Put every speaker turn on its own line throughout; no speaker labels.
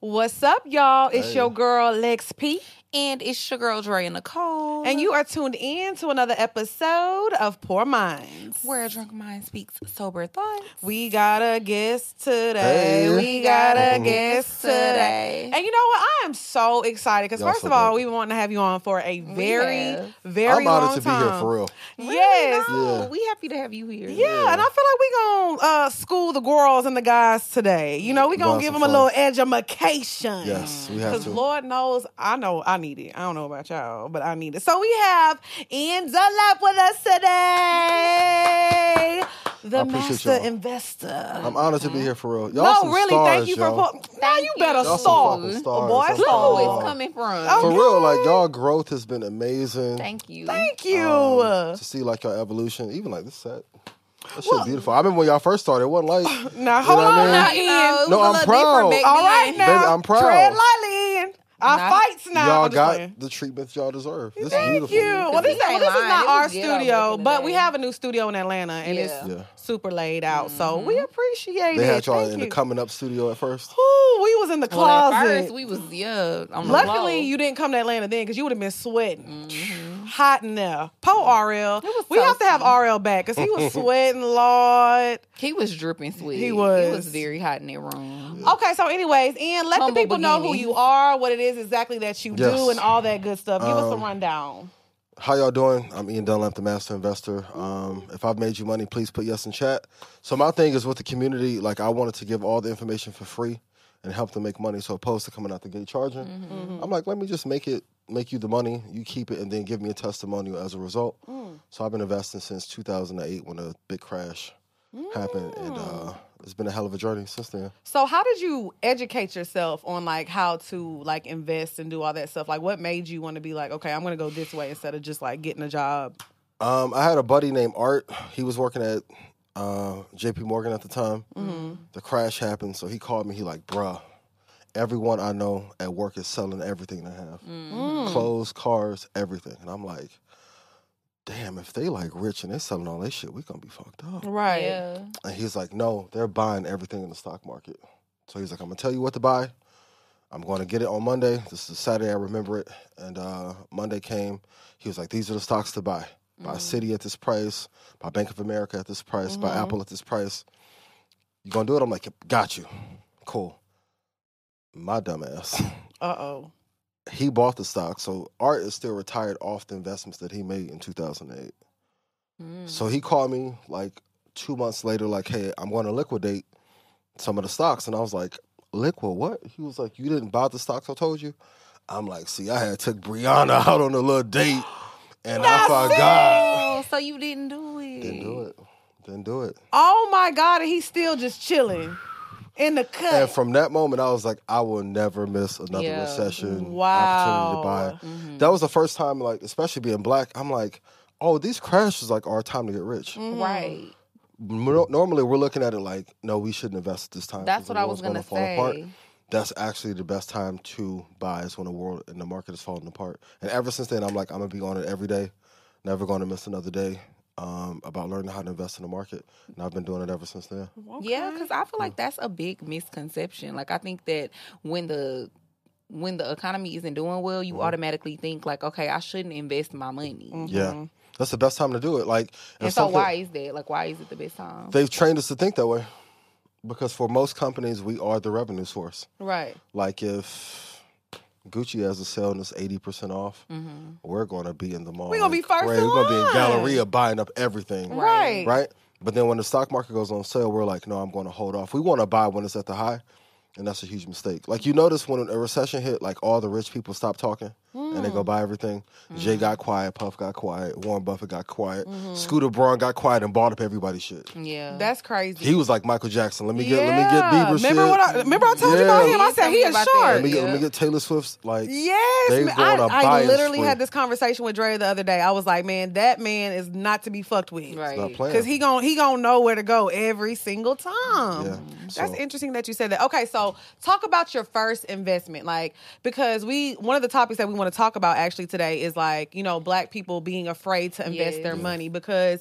What's up, y'all? It's your girl Lex P,
And it's your girl Dre and Nicole.
and you are tuned in to another episode of Poor Minds.
where a drunk mind speaks sober thoughts.
We got a guest today.
Hey.
We got a
Mhm.
guest today. And you know what? I am so excited because
Y'all
first
so
of all,
dope.
we've been wanting to have you on for a very,
have.
very
I'm honored
long
to be
time.
here for real.
Yes.
Really? No,
Yeah.
We happy to have you here.
Yeah, and I feel like we gonna uh, school the girls and the guys today. You know, we gonna
Guys
give
are
them a
fun.
little edumacation.
Yes, we have
Because
to.
Lord knows, I know I need it. I don't know about y'all, but I need it. So we have Ian Dunlap with us today, the
appreciate
master
y'all.
investor.
I'm honored to be here for real. Y'all
no,
some
really,
stars,
thank you
y'all.
for. Po- now
Thank
you
you.
better
Y'all some
start.
fucking stars.
Boy,
Y'all some
Look
stars.
who
stars.
it's coming from.
Oh.
For real, like y'all growth has been amazing.
Thank you.
Thank you.
Um, to see like your evolution, even like this set. That shit beautiful. I remember when y'all first started, it wasn't like
now hold
what I
on,
mean?
now,
You
Ian.
know, it was
No,
a
I'm
little
proud.
different back
All right
then.
now,
Baby, I'm proud.
Tread lightly, Ian. Our
Nah.
fights now.
y'all
I'm just
got
playing.
the treatments y'all deserve. This
Thank
is beautiful.
you. Well, this,
Because
well,
we
this is
ain't
not
lying. It
our
was good all back
studio,
in the
but we
day.
have a new studio in Atlanta, and it's
Yeah.
Yeah.
super laid out. So we
Mm-hmm.
appreciate
They
it.
had y'all
Thank
in
you.
the coming up studio at first.
Ooh, we was in the
Well, at
closet.
first, we was yeah. On the
Luckily,
low.
you didn't come to Atlanta then because you would have been sweating.
Mm-hmm.
Hot in there. Poor RL. We
Mm. so
have to have RL back because he was sweating, Lord.
he was dripping sweet.
He was.
He was very hot in that room.
Okay, so, anyways, Ian, let the
Humble
people know who
beginning.
you are, what it is exactly that you
Yes. Um,
do, and all that good stuff. Give us a rundown.
How y'all doing? I'm Ian Dunlap, the Master Investor. Um, if I've made you money, please put yes in chat. So my thing is with the community, like I wanted to give all the information for free and help them make money. So opposed to coming out the gate charging, I'm like, let me just make it, make you the money, you keep it, and then give me a testimonial as a result. So I've been investing since 2008 when the big crash happened, and uh, it's been a hell of a journey since then.
So how did you educate yourself on like how to like invest and do all that stuff? Like what made you want to be like, okay, I'm gonna go this way instead of just like getting a job?
Um, I had a buddy named Art. He was working at uh, J.P. Morgan at the time.
Mm-hmm.
The crash happened, so he called me. He like, bruh, everyone I know at work is selling everything they
Mm.
have,
Mm. Hmm.
Mm-hmm.
clothes, cars, everything. And I'm like, damn, if they like rich and they selling all that shit, we gonna be fucked up.
Right.
Yeah.
And he's like, no, they're buying everything in the stock market. So he's like, I'm gonna tell you what to buy. I'm gonna get it on Monday. This is Saturday, I remember it. And uh, Monday came. He was like, these are the stocks to buy.
Mm-hmm. Mm.
By City at this price, by Bank of America at this price, by Apple at this price. You gonna do it? I'm like, got you. Cool. My dumbass.
Uh oh.
He bought the stock, so Art is still retired off the investments that he made in 2008.
Mm.
So he called me like two months later, like, hey, I'm going to liquidate some of the stocks. And I was like, liquid what? He was like, you didn't buy the stocks I told you? I'm like, see, I had took Brianna out on a little date and I forgot.
Oh, so you didn't do it.
Didn't do it. Didn't do it.
Oh my god, and he's still just chilling in the cut.
And from that moment, I was like, I will never miss another
Yeah.
recession
Wow.
opportunity to buy.
Mm-hmm.
That was the first time, like, especially being black, I'm like, oh, these crashes like are a time to get rich.
Mm.
Mm-hmm.
Right.
Nor- normally we're looking at it like, no, we shouldn't invest at this time. 'cause
That's
the
what I
world's
was gonna
gonna fall
say.
Apart. That's actually the best time to buy is when the world and the market is falling apart. And ever since then, I'm like, I'm gonna be on it every day, never gonna miss another day. Um, about learning how to invest in the market, and I've been doing it ever since then.
Yeah, because I feel like that's a big misconception. Like I think that when the when the economy isn't doing well, you automatically think like, okay, I shouldn't invest my money.
Mm-hmm.
Yeah, that's the best time to do it. Like, if
And so
something-
why is that? Like, why is it the best time?
they've trained us to think that way? Because for most companies, we are the revenue source.
Right.
Like if Gucci has a sale and it's eighty percent off,
Mm-hmm.
we're gonna be in the mall.
We gonna be
like
first
crazy.
in
We're gonna be
line.
in Galleria buying up everything.
Right.
Right? But then when the stock market goes on sale, we're like, no, I'm gonna hold off. We wanna buy when it's at the high, and that's a huge mistake. Like you notice when a recession hit, like all the rich people stop talking and they
Mm.
go buy everything. Jay got quiet, Puff got quiet, Warren Buffett got quiet,
Mm-hmm.
Scooter Braun got quiet and bought up everybody's shit.
yeah.
That's crazy.
He was like Michael Jackson. Let me get let me get
Yeah.
Bieber
remember
shit.
What I, remember I told you
Yeah.
about him? I
You
said
told
he
me
is
about
short.
Let me,
that.
get, let
Yeah.
me get Taylor Swift's like
Yes,
They
man. I,
gonna buy
I
and
literally
split.
had this conversation with Dre the other day. I was like, man, that man is not to be fucked with.
right.
not playing.
Cause he gon' he gon' know where to go every single time.
Yeah,
That's
so-
interesting that you said that. Okay, so talk about your first investment, like because we one of the topics that we want to talk about actually today is like you know black people being afraid to invest
Yes.
their money because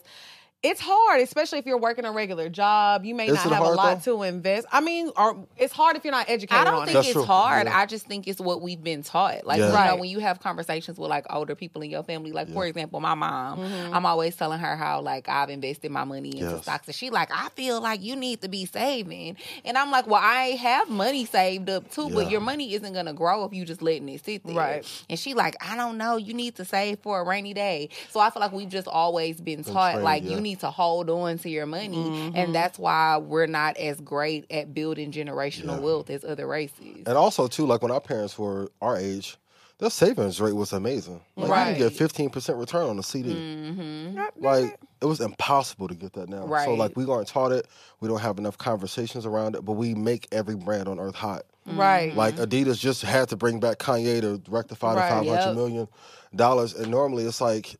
it's hard, especially if you're working a regular job. You may
Is
not
it
have a
hard,
lot to invest. I mean, or it's hard if you're not educated
I don't
on
think
it.
That's
it's
true.
hard.
Yeah.
I just think it's what we've been taught. Like
Yeah.
you
Right.
know, when you have conversations with like older people in your family, like for example, my mom,
Mm-hmm.
I'm always telling her how like I've invested my money into
Yes.
stocks, and she like I feel like you need to be saving, and I'm like, well, I have money saved up too,
Yeah.
but your money isn't gonna grow if you just letting it sit there.
Right.
And she like, I don't know, you need to save for a rainy day. So I feel like we've just always been taught
trained,
like
yeah.
you need to hold on to your money,
Mm-hmm.
and that's why we're not as great at building generational
Yeah.
wealth as other races.
And also too, like when our parents were our age, their savings rate was amazing. Like you
Right.
can get fifteen percent return on a CD.
Mm-hmm.
God damn
Like
it.
it was impossible to get that now. So
Right.
like we aren't taught it. We don't have enough conversations around it. But we make every brand on earth hot.
Mm-hmm.
right,
Like uh, Adidas just had to bring back Kanye to rectify the
Right,
five hundred million
yep.
dollars. And normally it's like,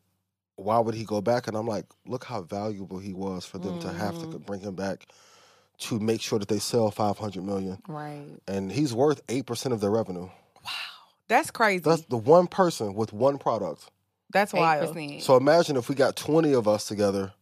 why would he go back? And I'm like, look how valuable he was for them to have to bring him back to make sure that they sell five hundred million.
Right.
And he's worth eight percent of their revenue.
that's crazy.
That's
That's,
the one person with one product.
wild.
8%.
So imagine if we got 20 of us together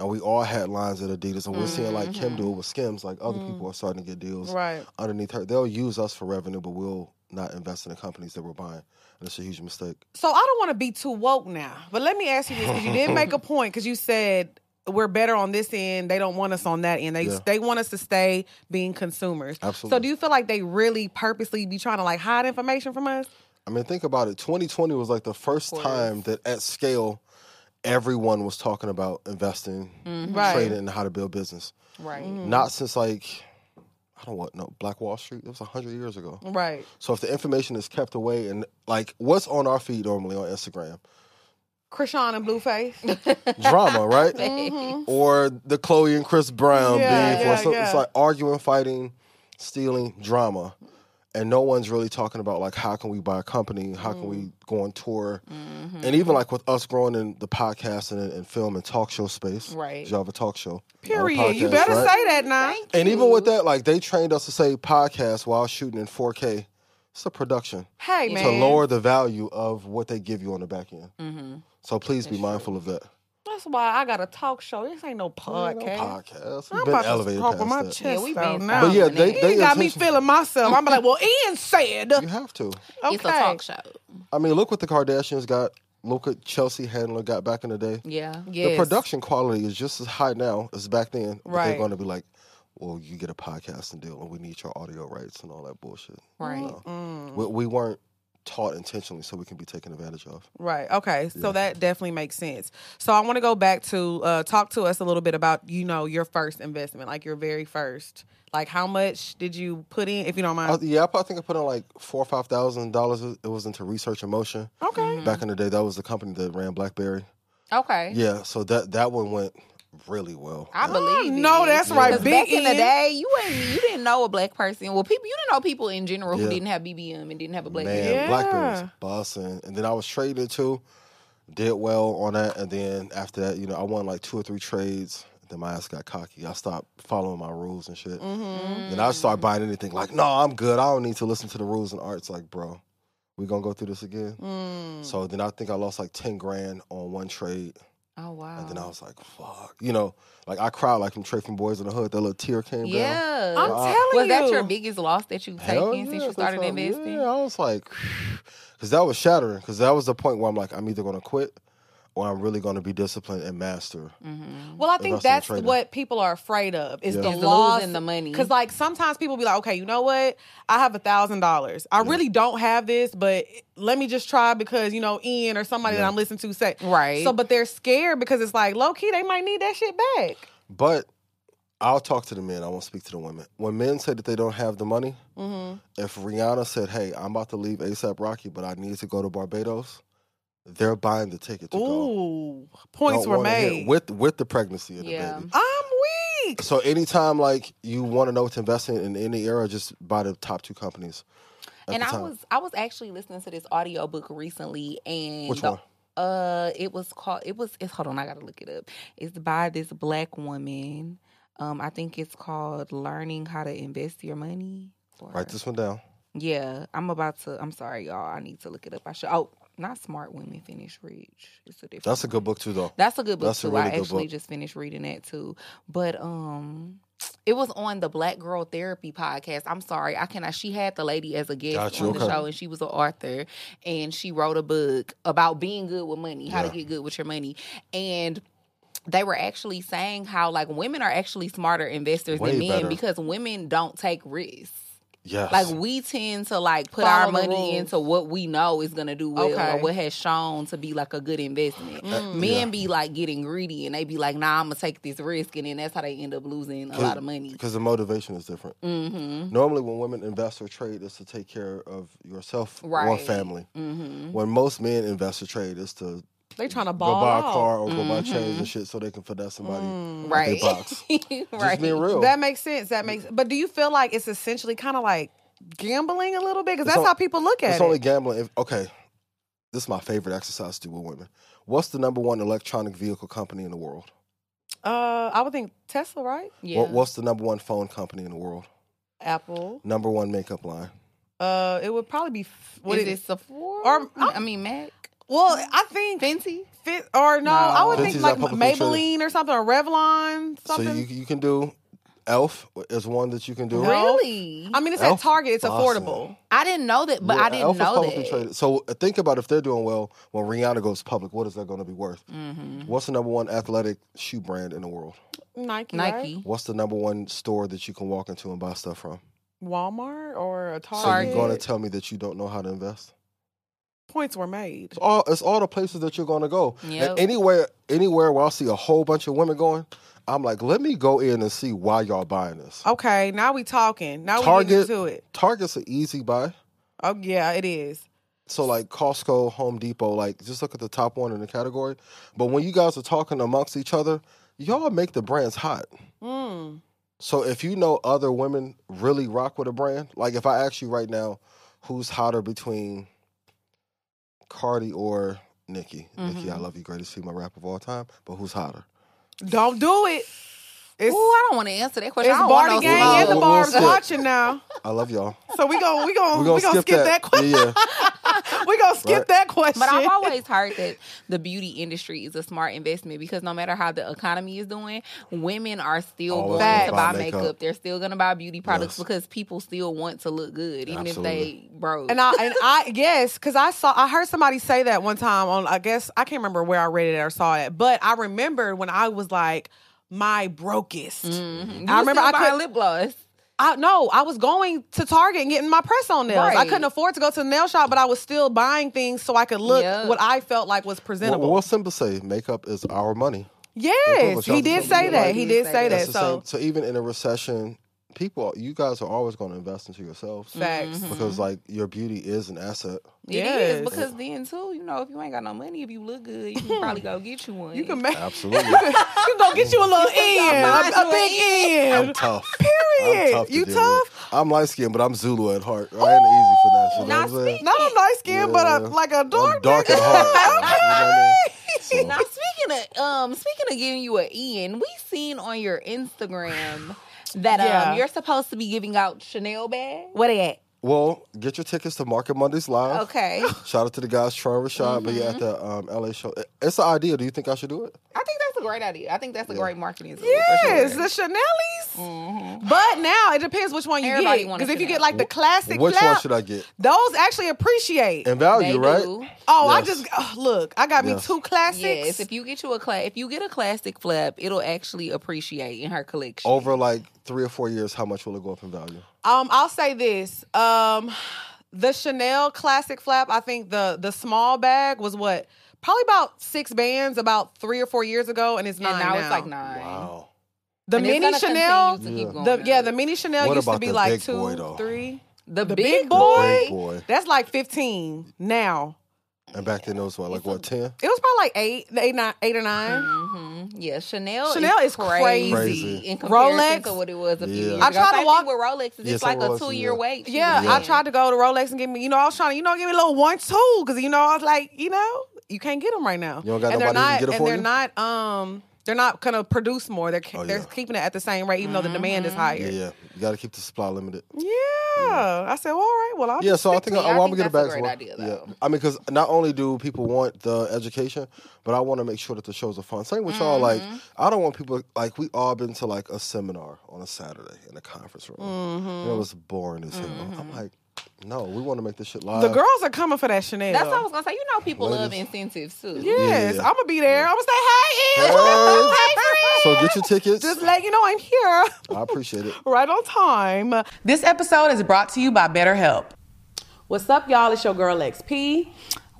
and we all had lines at Adidas and we're seeing like Kim do it with Skims, like other people are starting to get deals
Right,
underneath her. They'll use us for revenue, but we'll not invest in the companies that we're buying. And it's a huge mistake.
so I don't want to be too woke now, but let me ask you this: 'cause you did make a point because you said we're better on this end; they don't want us on that end. They
Yeah.
they want us to stay being consumers.
Absolutely.
So, do you feel like they really purposely be trying to like hide information from us?
I mean, think about it. 2020 was like the first
course.
time that at scale, everyone was talking about investing,
Right. Mm-hmm. Hmm.
trading, and how to build business.
Mm-hmm. Right.
Not since like, I don't want no Black Wall Street. It was 100 years ago.
Right,
So if the information is kept away and like what's on our feed normally on Instagram?
Krishan and Blueface.
Drama, right?
Mm-hmm.
Or the Chloe and Chris Brown
Yeah,
beef
yeah,
or something.
yeah.
It's like arguing, fighting, stealing, drama. And no one's really talking about like how can we buy a company, how can
Mm.
we go on tour.
Mm-hmm.
And even like with us growing in the podcast and, and film and talk show space.
Right.
You have a talk show. not a
Period. You
podcast,
better
right?
say that now.
And even with that, like they trained us to say podcast while shooting in 4K. It's a production
Hey man,
to lower the value of what they give you on the back end.
Mm-hmm.
So please be mindful of that.
that's why I got a talk show. This ain't no
Man,
podcast.
no Podcast. We've
I'm
been
about
elevated
to crumple
past
my
that.
chest
Yeah, we
out
been
now.
but yeah, they,
Ian
they
got me
intention-
feeling myself. I'm like, well, Ian said.
You have to.
Okay.
It's a talk show.
I mean, look what the Kardashians got. Look what Chelsea Handler got back in the day.
Yeah.
The
Yes.
production quality is just as high now as back then. But
Right.
They're going to be like, well, you get a podcasting deal, and we need your audio rights and all that bullshit.
Right.
We, we weren't taught intentionally, so we can be taken advantage of.
Right. Okay. So that definitely makes sense. So I want to go back to uh, talk to us a little bit about you know your first investment, like your very first. Like how much did you put in, if you don't
I,
mind?
yeah, I probably think I put on like four or five thousand dollars. It was into research and motion.
Okay.
Back in the day, that was the company that ran BlackBerry.
Okay.
Yeah, so that that one went really well.
I believe.
Oh, no,
it.
that's right.
'Cause
Big
back in the
Ian.
day, you ain't you didn't know a black person. Well, people you didn't know people in general
Yeah.
who didn't have BBM and didn't have a black.
Man,
Yeah.
BlackBerry was busting, and then I was trading it too. Did well on that, and then after that, you know, I won like two or three trades. Then my ass got cocky. I stopped following my rules and shit.
Mm-hmm.
Then I started buying anything. Like, no, I'm good. I don't need to listen to the rules and arts. Like, bro, we gonna go through this again.
Mm.
So then I think I lost like ten grand on one trade.
Oh wow.
And then I was like, fuck. You know, like I cried like from Trey from Boys in the Hood. That little tear came down.
yeah.
I'm
Wow.
telling you.
was that your biggest loss that you've
Hell
taken since
yeah,
you started
that's how-
investing?
Yeah, I was like, because that was shattering. Because that was the point where I'm like, I'm either going to quit or I'm really going to be disciplined and master.
Well, I think
Investing and
that's
trading.
what people are afraid of is
Yeah.
the
Is the
loss
Mm-hmm. losing the money.
Because like sometimes people be like, okay, you know what? I have a thousand dollars. I really don't have this, but let me just try because you know Ian or somebody that I'm listening to say
Right.
So, but they're scared because it's like low key they might need that shit back.
But I'll talk to the men. I won't speak to the women. When men say that they don't have the money,
Mm-hmm.
if Rihanna said, hey, I'm about to leave ASAP Rocky, but I need to go to Barbados, they're buying the ticket to go.
Ooh, points
Don't
were
wanna hit
made.
With, with the pregnancy and
Yeah.
the baby.
I'm weak.
So anytime like you want to know what to invest in in any era, just buy the top two companies. at
and
the
I
time.
was I was actually listening to this audiobook recently and
Which
the-
one?
uh it was called it was it's hold on, I gotta look it up. It's by this black woman. Um I think it's called Learning How to Invest Your Money. Or,
write this one down.
Yeah. I'm about to I'm sorry, y'all. I need to look it up. I should oh not smart women finish rich. It's a different.
That's a good book too, though.
That's a good book
That's a
too.
really
I
good
actually
book.
just finished reading that too. But um it was on the Black Girl Therapy podcast. I'm sorry, I cannot. She had the lady as a guest
Gotcha,
on the
okay.
show, and she was an author, and she wrote a book about being good with money, how
Yeah.
to get good with your money, and they were actually saying how like women are actually smarter investors
Way
than men
better.
because women don't take risks.
Yes.
Like we tend to like put
Follow
our
the rules.
money into what we know is gonna do well
Okay.
or what has shown to be like a good investment. Men
yeah.
be like getting greedy and they be like, nah, I'm gonna take this risk, and then that's how they end up losing a lot of money.
because the motivation is different.
Mm-hmm.
Normally, when women invest or trade, is to take care of yourself or
Right.
family.
Mm-hmm.
When most men invest or trade, is to
They trying to
go
ball
buy a
out.
car or go buy
Mhm.
chains and shit so they can finesse somebody.
Mm.
Like they
Right.
box. Just
right.
being real.
That makes sense. That makes. But do you feel like it's essentially kind of like gambling a little bit? Because
It's
that's
on-
how people look at
it's
it.
only gambling. If, okay, this is my favorite exercise to do with women. What's the number one electronic vehicle company in the world?
uh, I would think Tesla, right?
Yeah.
What, what's the number one phone company in the world?
Apple.
Number one makeup line.
Uh, it would probably be. f- What
is
it-
it Sephora?
Or-
I mean Mac.
Well, I think
Fenty.
fit or no,
No.
I would
Fenty's
think like
not publicly traded.
Maybelline or something or Revlon something.
So you you can do Elf is one that you can do.
No.
Really?
I mean, it's
Elf
at Target. It's
Boston.
affordable.
I didn't know that, but
Yeah,
I didn't
Elf is
know
publicly
that.
traded. So uh, think about if they're doing well when Rihanna goes public, what is that going to be worth?
Mhm.
What's the number one athletic shoe brand in the world?
Nike, right?
Nike.
What's the number one store that you can walk into and buy stuff from?
Walmart or a
So
Target.
you're going to tell me that you don't know how to invest?
Points were made.
It's all it's all the places that you're going to go. And
Yep.
anywhere anywhere where I see a whole bunch of women going, I'm like, let me go in and see why y'all buying this.
Okay, now we talking. Now we
Target.
getting into it.
Target's an easy buy.
Oh yeah, it is.
So like Costco, Home Depot, like just look at the top one in the category. But when you guys are talking amongst each other, y'all make the brands hot.
Mm.
So if you know other women really rock with a brand, like if I ask you right now, who's hotter between Cardi or Nicki? Nicki,
Mm-hmm.
I love you, greatest female rapper of all time. But who's hotter?
Don't do it. It's
Ooh, I don't want to answer that question.
it's
I don't want
Barty
no
Gang
smoke.
and the
We'll-
barb's
we'll skip.
watching now.
I love y'all.
So we gonna we gonna Oh, we gonna, skip, that, question.
Yeah, yeah.
We gonna skip
Right.
that question.
But I've always heard that the beauty industry is a smart investment because no matter how the economy is doing, women are still
Always
going
gonna
to
buy
buy
makeup.
makeup. They're still going to buy beauty products
Yes.
because people still want to look good, even
Absolutely.
if they broke.
And I and I yes, because I saw I heard somebody say that one time on I guess I can't remember where I read it or saw it, but I remember when I was like my brokest.
Mhm.
I
You
remember
still
I
buy
could-
lip gloss.
I no, I was going to Target and getting my press on nails. I
Right.
couldn't afford to go to the nail shop, but I was still buying things so I could look
Yeah.
what I felt like was
Well,
presentable.
well, simple say, makeup is our money. Well,
yes,
well,
he did
Johnson-
say that.
Right.
He did say
That's
that.
the
So
same. So even in a recession, people, you guys are always going to invest into yourselves
facts.
because like your beauty is an asset.
Mm-hmm. It is
Yes.
because then too, you know, if you ain't got no money, if you look good, you can probably go get you one.
You can make
Absolutely.
you go get you a little end,
buy
a, a
you
big
I'm
end.
tough.
Period.
I'm tough to
You
deal
tough?
with. I'm light skinned, but I'm Zulu at heart. I ain't easy for that. You know
Now
what I'm saying?
Not a light skin, but a,
Yeah.
like a
I'm
dark.
dark at
nigga.
heart. You know what I mean?
Now speaking of um speaking of giving you an in, we seen on your Instagram that
Yeah.
um you're supposed to be giving out Chanel bags. What they at?
So, well, get your tickets to Market Mondays Live.
Okay.
Shout out to the guys, Troy and Rashad, but
Mm-hmm.
yeah, at the um, LA show. It- It's an idea. Do you think I should do it?
I think that's a great idea. I think that's a
Yeah.
great marketing tool.
Yes,
For
the
sure.
Chanel's.
Mhm.
But now it depends which one you
Everybody
get.
want a
Because if you
Chanel.
get like the classic,
Which
clap,
one should I get?
those actually appreciate.
And value,
They
right?
do.
oh, I
Yes.
just ugh, look. I got me
Yes.
two classics.
Yes, if you get you a cla- if you get a classic flap, it'll actually appreciate in her collection.
Over like three or four years, how much will it go up in value?
Um, I'll say this. Um, the Chanel classic flap. I think the the small bag was what probably about six bands about three or four years ago, and it's
and
nine
now, it's like nine.
Wow.
The
And it's
mini
gonna
Chanel.
continue to
Yeah.
keep going
The, yeah, the
up.
mini Chanel
What
used to
about
be
the
like
big
two,
boy, though?
three.
the,
The
big,
big
boy.
boy.
Big boy.
That's like fifteen now.
And back then, those were like, what, 10?
It was probably like eight, eight, nine, eight or 9
hmm Yeah, Chanel.
Chanel
is
is crazy.
crazy,
Crazy.
in comparison
Rolex?
to what it was a few
Yeah.
years
I
ago.
tried to
Same thing
walk-
with Rolex. It's
Yeah, some
like a
Rolexes,
two year
yeah.
wait. She
Yeah,
was
I
in.
tried to go to Rolex and give me, you know, I was trying to, you know, give me a little one two because you know I was like, you know, you can't get them right now.
You don't got
and they're
nobody who
not,
can get 'em
and
for
they're
you?
not. Um, They're not going to produce more. They're
Oh,
they're
yeah.
keeping it at the same rate, even though the demand
Mm-hmm.
is higher.
Yeah, yeah. You got to keep the supply limited.
Yeah. I said, well, all right. Well, I'll
yeah,
just
so I
stick
think
to
I,
I
it.
I, want to
think
get it
that's a
back. to
great
what-
idea,
yeah,
though.
I mean, because not only do people want the education, but I want to make sure that the shows are fun. Same with y'all. Like, I don't want people like we all been to like a seminar on a Saturday in a conference room. And it was boring as hell. I'm like, no, we want to make this shit live.
the girls are coming for that Chanel.
That's what I was gonna say. You know, people love
Ladies.
incentives too.
Yes,
Yeah.
I'm gonna be there. I'm gonna say, hey, Eve.
Hey.
Hey,
So
friend.
get your tickets.
Just let you know I'm here,
I appreciate it.
right on time.
This episode is brought to you by BetterHelp. What's up, y'all? It's your girl XP.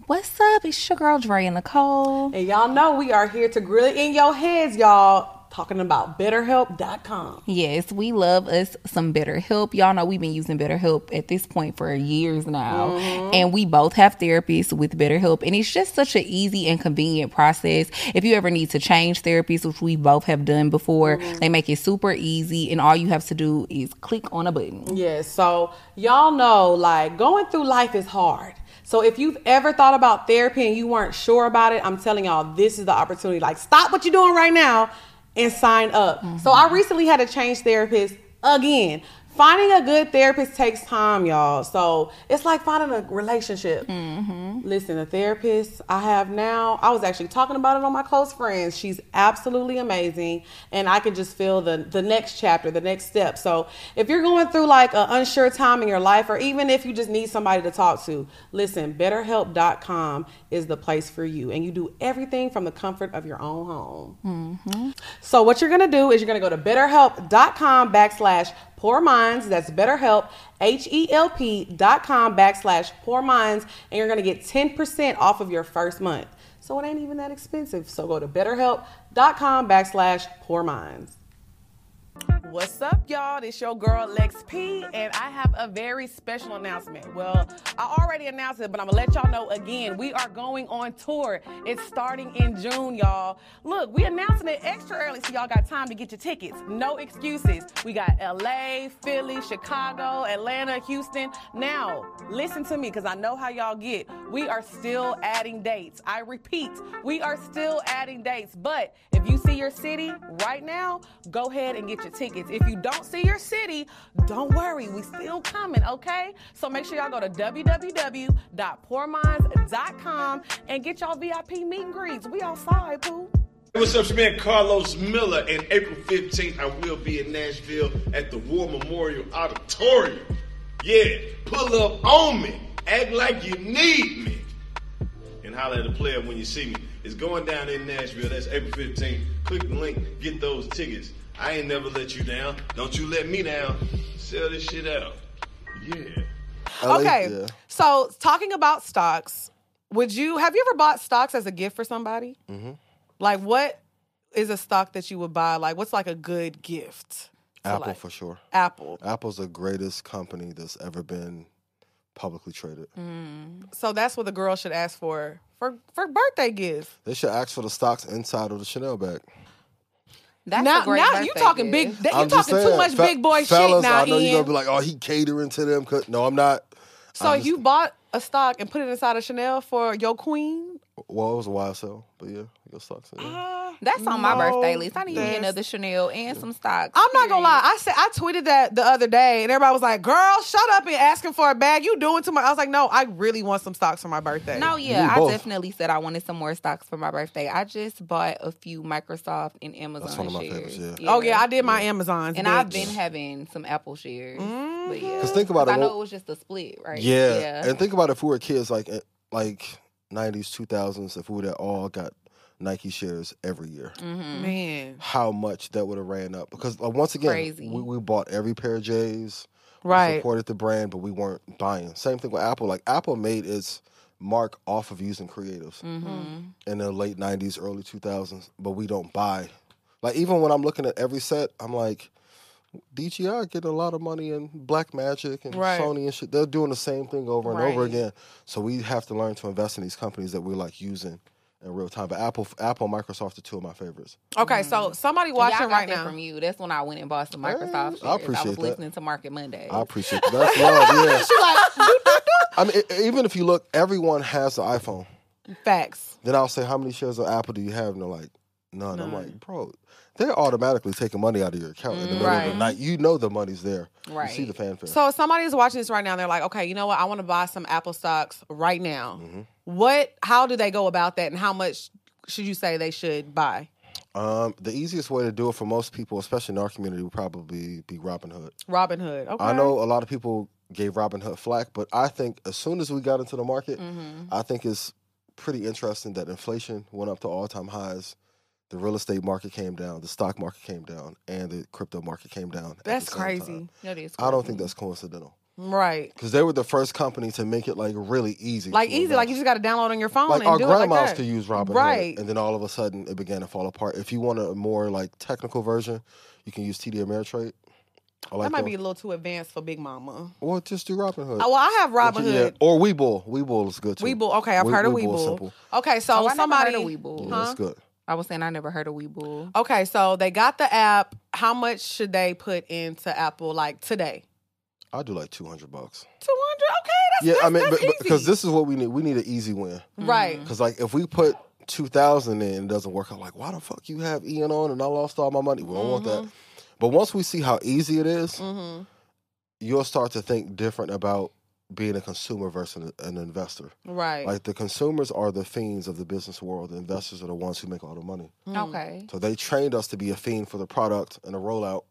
What's up? It's your girl Dre and Nicole.
And y'all know we are here to grill it in your heads, y'all, talking about betterhelp.com.
Yes, we love us some better help. Y'all know we've been using BetterHelp at this point for years now.
Mm-hmm.
And we both have therapists with BetterHelp. And it's just such an easy and convenient process. If you ever need to change therapies, which we both have done before,
Mm-hmm.
they make it super easy. And all you have to do is click on a button.
Yeah, so y'all know, like, going through life is hard. So if you've ever thought about therapy and you weren't sure about it, I'm telling y'all, this is the opportunity. Like, stop what you're doing right now and sign up. So I recently had to change therapists again. Finding a good therapist takes time, y'all. So it's like finding a relationship. Listen, the therapist I have now, I was actually talking about it on my close friends. She's absolutely amazing. And I could just feel the, the next chapter, the next step. So if you're going through like an unsure time in your life, or even if you just need somebody to talk to, listen, betterhelp.com is the place for you. And you do everything from the comfort of your own home. So what you're gonna do is you're gonna go to betterhelp.com backslash poor minds. That's betterhelp H E L P dot com backslash poor minds, and you're gonna get 10% off of your first month. So it ain't even that expensive. So go to betterhelp.com backslash poor minds.
What's up, y'all? It's your girl Lex P, and I have a very special announcement. Well, I already announced it, but I'm gonna let y'all know again. We are going on tour. It's starting in June, y'all. Look, we announcing it extra early, so y'all got time to get your tickets. No excuses. We got LA, Philly, Chicago, Atlanta, Houston. Now, listen to me, because I know how y'all get. We are still adding dates. I repeat, we are still adding dates. But if you see your city right now, go ahead and get your tickets. If you don't see your city, don't worry, we still coming, okay? So make sure y'all go to www.poorminds.com and get y'all VIP meet and greets. We outside, poo.
Hey, what's up, it's your man Carlos Miller, and April 15th, I will be in Nashville at the War Memorial Auditorium. Yeah, pull up on me, act like you need me, and holler at the player when you see me. It's going down in Nashville, that's April 15th. Click the link, get those tickets. I ain't never let you down. Don't you let me down. Sell this shit out. Yeah.
LA,
Okay.
yeah.
So talking about stocks, would you have you ever bought stocks as a gift for somebody?
Mm-hmm.
Like what is a stock that you would buy? Like what's like a good gift? to,
Apple
like-
for sure.
Apple.
Apple's the greatest company that's ever been publicly traded.
So that's what the girl should ask for for for birthday gifts.
They should ask for the stocks inside of the Chanel bag.
That's
now,
a great
now you
birthday
talking
gift.
big. That, you
I'm just
talking too
saying,
much
fe-
big boy shit
fellas,
now,
I know
Ian.
you're gonna be like, "Oh, he catering to them." 'cause-" No, I'm not.
so
I'm just-
you bought a stock and put it inside of Chanel for your queen.
Well, it was a YSL, but yeah, your socks. Yeah.
That's on my
No,
birthday list. I need me
that's-
another Chanel and some stocks.
I'm not gonna lie. I said I tweeted that the other day, and everybody was like, "Girl, shut up and asking for a bag. You doing too much." I was like, "No, I really want some stocks for my birthday."
No, yeah,
need
I
both.
definitely said I wanted some more stocks for my birthday. I just bought a few Microsoft and Amazon
one of my
shares.
favorites, yeah.
Oh yeah, I did my Amazons,
and I've
bitch.
been having some Apple shares. But yeah,
Mm-hmm. 'Cause think about it,
I know
well-
it was just a split, right?
Yeah. and think about if we were kids, like eh, like '90s, 2000s, if we would have all got Nike shares every year,
mm. Mm-hmm.
man.
how much that would have ran up? Because like, once again,
Crazy.
We, we bought every pair of J's, we
Right.
supported the brand, but we weren't buying. Same thing with Apple. Like Apple made its mark off of using creatives
Mm-hmm.
Mm-hmm.
in the late '90s, early 2000s, but we don't buy. Like even when I'm looking at every set, I'm like. DGI getting a lot of money and Black Magic and
Right.
Sony and shit. They're doing the same thing over and over
Right.
again. So we have to learn to invest in these companies that we're like using in real time. But Apple, Apple, Microsoft are two of my favorites.
Okay, so somebody
Y'all
watching
Mm. got
right
that
now.
from you. That's when I went and bought some Microsoft shares.
I appreciate
was
that.
listening to Market Monday.
I appreciate that. That's love. Yeah. I mean, e- even if you look, everyone has an iPhone.
Facts.
Then I'll say, how many shares of Apple do you have? And they're like, none. I'm like, bro, they're automatically taking money out of your account in the middle of
Right.
the night. You know the money's there.
Right.
You see the fanfare.
So if somebody's watching this right now, they're like, okay, you know what? I want to buy some Apple stocks right now.
Mm-hmm.
What? How do they go about that, and how much should you say they should buy?
um, the easiest way to do it for most people, especially in our community, would probably be Robinhood.
Robinhood. Okay.
I know a lot of people gave Robinhood flack, but I think as soon as we got into the market,
Mm-hmm.
I think it's pretty interesting that inflation went up to all time highs. The real estate market came down, the stock market came down, and the crypto market came down. at the
That's
same
crazy.
time.
That is
I don't think that's coincidental
Right.
because they were the first company to make it like really easy.
Like
to
easy. Like
invest.
you just got to download on your phone
like
and
our
do it
grandmas
like that.
to use Robinhood,
Right.
and then all of a sudden it began to fall apart. If you want a more like technical version, you can use TD Ameritrade. I like
that might be a
those.
little too advanced for Big Mama.
Well, just do Robinhood.
Oh, well, I have Robinhood.
Yeah, or Weeble. Weeble is good too.
Weeble. Okay, I've
We-
heard of
Weeble is
Weeble.
simple.
Okay, so
Oh, I never
somebody.
heard of Webull.
Yeah,
Huh?
That's good.
I was saying I never heard of Weebull.
Okay, so they got the app. How much should they put into Apple like today?
I do like two hundred bucks.
Two hundred. Okay,
Yeah,
that's Mm-hmm.
I mean,
that's,
but-
that's
but- because
easy.
this is what we need. We need an easy win.
right.
Because like if we put two thousand in, and it doesn't work. I'm like, why the fuck you have Ian on and I lost all my money? We don't want that.
Mm-hmm.
But once we see how easy it is,
Mm.
you'll start to think different about being a consumer versus an- an investor.
Right.
Like the consumers are the fiends of the business world. The investors are the ones who make all the money.
Okay.
So they trained us to be a fiend for the product and the rollout,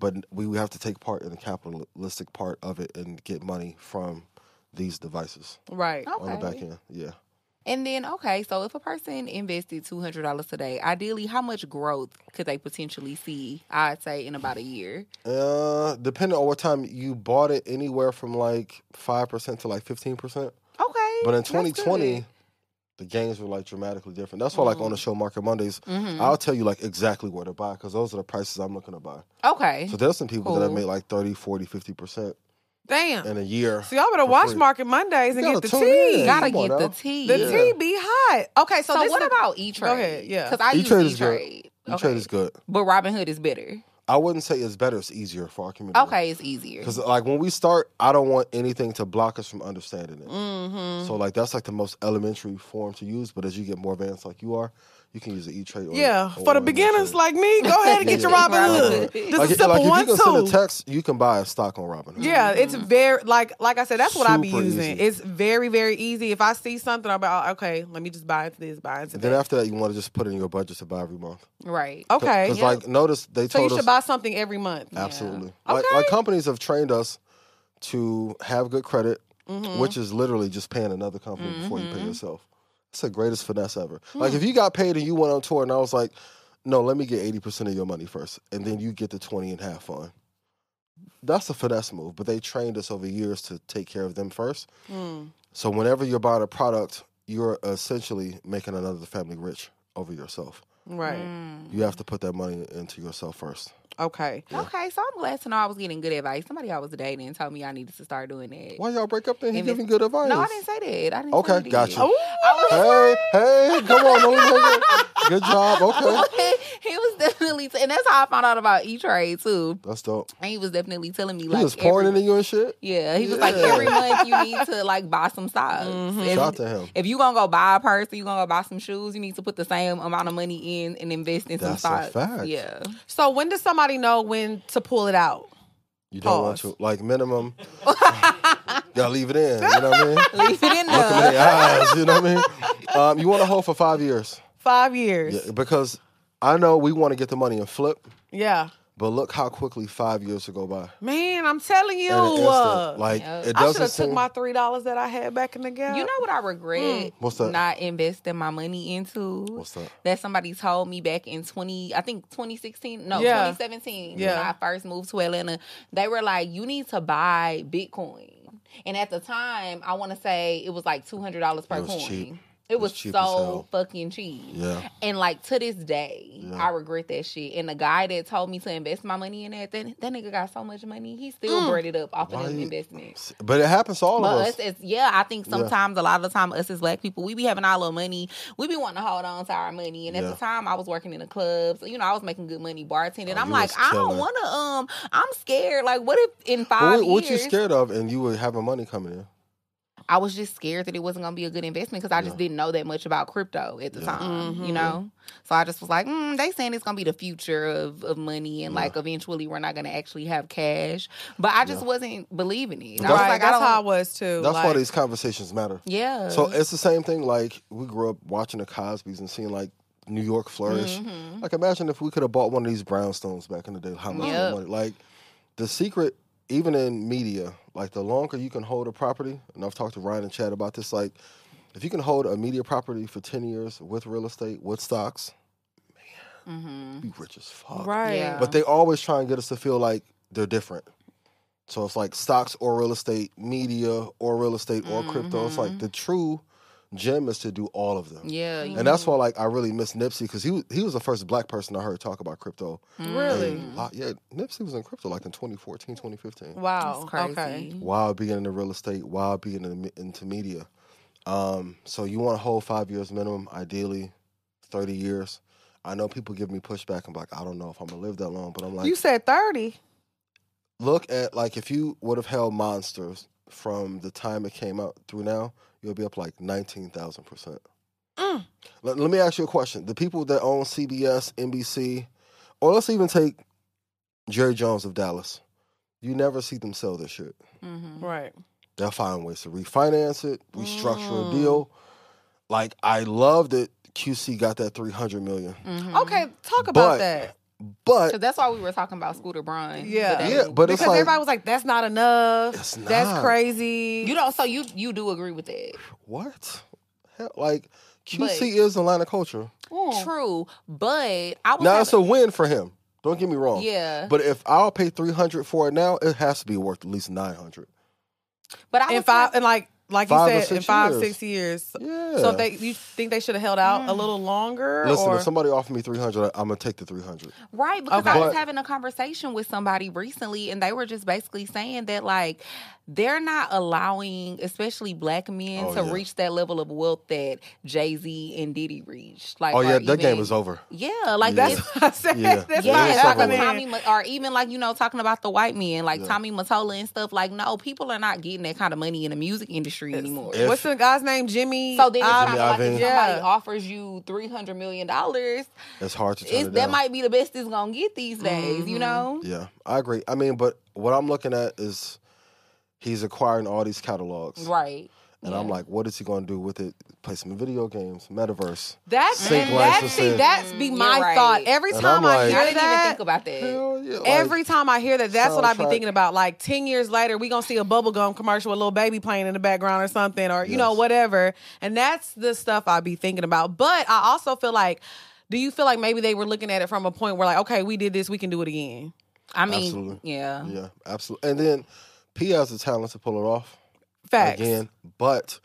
but we would have to take part in the capitalistic part of it and get money from these devices
right.
on the back end. Yeah.
And then okay, so if a person invested two hundred dollars today, ideally, how much growth could they potentially see? I'd say in about a year.
Uh, depending on what time you bought it, anywhere from like five percent to like fifteen percent.
Okay.
But in
that's
2020,
good.
the gains were like dramatically different. That's why, like
Mm.
on the show Market Mondays,
Mm-hmm.
I'll tell you like exactly where to buy because those are the prices I'm looking to buy.
Okay.
So there's some people that have
Cool.
made like 30, 40, 50 percent
Damn.
in a year.
so y'all better
for
watch
free.
Market Mondays and
You
get the
gotta tune in.
tea.
Gotta
Come on
get the
now.
tea.
The
Yeah.
tea be hot. Okay, so,
So
this
what
is-
about E Trade?
Go ahead, yeah.
Because I
E-Trade
use E
is good.
Trade.
E-Trade is good.
But Robinhood is better.
I wouldn't say it's better. It's easier for our community.
Okay, it's easier.
Because like when we start, I don't want anything to block us from understanding it.
Mm-hmm.
So like that's like the most elementary form to use. But as you get more advanced, like you are, you can use the E Trade.
yeah, for the beginners like me, go ahead and get your
Yeah.
Robin Hood. This
like,
is simple
like, if
one
you can send a
too.
text, you can buy a stock on Robinhood.
Yeah, it's very like like I said, that's what I be
Mm-hmm. Super
using.
easy.
It's very very easy. If I see something, I'm like, oh, okay, let me just buy into this, buy into
And then
that.
after that, you want to just put in your budget to buy every month.
right.
Okay,
Because like notice they
so you
told
should
us
buy something every month.
absolutely. Like, like companies have trained us to have good credit, which is literally just paying another company before you pay yourself. It's the greatest finesse ever. Like if you got paid and you went on tour, and I was like, no, let me get eighty percent of your money first, and then you get the twenty and have fun. That's a finesse move, but they trained us over years to take care of them first. So whenever you're buying a product, you're essentially making another family rich over yourself.
Right.
Mm.
You have to put that money into yourself first.
Okay.
Okay, so I'm glad to know I was getting good advice. Somebody I was dating told me I needed to start doing that.
Why y'all break up then? He
If it's-
giving good advice.
No, I didn't say that. I didn't.
Okay,
tell you that.
gotcha.
Ooh,
Hey, hey, come on, don't take it. Good job. Okay.
he was definitely, and that's how I found out about E Trade too.
That's dope.
And he was definitely telling me
He
like,
was pouring
every-
into you and shit.
yeah, he was like,
Yeah.
every month you need to like buy some stocks. If,
Shout out to him.
if you gonna go buy a purse, you gonna go buy some shoes. You need to put the same amount of money in and invest in
That's a
some stocks.
fact.
Yeah,
So when does somebody know when to pull it out?
You don't want
Pause.
to, like, minimum. y'all leave it in. You know what I mean? Look
leave it in
them in
there.
their eyes. You know what I mean? Um, you want to hold for five years
Five years.
Yeah, because I know we want to get the money and flip,
yeah.
but look how quickly five years will go by.
Man, I'm telling you,
In an instant.
uh,
like, it
I should
doesn't
have took
seem.
my three dollars that I had back in the gap.
You know what I regret
Mm. What's that?
not investing my money into? What's
that?
That somebody told me back in twenty, I think twenty sixteen, no,
Yeah.
twenty seventeen.
Yeah.
When I first moved to Atlanta, they were like, "You need to buy Bitcoin." And at the time, I want to say it was like two hundred dollars per
was
coin.
cheap.
It was,
cheap as hell.
so fucking cheap.
Yeah.
And like to this day, I regret that shit. And the guy that told me to invest my money in that, that, that nigga got so much money, he still breaded up off
Mm. Why
of them
you-
investments.
But it happens to all
But
of
us,
us.
it's yeah. I think sometimes a lot of the time, us as black people, we be having our little money. We be wanting to hold on to our money. And at
Yeah.
the time, I was working in the clubs. You know, I was making good money bartending. I'm
Oh, you
like,
was
I
killing.
don't want to. Um, I'm scared. Like, what if in
But
five
what, what you
years?
scared of, and you were having money coming in?
I was just scared that it wasn't going to be a good investment because I just didn't know that much about crypto at the time,
Mm-hmm.
you know? So I just was like, mm, they saying it's going to be the future of, of money and like eventually we're not going to actually have cash. But I just wasn't believing it. I was
Right,
like, I
that's
don't,
how I was too.
That's why
like-
these conversations matter.
yeah.
So it's the same thing. Like we grew up watching the Cosby's and seeing like New York flourish.
Mm-hmm.
Like imagine if we could have bought one of these brownstones back in the day. How much more
Yep.
money? Like the secret, even in media, like the longer you can hold a property, and I've talked to Ryan and Chad about this. Like if you can hold a media property for ten years with real estate, with stocks,
Mm-hmm.
man, you rich as fuck.
right.
Yeah.
But they always try and get us to feel like they're different. So it's like stocks or real estate, media or real estate or crypto. It's
Mm-hmm.
like the true gem is to do all of them.
yeah. you-
And that's why, like, I really miss Nipsey because he was, he was the first black person I heard talk about crypto.
Really?
Mm.
And, like, yeah, Nipsey was in crypto like in 2014, 2015.
Wow.
crazy.
Okay.
While being in the real estate, while being in the, into media. Um, so you want to hold five years minimum, ideally, 30 years. I know people give me pushback. I'm like, I don't know if I'm gonna live that long, but I'm like,
You said thirty.
look at like if you would have held monsters from the time it came out through now, you'll be up like nineteen thousand percent. Let, let me ask you a question: The people that own CBS, NBC, or let's even take Jerry Jones of Dallas, you never see them sell their shit.
Mm-hmm.
Right.
They'll find ways to refinance it, restructure a deal. Like I love that QC got that three hundred million,
Okay. Talk about
But-
that.
Mm-hmm. So
but
that's why we were talking about Scooter Braun.
Yeah.
today.
Oh, yeah, but
because
it's like
everybody was like, "That's not enough.
It's
That's
not.
crazy."
You don't. So you you do agree with that?
what? Hell, like QC
But-
is a line of culture.
True, but I was.
Now it's a
having-
win for him. Don't get me wrong.
Yeah.
But if I'll pay three hundred for it now, it has to be worth at least nine hundred.
but I
in
was
five and like like you
Five or
said in
six
five
years.
six years.
Yeah.
So if they you think they should have held out a little longer?
Listen,
or?
if somebody offered me three hundred, I'm gonna take the three hundred.
Right, because
Okay.
I was
But-
having a conversation with somebody recently, and they were just basically saying that like they're not allowing, especially black men,
Oh,
to
yeah.
reach that level of wealth that Jay Z and Diddy reached. Like,
Oh
or
yeah, that game
even-
is over.
Yeah, like
That's-
it's-
I said,
Yeah.
that's
Yeah,
not
it's
Yeah, like
over
a
happening.
with.
Tommy, Ma- or even like you know talking about the white men, like Tommy Mottola and stuff. Like, no, people are not getting that kind of money in the music industry anymore.
If-
What's the guy's name? Jimmy.
So then it's
Iovine?
kind of like if
Iovine.
somebody
Yeah.
offers you three hundred million dollars,
It's hard to turn
it's
it
that
down.
might be the best it's gonna get these days.
Mm-hmm.
You know,
Yeah, I agree. I mean, but what I'm looking at is he's acquiring all these catalogs,
right?
and I'm like, what is he gonna do with it? Play some video games, metaverse.
that's
Sync
and that's see,
licenses.
that's be my
you're right.
thought. Every
And
time
I'm
Mm, I
like-
hear
I didn't
that,
even think about that.
Hell yeah, like,
Every time I hear that, that's what I be
soundtrack.
thinking about. Like ten years later, we gonna see a bubblegum commercial with little baby playing in the background or something, or you know
Yes.
whatever. And that's the stuff I be thinking about. But I also feel like, do you feel like maybe they were looking at it from a point where like, okay, we did this, we can do it again.
I mean,
Absolutely.
yeah.
yeah, absolutely. And then P has the talent to pull it off.
Facts.
again. But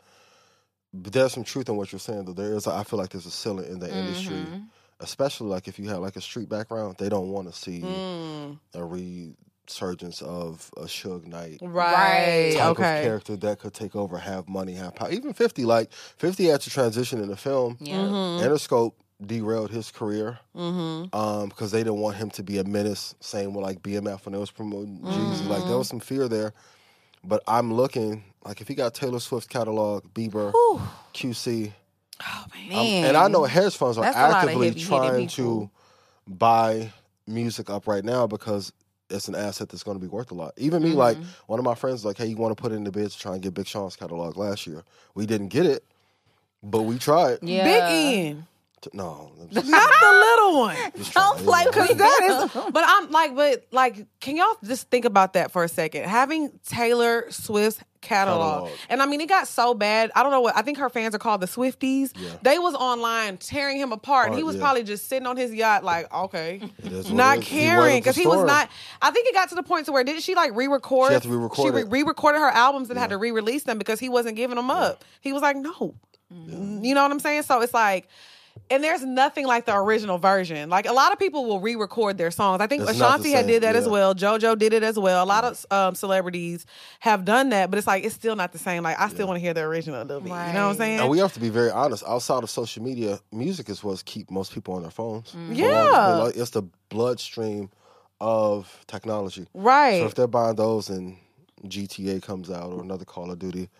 there's some truth in what you're saying. Though there is, I feel like there's a ceiling in the industry,
Mm-hmm.
especially like if you have like a street background, they don't want to see
Mm.
a resurgence of a Suge Knight
Right.
type of
Okay.
character that could take over, have money, have power. Even Fifty, like Fifty, had to transition in the film.
Yeah.
Mm-hmm.
Interscope derailed his career because um, they didn't want him to be a menace. Same with like BMF when they was promoting Jeezy. Like
Mm-hmm.
there was some fear there. But I'm looking like if he got Taylor Swift's catalog, Bieber, QC,
Oh, Man.
um, and I know hedge funds are
That's a lot of
actively
heavy-hitting
trying
people.
to buy music up right now because it's an asset that's going to be worth a lot. Even me, like
Mm-hmm.
one of my friends, was like, hey, you want to put it in the bid to try and get Big Sean's catalog last year? We didn't get it, but we tried.
yeah.
Big N,
T- No, I'm just-
not the little one.
just
Don't
trying.
play with
That
me.
is, but I'm like, but like, can y'all just think about that for a second? Having Taylor Swift's catalog,
Catalog.
and I mean, it got so bad. I don't know what I think her fans are called the Swifties. They was online tearing him apart, and he
Apart,
was
yeah.
probably just sitting on his yacht, like, okay,
It is what
not
it is. He
caring
wanted the
because he, was
story.
not. I think it got to the point to where didn't she like re-record?
She had to re-record
She
it.
re- recorded her albums and had to re-release them because he wasn't giving them up. He was like, no, you know what I'm saying? So it's like, and there's nothing like the original version. Like a lot of people will re-record their songs. I think
It's not
Ashanti
the
had
same,
did that as
yeah.
well. JoJo did it as well. A lot of um, celebrities have done that, but it's like it's still not the same. Like I still want to hear the original a little bit. You know what I'm saying?
And we have to be very honest. Outside of social media, music is what's keep most people on their phones. for long-
Yeah.
like, it's the bloodstream of technology.
right.
So if they're buying those and GTA comes out or another Call of Duty,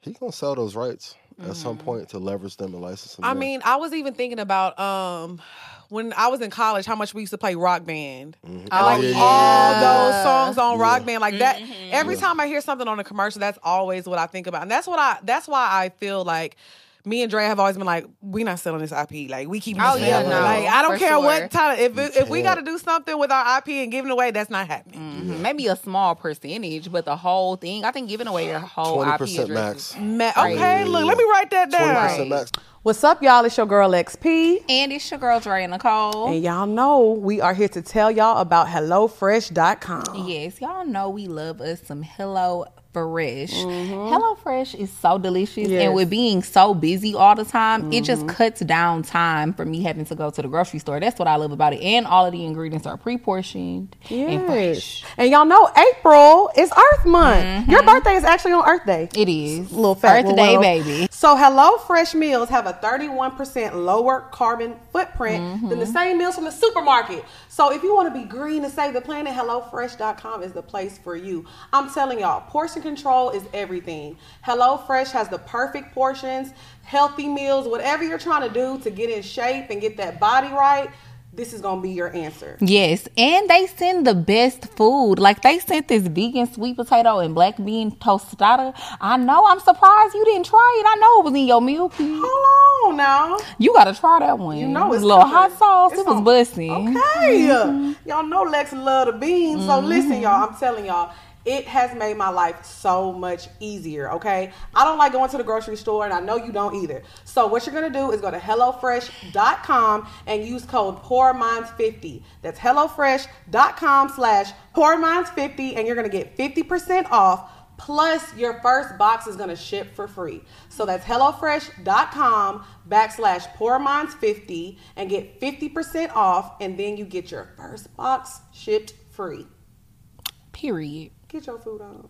He gonna sell those rights at some point to leverage them and license them.
I
yeah.
mean, I was even thinking about um when I was in college, how much we used to play Rock Band.
Oh,
like
yeah, yeah,
all
yeah.
those songs on Rock
Yeah.
Band, like that.
Mm-hmm.
Every time I hear something on a commercial, that's always what I think about, and that's what I. That's why I feel like. Me and Dre have always been like, we not selling this IP. Like we keep.
Oh,
this
yeah,
forever.
no,
Like I don't
for
care
sure.
what time. If it, if we
can't.
got to do something with our IP and giving away, that's not happening.
Mhm. Maybe a small percentage, but the whole thing. I think giving away your whole
twenty
IP
percent
address
max.
Mm,
Ma- okay, look, let me write that
Twenty
down.
percent max.
What's up, y'all? It's your girl XP.
And it's your girl Dre and Nicole.
And y'all know we are here to tell y'all about HelloFresh.com.
Yes, y'all know we love us some Hello Fresh.
Mm-hmm.
Hello Fresh is so delicious, and with being so busy all the time, it just
Mm-hmm.
cuts down time for me having to go to the grocery store. That's what I love about it, and all of the ingredients are pre-portioned and fresh.
And y'all know April is Earth Month. Your birthday is actually on Earth Day.
It is
Little fact,
Earth
little
Day,
world.
baby.
So, Hello Fresh meals have a 31% lower carbon footprint than the
Mm-hmm.
same meals from the supermarket. So, if you want to be green and save the planet, HelloFresh.com is the place for you. I'm telling y'all, portion control is everything. HelloFresh has the perfect portions, healthy meals, whatever you're trying to do to get in shape and get that body right. This is going to be your answer.
Yes, and they send the best food. Like they sent this vegan sweet potato and black bean tostada. I know. I'm surprised you didn't try it. I know it was in your meal. Please.
Hold on now.
You gotta try that one. You
know it's
a little
coming.
hot sauce.
It's
it was Mm-hmm.
on-
busting.
Okay. Y'all know Lex love the beans. So
Mm-hmm.
listen, y'all, I'm telling y'all, it has made my life so much easier, okay? I don't like going to the grocery store and I know you don't either. So what you're gonna do is go to HelloFresh.com and use code PoorMinds50. That's HelloFresh.com slash PoorMinds50 and you're gonna get 50% off Plus, your first box is going to ship for free. So that's HelloFresh.com backslash PoorMinds50 and get 50% off, and then you get your first box shipped free.
Period.
Get your food on.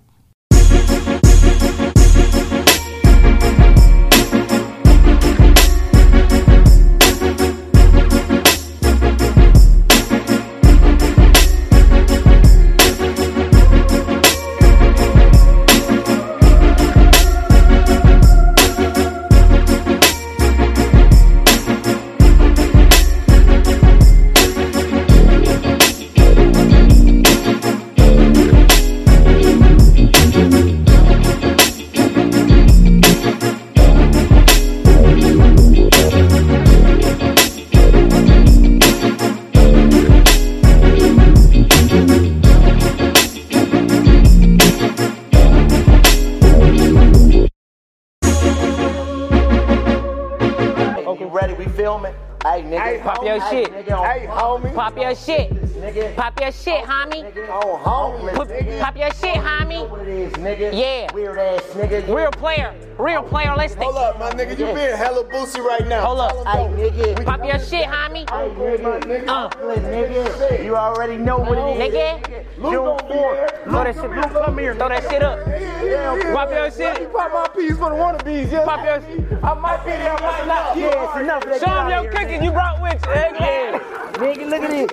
Okay, ready? We filming? Hey, nigga.
Hey, pop your
homie.
shit.
Hey, nigga, on
Hey,
homie.
Pop your shit.
Nigga.
Pop your shit, homie.
Nigga, on homeless,
Pop-
nigga.
pop your shit, homie.
You know what it is, nigga.
Yeah.
Weird ass nigga. You-
Real player. Real player listing.
Hold up, my nigga, you being hella boozy right now.
Hold up.
Hey, nigga.
Pop your shit, homie.
Hey, nigga.
Uh.
Good nigga. You already know what it is.
Nigga.
Luke
June
gonna be
4th.
here.
Throw that
Luke
shit.
gonna be- come here,
Throw that shit up. Pop your
Let me
shit.
pop my peas for the wannabes. Yes.
Pop your shit.
I might be there, I might not. Yeah, it's enough of that. Get
Show them
out
your
here,
cookies you brought with you. Eggman.
Nigga, look at this.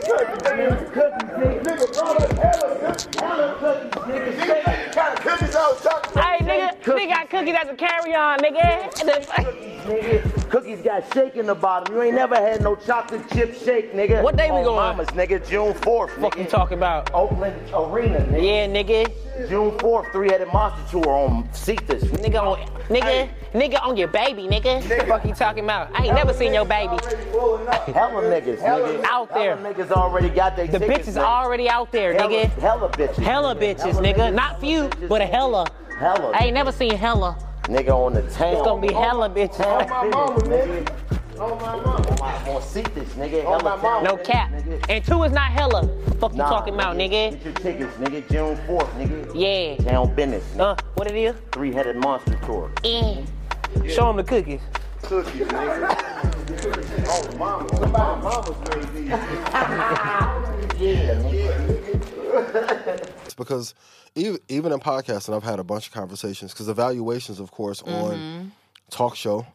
Nigga, kind of cookies I was talking to.
Hey, nigga. Nigga got cookies as a carry on, nigga.
Nigga, cookies got shake in the bottom. You ain't never had no chocolate chip shake, nigga.
What day we
On
going?
Mama's, nigga. June 4th.
Fuck
nigga.
you talking about?
Oakland Arena, nigga.
Yeah, nigga.
June 4th, Three Headed Monster Tour on Cetus.
Nigga on, nigga, nigga on your baby, nigga. The fuck you talking about? I ain't never seen your baby.
Hella niggas, nigga.
Out there.
Hella niggas already got their
The
tickets,
bitch is
nigga.
already out there,
Hella,
nigga.
hella bitches.
Hella
nigga.
bitches,
Hella
nigga. Not few,
bitches,
but a
nigga.
hella.
Hella.
I ain't never seen hella.
Nigga on the town.
It's gonna be hella
On
bitches.
my mama, nigga. On my mama. On Cetus, nigga. Hella
my mama.
town,
No cap.
nigga.
And two is not hella. Fuck you
Nah,
talking about, nigga.
Get your tickets, nigga. June 4th, nigga.
Yeah.
Town business, nigga.
Uh, what it is?
Three Headed Monster Tour.
Mm. Show him the cookies.
Cookies, nigga. Oh, mama. Somebody mama's made these.
It's because even, even in podcasting, I've had a bunch of conversations because evaluations, of course, on talk show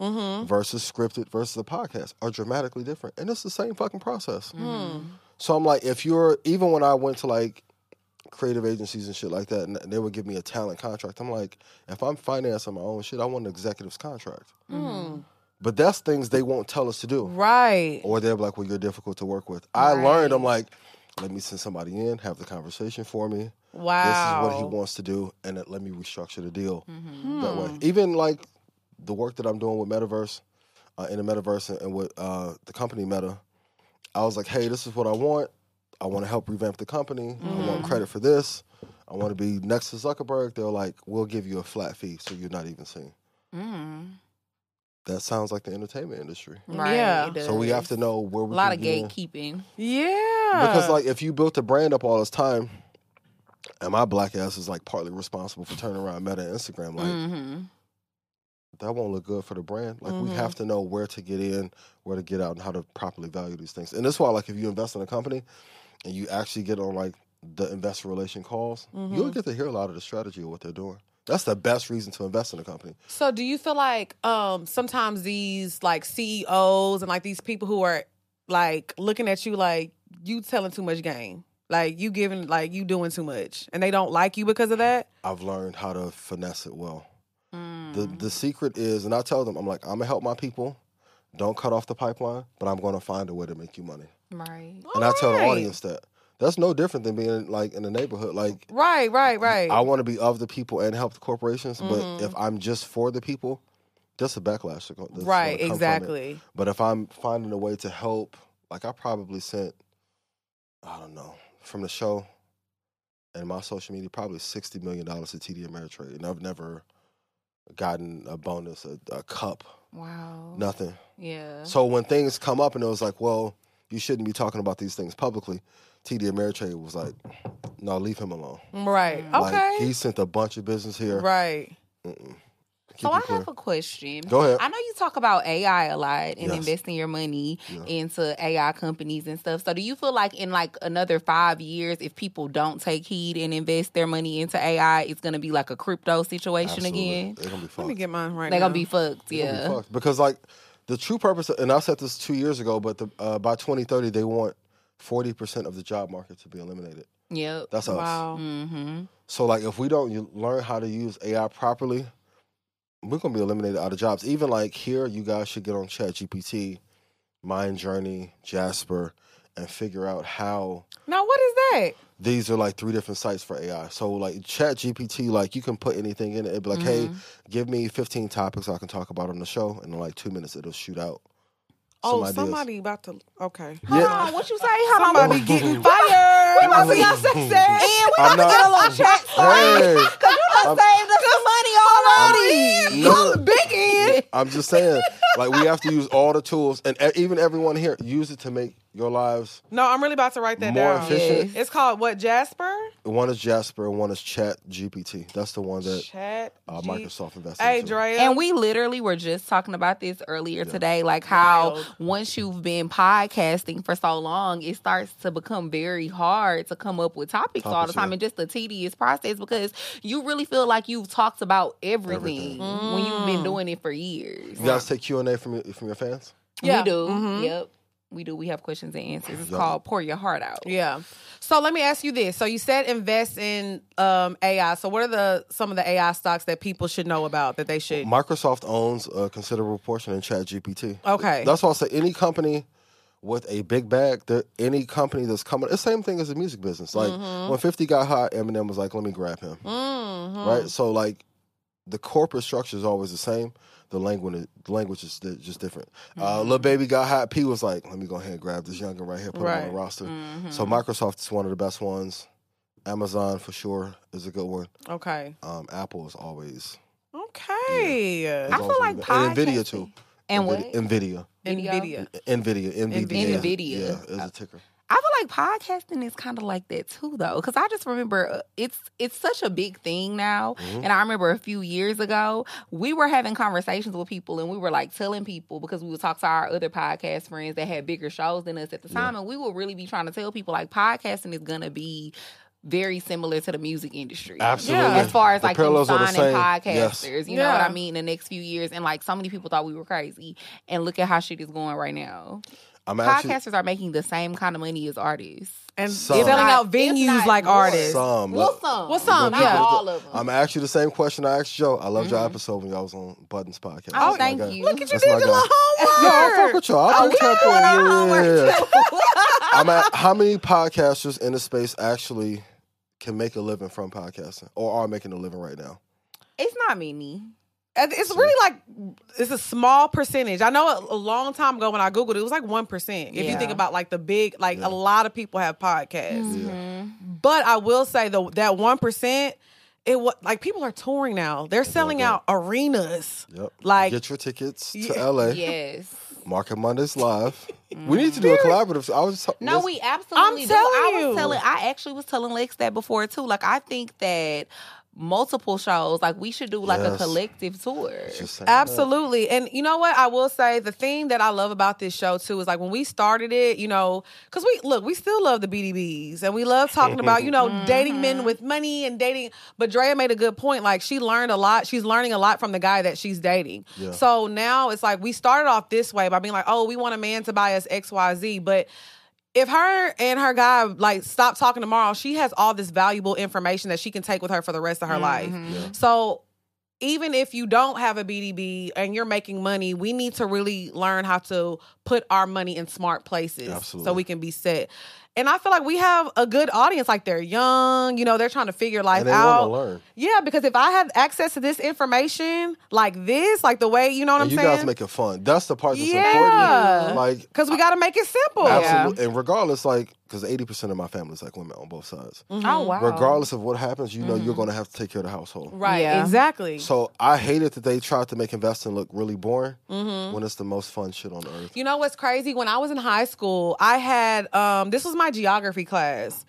versus scripted versus a podcast are dramatically different, and it's the same fucking process. So I'm like, if you're even when I went to like creative agencies and shit like that, and they would give me a talent contract. I'm like, if I'm financing my own shit, I want an executive's contract. But that's things they won't tell us to do.
Hmm. Right.
Or they're like, well, you're difficult to work with. I learned, I'm like, let me send somebody in, have the conversation for me. This is what
Wow. Mm-hmm.
he wants to do, and it, let me restructure the deal that
Hmm.
way. Even like the work that I'm doing with Metaverse, uh, in the Metaverse, and, and with uh, the company Meta, I was like, hey, this is what I want. I want to help revamp the company. I
Mm-hmm.
want credit for this. I want to be next to Zuckerberg. They're like, we'll give you a flat fee, so you're not even seen.
Mm.
That sounds like the entertainment industry.
Right.
Yeah.
it
So we
does.
have to know where we
a lot
can
of
get in.
gatekeeping.
Yeah.
Because like if you built a brand up all this time, and my black ass is like partly responsible for turning around Meta and Instagram, like that won't look good for the brand. Like we have to know where to get in, where to get out, and how to properly value these things. And that's why like if you invest in a company and you actually get on like the investor relation calls, you'll get to hear a lot of the strategy of what they're doing. That's the best reason to invest in a company.
So do you feel like um sometimes these like CEOs and like these people who are like looking at you like you telling too much game. Like you giving like you doing too much and they don't like you because of that?
I've learned how to finesse it well. The the secret is, and I tell them, I'm like, I'm gonna help my people. Don't cut off the pipeline, but I'm gonna find a way to make you money.
Right.
and I tell the
Alright.
audience that. That's no different than being like in the neighborhood. Like
Right, right, right.
I want to be of the people and help the corporations, but if I'm just for the people, that's a backlash. that go- that's gonna
right,
come from it.
exactly.
But if I'm finding a way to help, like I probably sent, I don't know, from the show and my social media, probably sixty million dollars to TD Ameritrade, and I've never gotten a bonus, a, a cup,
Wow.
nothing.
Yeah.
So when things come up and it was like, well, you shouldn't be talking about these things publicly, TD Ameritrade was like, no, leave him alone.
Right.
Mm.
Okay.
Like he sent a bunch of business here.
right.
Keep
So
it
I
clear.
have a question.
Go ahead.
I know you talk about AI a lot and
Yes.
investing your money into AI companies and stuff. So do you feel like in like another five years, if people don't take heed and invest their money into AI, it's gonna be like a crypto situation
Absolutely.
again?
They're gonna be fucked.
Let me get mine right
They're
now.
gonna be fucked.
They're gonna be
Yeah.
fucked. Because like the true purpose, and I said this two years ago, but the, uh, by 2030 they want 40 percent of the job market to be eliminated.
Yep.
That's us.
Wow.
So like if we don't u- learn how to use AI properly, we're gonna be eliminated out of jobs. Even like here, you guys should get on ChatGPT, Mind Journey, Jasper, and figure out how
Now what is that?
these are like three different sites for AI. So like Chat GPT, like you can put anything in it. It'd be like, hey,
Mm-hmm.
give me 15 topics I can talk about on the show, and in like two minutes it'll shoot out.
Oh,
some ideas.
somebody about to okay.
Yeah.
What you say? How
Somebody getting fired.
we about to get success? And we
I'm
about to
not-
get a little check
Oh
Hey,
because you done saved us some money already.
No.
On the big end.
I'm just saying, like we have to use all the tools, and e- even everyone here use it to make your lives.
No, I'm really about to write that
More
down.
efficient?
It's called what Jasper?
One is Jasper, and one is Chat GPT. That's the one that
Chat.
uh,
G-
Microsoft invested.
Hey,
into.
Drea.
And we literally were just talking about this earlier today, like how once you've been podcasting for so long, it starts to become very hard to come up with topics, all the
Topics,
time,
yeah.
and just a tedious process because you really feel like you've talked about everything,
Everything.
when you've been doing it for years.
You guys take Q and A from your, from your fans.
We do. Yep. We do. We have questions and answers. It's called Pour Your Heart Out.
Yeah. So let me ask you this. So you said invest in um, AI. So what are the some of the AI stocks that people should know about that they should?
Microsoft owns a considerable portion in ChatGPT.
Okay.
That's why I say any company with a big bag, there any company that's coming, it's the same thing as the music business. Like
Mm-hmm.
when 50 got hot, Eminem was like, let me grab him. Right? So like the corporate structure is always the same. The language, the language is di- just different.
Mm-hmm.
Uh, Lil Baby got hot. P was like, let me go ahead and grab this younger right here, put him on
Right. Mm-hmm.
the roster. So Microsoft is one of the best ones. Amazon for sure is a good one.
Okay.
Um, Apple is always.
Okay.
I
feel like
and Nvidia too.
podcasting- And what?
Nvidia, Nvidia,
Nvidia.
Nvidia, NVIDIA.
Nvidia.
Yeah, is a ticker.
I feel like podcasting is kind of like that too, though, because I just remember uh, it's it's such a big thing now,
Mm-hmm.
and I remember a few years ago we were having conversations with people, and we were like telling people because we would talk to our other podcast friends that had bigger shows than us at the time, and we would really be trying to tell people like podcasting is gonna be very similar to the music industry,
Absolutely.
as far as
The
like them
parallels are the
signing
same. Yes.
podcasters, you know what
Yeah.
I mean, the next few years, and like so many people thought we were crazy, and look at how shit is going right now.
I'm actually
Podcasters are making the same kind of money as artists.
and
Some.
selling out
If
venues
not
like
more.
artists.
some.
Well,
Look,
some.
Well, some,
Not
yeah.
all of them.
I'm gonna ask you the same question I asked Joe. I loved your episode when y'all was on Buttons podcast.
Oh,
That's my
thank
guy.
you. Look at you
That's my
Did your
guy.
homework.
No, I fuck with y'all. I take care for you. Yeah, yeah, yeah. I'm at how many podcasters in the space actually can make a living from podcasting or are making a living right now?
It's not many.
And It's really like it's a small percentage. I know a, a long time ago when I googled it, it was like one percent. If you
Yeah.
think about like the big, like
Yeah.
a lot of people have podcasts.
Yeah.
But I will say though that one percent, it wa- like people are touring now. They're selling out arenas.
Yep.
Like-
get your tickets to
Yeah.
LA.
Yes.
Market Mondays live. We need to do a collaborative. I was
Mm-hmm. No,
this-
we absolutely.
I'm
do. I
telling you.
was telling. I actually was telling Lex that before too. Like I think that multiple shows. Like we should do like
Yes.
a collective tour.
Just saying that.
Absolutely. And you know what? I will say the thing that I love about this show too is like when we started it, you know, because we look, we still love the BDBs and we love talking about, you know, dating
Mm-hmm.
men with money and dating. But Drea made a good point. Like she learned a lot. She's learning a lot from the guy that she's dating.
Yeah.
So now it's like we started off this way by being like, oh, we want a man to buy us XYZ. But if her and her guy like stop talking tomorrow, she has all this valuable information that she can take with her for the rest of her life.
Yeah.
So even if you don't have a BDB and you're making money, we need to really learn how to put our money in smart places
Absolutely.
so we can be set. And I feel like we have a good audience. Like they're young, you know, they're trying to figure life
And they want to
out.
learn.
Yeah, because if I had access to this information like this, like the way, you know what I'm
And you
saying?
guys make it fun. That's the part that's
Yeah.
important. Like
Because we got to make it simple.
Absolutely. And regardless, like, because 80% of my family is like women on both sides.
Mm-hmm.
Oh wow.
Regardless of what happens, you know you're going to have to take care of the household.
Right,
Yeah.
exactly.
So I hate it that they tried to make investing look really boring
Mm-hmm.
when it's the most fun shit on earth.
You know what's crazy? When I was in high school, I had um, this was my geography class.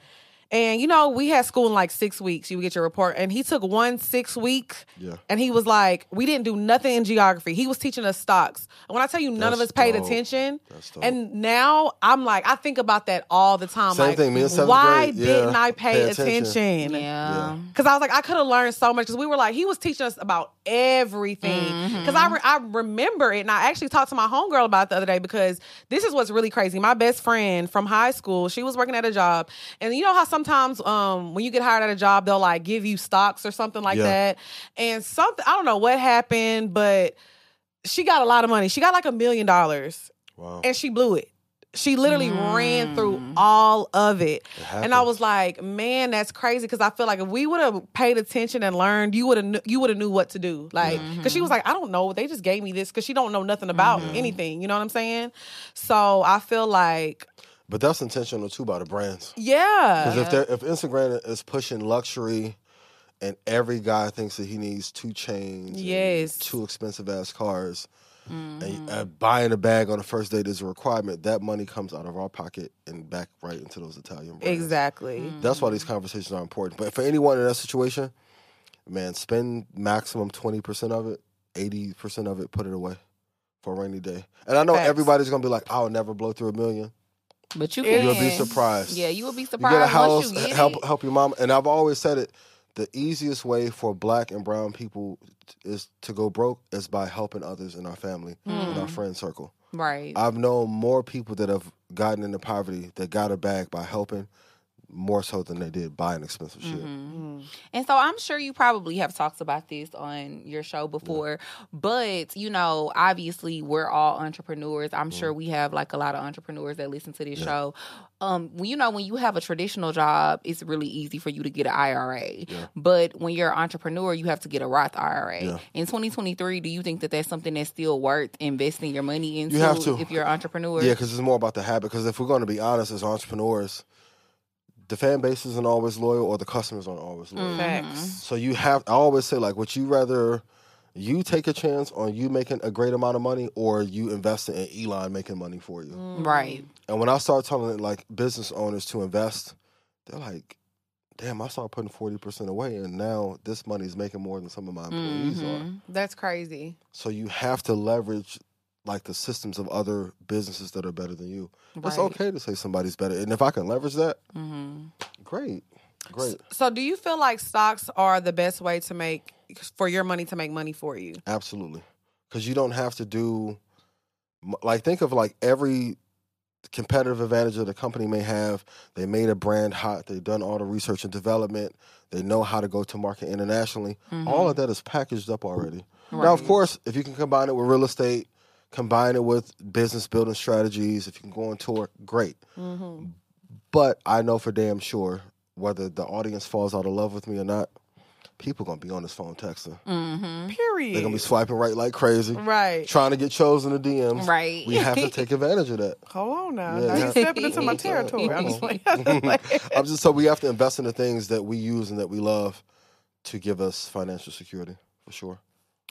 And you know, we had school in like six weeks. You would get your report. And he took one six week
Yeah.
and he was like, We didn't do nothing in geography. He was teaching us stocks. And when I tell you none of us
That's
paid
dope.
attention.
That's dope.
And now I'm like, I think about that all the time.
Same
like,
thing, me in seventh
why
grade, yeah,
didn't I pay,
pay attention.
attention?
Yeah.
Cause I was like, I could have learned so much. Cause we were like, he was teaching us about everything. Cause I re- I remember it, and I actually talked to my homegirl about it the other day because this is what's really crazy. My best friend from high school, she was working at a job, and you know how sometimes um when you get hired at a job, they'll like give you stocks or something like
Yeah.
that, and something I don't know what happened, but she got a lot of money. She got like a million dollars,
Wow.
and she blew it. She literally ran through
Mm.
all of it. And I
happens.
was like, man, that's crazy. Cause I feel like if we would have paid attention and learned, you would have you would have knew what to do. Like, cause
Mm-hmm.
she was like, I don't know. They just gave me this because she don't know nothing about anything. You know what I'm saying? So I feel like,
But that's intentional too by the brands.
yeah.
Because if
Uh-huh.
they're if Instagram is pushing luxury and every guy thinks that he needs two chains, and
Yes. Mm-hmm.
two expensive ass cars, and uh, buying a bag on the first date is a requirement, that money comes out of our pocket and back right into those Italian brands.
Exactly.
Mm.
That's why these conversations are important. But for anyone in that situation, man, spend maximum 20% of it, 80% of it, put it away for a rainy day. And I know
Facts.
everybody's going to be like, I'll never blow through a million.
But you
You'll
can.
You'll be surprised.
Yeah, you will be
You get a
surprised
house,
once you get
help
it.
help your mom. And I've always said it: the easiest way for Black and Brown people t- is to go broke is by helping others in our family and
Hmm.
our friend circle.
Right.
I've known more people that have gotten into poverty that got a bag by helping more so than they did buying expensive shit.
Mm-hmm. And so I'm sure you probably have talked about this on your show before, but you know, obviously we're all entrepreneurs. I'm
Mm-hmm.
sure we have like a lot of entrepreneurs that listen to this show. Um, when- you know, when you have a traditional job, it's really easy for you to get an IRA. But when you're an entrepreneur, you have to get a Roth IRA. In 2023, do you think that that's something that's still worth investing your money into
have to.
if you're an entrepreneur?
Yeah, because it's more about the habit. Because if we're going to be honest, as entrepreneurs, the fan base isn't always loyal, or the customers aren't always loyal.
Facts.
So you have. I always say like, would you rather you take a chance on you making a great amount of money, or you investing in Elon making money for you?
Mm. Mm-hmm. Right.
And when I start telling like business owners to invest, they're like, "Damn, I started putting forty percent away, and now this money is making more than some of my employees are."
That's crazy.
So you have to leverage like the systems of other businesses that are better than you. It's okay to say somebody's better, and if I can leverage that, great, great,
So do you feel like stocks are the best way to make for your money to make money for you?
absolutely. Because you don't have to do m- like think of like every competitive advantage that a company may have. They made a brand hot. They've done all the research and development. They know how to go to market internationally. All of that is packaged up already. Now, of course, if you can combine it with real estate, combine it with business building strategies, if you can go on tour, great. But I know for damn sure whether the audience falls out of love with me or not, people gonna be on this phone texting.
Mm-hmm.
Period.
They're gonna be swiping right like crazy,
Right.
Trying to get chosen in the DMs.
Right.
We have to take advantage of that.
Hold on now.
Yeah,
now
yeah.
you're stepping into my territory. I'm just like,
I'm just so we have to invest in the things that we use and that we love to give us financial security for sure.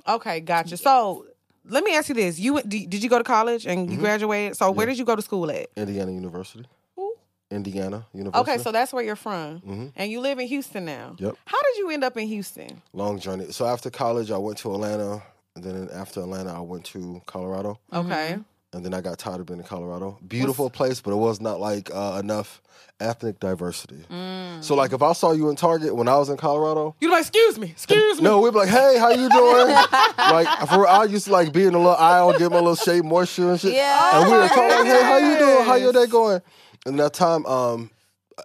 okay, gotcha. So let me ask you this: You went, did did you go to college and you graduated? So where did you go to school at?
Indiana University.
Who?
Indiana University.
Okay, so that's where you're from,
Mhm.
and you live in Houston now.
Yep.
How did you end up in Houston?
long journey. So after college, I went to Atlanta, and then after Atlanta, I went to Colorado,
Okay.
and then I got tired of being in Colorado. Beautiful place, but it was not like uh, enough ethnic diversity.
Mm.
So like if I saw you in Target when I was in Colorado,
You're like, excuse me, excuse me.
No, we'd be like, hey, how you doing? like, for real, I used to like be in the little aisle, give my little shea moisture and shit.
Yeah.
And we would call like, hey, how you doing? How your day going? And that time, um,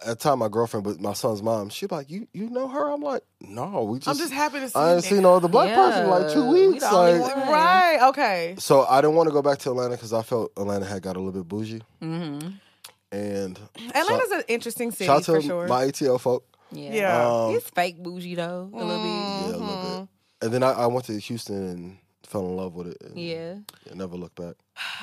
at the time, my girlfriend, but my son's mom, she like, you you know her? I'm like, no, we just.
I'm just happy to see.
I
you
ain't
there.
seen no other black person in like two weeks. like,
Right. Okay.
so I didn't want to go back to Atlanta because I felt Atlanta had got a little bit bougie. Mm-hmm. And
Atlanta's an interesting city
shout out
for
to
sure.
my ATL folk.
Yeah.
yeah.
Um,
It's fake bougie though, a little
Yeah, a little bit. And then I, I went to Houston and fell in love with it. And
bit. Yeah.
I never looked back.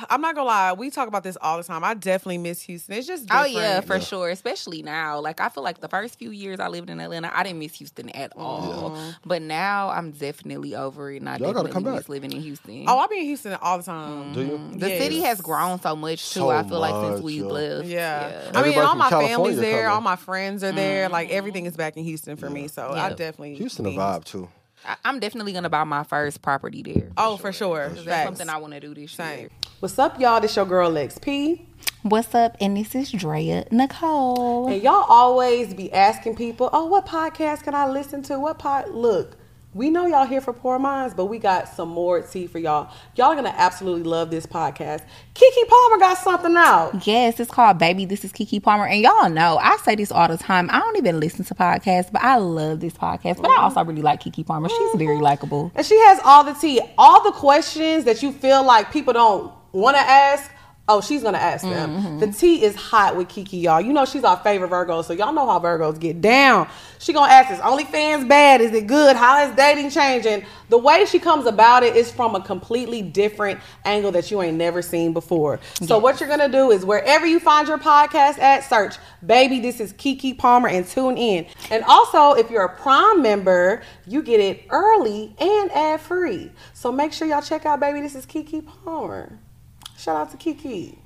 I'm not gonna lie. We talk about this all the time. I definitely miss Houston. It's just
Oh
different.
yeah, for sure. Especially now. Like I feel like the first few years I lived in Atlanta, I didn't miss Houston at all. But now I'm definitely over it and I
Y'all gotta
definitely
come back.
miss living in Houston.
Oh, I be in Houston all the time.
Mm.
Do you?
the city has grown so much too,
So
I feel like since
much,
we
yo.
left.
Yeah. I
Everybody
mean, all
from
my
California
family's there,
coming.
all my friends are there. Like everything is back in Houston for me. So I
Mm. Yeah.
definitely
Houston a
be-
vibe too.
I, I'm definitely gonna buy my first property there.
Oh, for sure.
That's
Facts.
something I wanna do this year.
Same. What's up, y'all? This your girl XP.
What's up? And this is Drea Nicole.
And y'all always be asking people, oh, what podcast can I listen to? What pod? Look, we know y'all here for Poor Minds, but we got some more tea for y'all. Y'all are going to absolutely love this podcast. Kiki Palmer got something out.
Yes, it's called Baby. This is Kiki Palmer. And y'all know I say this all the time. I don't even listen to podcasts, but I love this podcast. But I also really like Kiki Palmer. She's very likable.
And she has all the tea, all the questions that you feel like people don't want to ask. Oh, she's gonna ask them. The tea is hot with Kiki, y'all. You know she's our favorite Virgo, so y'all know how Virgos get down. She gonna ask, "Is OnlyFans bad? Is it good? How is dating changing?" The way she comes about it is from a completely different angle that you ain't never seen before. So what you're gonna do is wherever you find your podcast at, search "Baby, this is Kiki Palmer" and tune in. And also, if you're a Prime member, you get it early and ad free. So make sure y'all check out "Baby, this is Kiki Palmer." Shout out to Kiki.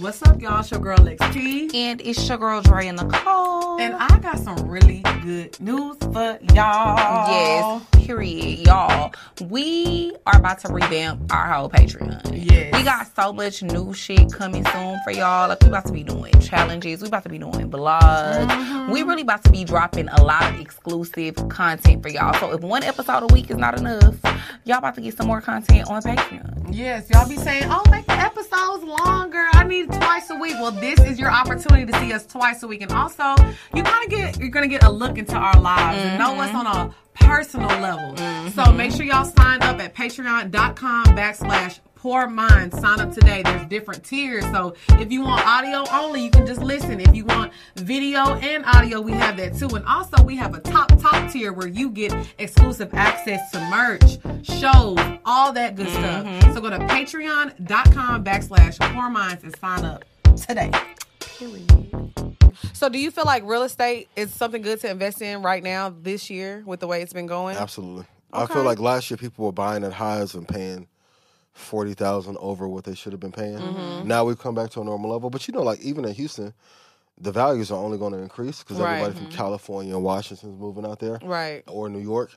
What's up, y'all? It's your girl XP.
And it's your girl Dre Nicole.
And I got some really good news for y'all.
Yes, period, y'all. We are about to revamp our whole Patreon.
Yes.
We got so much new shit coming soon for y'all. Like we about to be doing challenges. We about to be doing vlogs.
Mm-hmm.
We really about to be dropping a lot of exclusive content for y'all. So if one episode a week is not enough, y'all about to get some more content on Patreon.
Yes, y'all be saying, oh, make the episodes longer. I need twice a week. Well, this is your opportunity to see us twice a week. And also, you kind of get, you're going to get a look into our lives and know us on a personal level. So make sure y'all sign up at patreon.com backslash poor mind. Sign up today. There's different tiers. So if you want audio only, you can just listen. If you want video and audio, we have that too. And also, we have a top, top tier where you get exclusive access to merch, shows, all that good stuff. So go to patreon.com backslash poor minds and sign up today. So, do you feel like real estate is something good to invest in right now this year with the way it's been going?
Absolutely. I feel like last year people were buying at highs and paying forty thousand over what they should have been paying.
Mm-hmm.
Now we've come back to a normal level, but you know, like even in Houston, the values are only going to increase because
Right. Mm-hmm.
everybody from California and Washington's moving out there,
Right.
Or New York.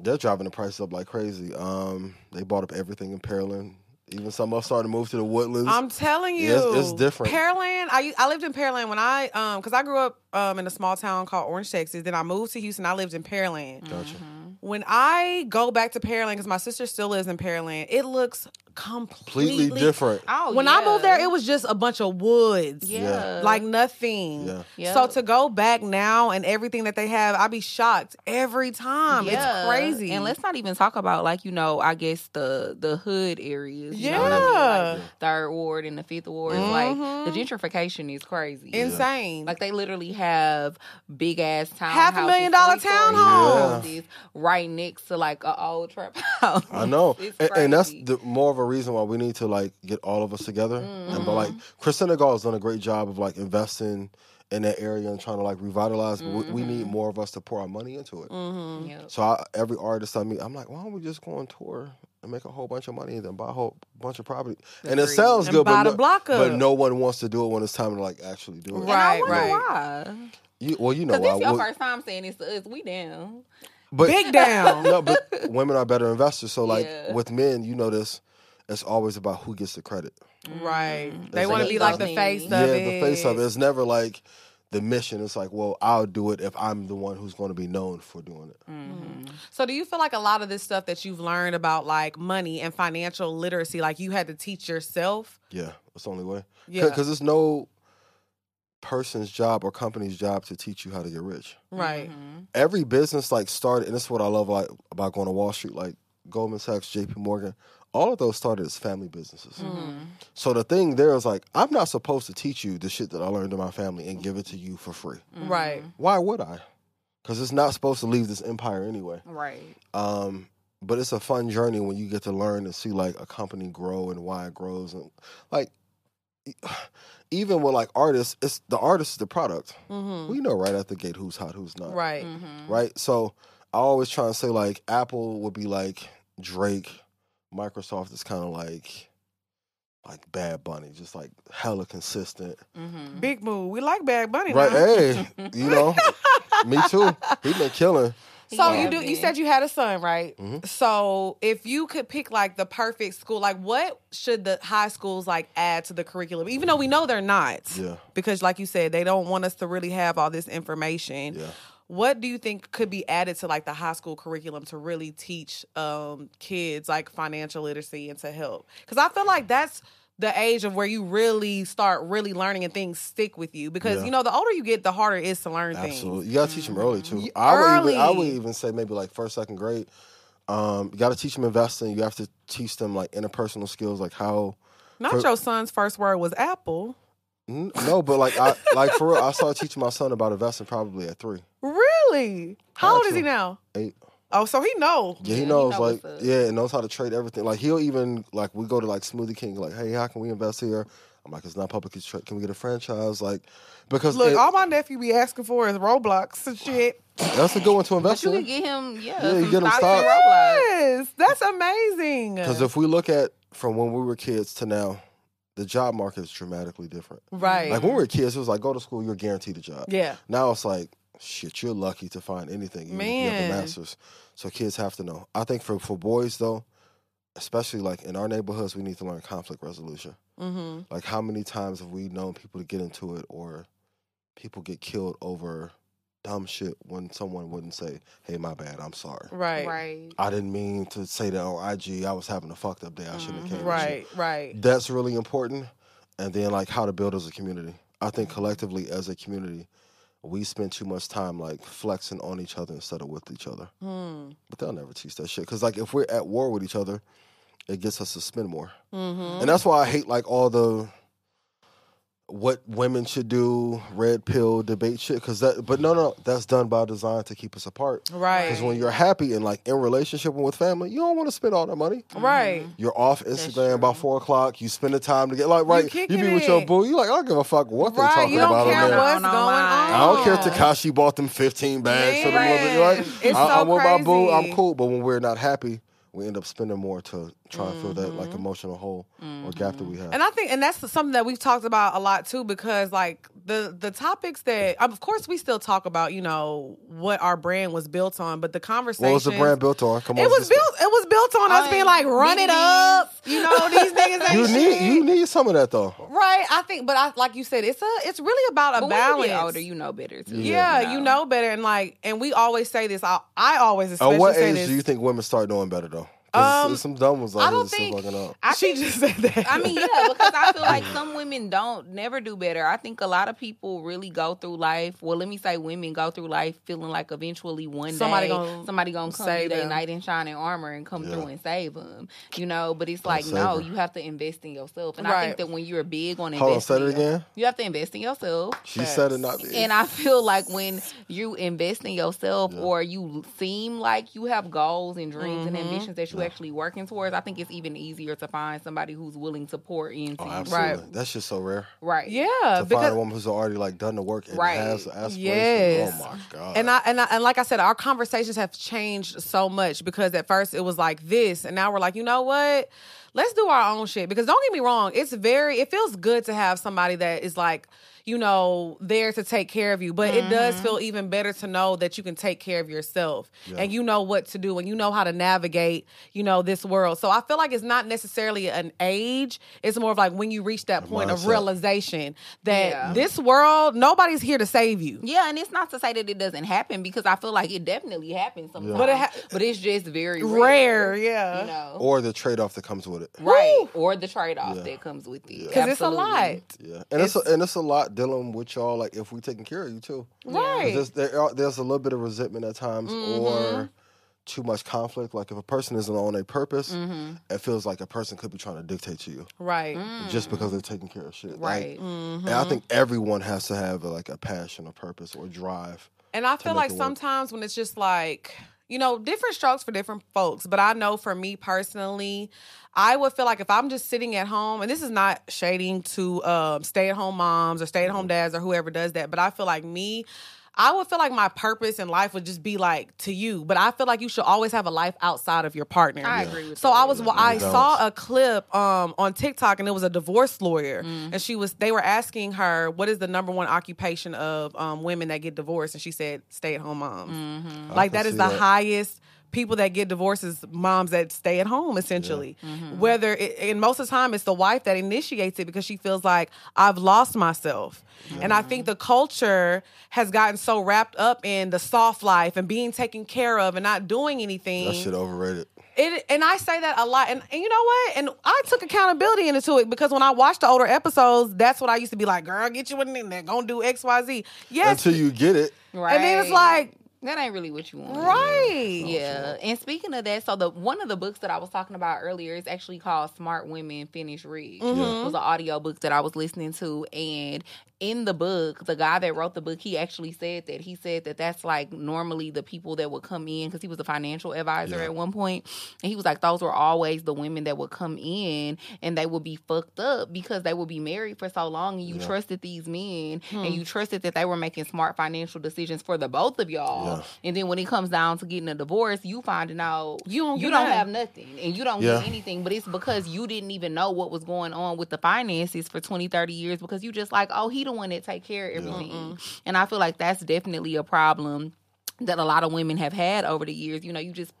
They're driving the prices up like crazy. Um, they bought up everything in Pearland. Even some of us started to move to the Woodlands.
I'm telling you,
Yeah, it's- it's different.
Pearland. I I lived in Pearland when I um because I grew up um in a small town called Orange, Texas. Then I moved to Houston. I lived in Pearland.
Gotcha.
When I go back to Pearland because my sister still lives in Pearland, it looks completely,
Completely different.
Oh,
When I moved there, it was just a bunch of woods.
Yeah.
Like nothing.
Yeah.
So to go back now and everything that they have, I'd be shocked every time. Um, It's
Yeah.
crazy.
And let's not even talk about like you know, I guess the the hood areas. you know what I mean?
yeah, Mm-hmm.
Like, third ward and the fifth ward. Like the gentrification is crazy.
insane.
Like they literally have big ass townhouses,
Half a million dollar
three-story
townhomes.
houses right next to like a old trap house.
I know,
It's
and, and that's
crazy.
the, more of a reason why we need to like get all of us together. And but like,
Mm-hmm.
Chris Senegal has done a great job of like investing in that area and trying to like revitalize. But we, we
Mm-hmm.
need more of us to pour our money into it.
Yep.
So I, every artist I meet, I'm like, why don't we just go on tour and make a whole bunch of money and then buy a whole bunch of property? And it sounds
And
good, but
buy the
no,
block
but
up.
no one wants to do it when it's time to like actually do it.
And I
Right,
wonder
right.
Why?
You, well, you know
Because
why.
this your
Wo-
first time saying this to us. We down.
but
Big down.
no, but women are better investors. So like
Yeah.
with men, you know this. It's always about who gets the credit.
right. They
It's
want to
like
be like the
something.
face of
yeah, the
it.
face of it. It's never like the mission. It's like, well, I'll do it if I'm the one who's going to be known for doing it.
So do you feel like a lot of this stuff that you've learned about like money and financial literacy, like you had to teach yourself?
Yeah, that's the only way.
Yeah.
because it's no person's job or company's job to teach you how to get rich.
Right.
Every business like started, and this is what I love like about going to Wall Street, like Goldman Sachs, J.P. Morgan. All of those started as family businesses. So the thing there is like, I'm not supposed to teach you the shit that I learned in my family and give it to you for free.
Mm-hmm.
Right.
Why would I? Because it's not supposed to leave this empire anyway.
Right.
Um, but it's a fun journey when you get to learn and see like a company grow and why it grows and like e- even with like artists, it's the artist is the product. We know right at the gate who's hot, who's not.
Right.
Mm-hmm.
Right. So I always try and say like Apple would be like Drake, Microsoft is kind of like like Bad Bunny, just like hella consistent.
Big move. We like Bad Bunny
Right.
now.
Hey, you know, me too. He been killing.
So
Yeah,
you do. You
man.
said you had a son, right?
Mhm.
So if you could pick like the perfect school, like what should the high schools like add to the curriculum? Even though we know they're not,
Yeah.
because like you said, they don't want us to really have all this information.
Yeah.
What do you think could be added to like the high school curriculum to really teach um, kids like financial literacy and to help? Because I feel like that's the age of where you really start really learning and things stick with you. Because
Yeah.
you know, the older you get, the harder it is to learn things.
Absolutely, you gotta teach them early too. I would even I
early.
would even say maybe like first second grade. Um, you gotta teach them investing. You have to teach them like interpersonal skills, like how.
Not
For-
your son's first word was apple.
N- No, but like I like for real, I started teaching my son about investing probably at three,
Really? How old is he
Gotcha.
now?
eight.
Oh, so he know.
Yeah, he
Yeah, he
knows
know
like
what's up.
yeah, and knows how to trade everything. Like he'll even like we go to like Smoothie King, like hey, how can we invest here? I'm like it's not publicly traded. Can we get a franchise? Like because
Look,
it-
all my nephew be asking for is Roblox and shit.
that's a good one to invest
You can
in.
get him, yeah.
Yeah, you
some
get him
stocks
stocks.
and Roblox.
Yes, that's amazing.
Because if we look at from when we were kids to now, the job market is dramatically different.
right,
Like when we were kids, it was like go to school, you're guaranteed a job.
yeah,
Now it's like shit, you're lucky to find anything. Even if you have
Man.
the masters. So kids have to know. I think for for boys though, especially like in our neighborhoods, we need to learn conflict resolution.
mm-hmm.
Like how many times have we known people to get into it or people get killed over dumb shit when someone wouldn't say, "Hey, my bad, I'm sorry."
right, right,
Right.
I didn't mean to say that on IG. I was having a fucked up day. I shouldn't have came. and shit."
right, right.
that's really important. And then like how to build as a community. I think collectively as a community, we spend too much time like flexing on each other instead of with each other. But they'll never teach that shit. Cause like if we're at war with each other, it gets us to spend more.
Mm-hmm.
And that's why I hate like all the what women should do, red pill debate shit. Cause that, but no, no, that's done by design to keep us apart.
Right.
Cause when you're happy and like in relationship and with family, you don't want to spend all that money.
Mm-hmm. Right.
You're off Instagram by four o'clock. You spend the time to get like right. You,
kicking
be with your
it.
boo. You like I don't give a fuck what
Uh,
they
Right,
talking
you don't
about.
care
on there.
what's
what's
going on.
going on.
Oh,
I don't care if Takashi bought them fifteen bags for the mother. Like
it's
I,
so
I'm with my boo. I'm
crazy.
cool. But when we're not happy, we end up spending more to try and fill that like emotional hole or gap that we have.
And I think, and that's something that we've talked about a lot too, because like the the topics that, um, of course, we still talk about, you know, what our brand was built on, but the conversation
what was the brand built on? Come on,
It was
sister.
built. It was built on us
On
being like, run
biggies.
it up. You know, these niggas
You
ain't
need
shit.
you need some of that though.
right. I think, but I like you said, it's a. It's really about a
But when
balance.
you get older, you know better too.
yeah, you know better, and like, and we always say this. I I always especially
At what
say
age
this.
do you think women start knowing better though? There's-
Um,
there's some dumb ones out
I
here
don't
that's still
think-
fucking up.
I she just said that.
I mean, yeah, because I feel like some women don't never do better. I think a lot of people really go through life. Well, let me say, women go through life feeling like eventually one
Somebody
day
gonna
somebody gonna come
save
be their
them.
knight in shining armor and come through and save them. You know, but it's like
save
no,
her.
you have to invest in yourself. And I
Right.
think that when you're big on
Hold on,
investing,
say it again.
you have to invest in yourself.
She said it, not me.
And I feel like when you invest in yourself or you seem like you have goals and dreams
Mm-hmm.
and ambitions that you're actually working towards, I think it's even easier to find somebody who's willing to pour into
Oh,
you.
absolutely. That's just so rare.
Right.
yeah,
to
Uh,
find a
because
woman who's already like done the work and
Right.
has the aspiration.
Yes.
Oh my god.
and I, and I and like I said, our conversations have changed so much because at first it was like this, and now we're like, you know what? Let's do our own shit. Because don't get me wrong, it's very it feels good to have somebody that is like, you know, there to take care of you. But it does feel even better to know that you can take care of yourself and you know what to do and you know how to navigate, you know, this world. So I feel like it's not necessarily an age. It's more of like when you reach that point of
mindset.
realization that
Yeah.
this world, nobody's here to save you.
Yeah, and it's not to say that it doesn't happen because I feel like it definitely happens sometimes. But,
But it ha-
it's just very rare.
rare, yeah.
You know.
or the trade off that comes with it.
right. Or the trade off that comes with it.
Because it's a lot.
Absolutely.
Yeah, and it's, a, and it's a lot dealing with y'all. Like if we taking care of you too, 'Cause
Right. Mm-hmm.
There's, there are, there's a little bit of resentment at times, or too much conflict. Like if a person isn't on a purpose,
Mm-hmm.
it feels like a person could be trying to dictate to you
Right.
just
Mm.
because they're taking care of shit.
Right.
Like, And
Mm-hmm.
I think everyone has to have like a passion, or purpose, or drive.
And I feel
make
like
it work.
sometimes when it's just like, you know, different strokes for different folks, but I know for me personally, I would feel like if I'm just sitting at home, and this is not shading to um, stay at home moms or stay at home dads or whoever does that, but I feel like me, I would feel like my purpose in life would just be like to you, but I feel like you should always have a life outside of your partner.
I agree with
So
that.
I was, well, I
balance.
saw a clip um, on TikTok, and it was a divorce lawyer,
Mm.
and she was. They were asking her, "What is the number one occupation of um, women that get divorced?" And she said, "Stay at home moms."
Mm.
Like
can
that is
see
the
that.
highest people that get divorced is moms that stay at home essentially Mm-hmm. whether it, and most of the time it's the wife that initiates it because she feels like i've lost myself and i think the culture has gotten so wrapped up in the soft life and being taken care of and not doing anything
That shit overrated.
it, and I say that a lot. And, and you know what? And I took accountability into it because when I watched the older episodes, that's what I used to be like, girl, get you a nigga that gonna do X, Y, Z. Yes.
Until you get it,
Right.
And then it's like,
that ain't really what you want.
right.
Yeah, and speaking of that, so the one of the books that I was talking about earlier is actually called "Smart Women Finish Rich." It was an audio book that I was listening to, and in the book, the guy that wrote the book, he actually said that he said that that's like normally the people that would come in because he was a financial advisor at one point, and he was like those were always the women that would come in and they would be fucked up because they would be married for so long and you trusted these men and you trusted that they were making smart financial decisions for the both of y'all.
Yeah.
And then when it comes down to getting a divorce, you finding out
You don't
you
get
don't
nothing.
have nothing and you don't
Yeah.
get anything. But it's because you didn't even know what was going on with the finances for 20, 30 years because you just like, oh, he the one that take care of everything. And I feel like that's definitely a problem that a lot of women have had over the years. You know, you just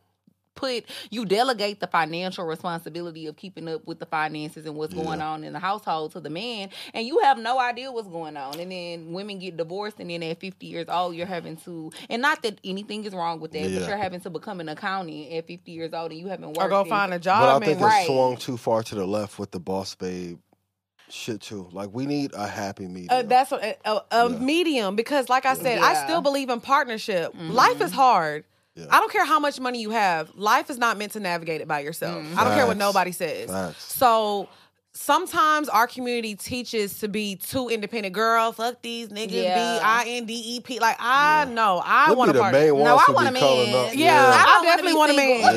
put you delegate the financial responsibility of keeping up with the finances and what's going on in the household to the man and you have no idea what's going on and then women get divorced and then at 50 years old you're having to and not that anything is wrong with that but
Yeah.
you're having to become an accountant at 50 years old and you haven't worked
Or go
in-
find a
but I
job and
think it's
right.
swung too far to the left with the boss babe shit too. Like we need a happy medium.
Uh, that's what, a, a, a medium because, like I said, I
Yeah. Mm-hmm.
still believe in partnership. Life is hard. I don't care how much money you have. Life is not meant to navigate it by yourself.
Mm-hmm.
I don't care what
Facts.
nobody says.
Facts.
So sometimes our community teaches to be too independent. Girl, fuck these niggas.
Yeah.
B I N D E P. Like I know I
Them
want
be
a
the
partner.
main ones
I
who
want a
be
man.
calling up.
Yeah,
I
I,
don't wanna
definitely
be
want a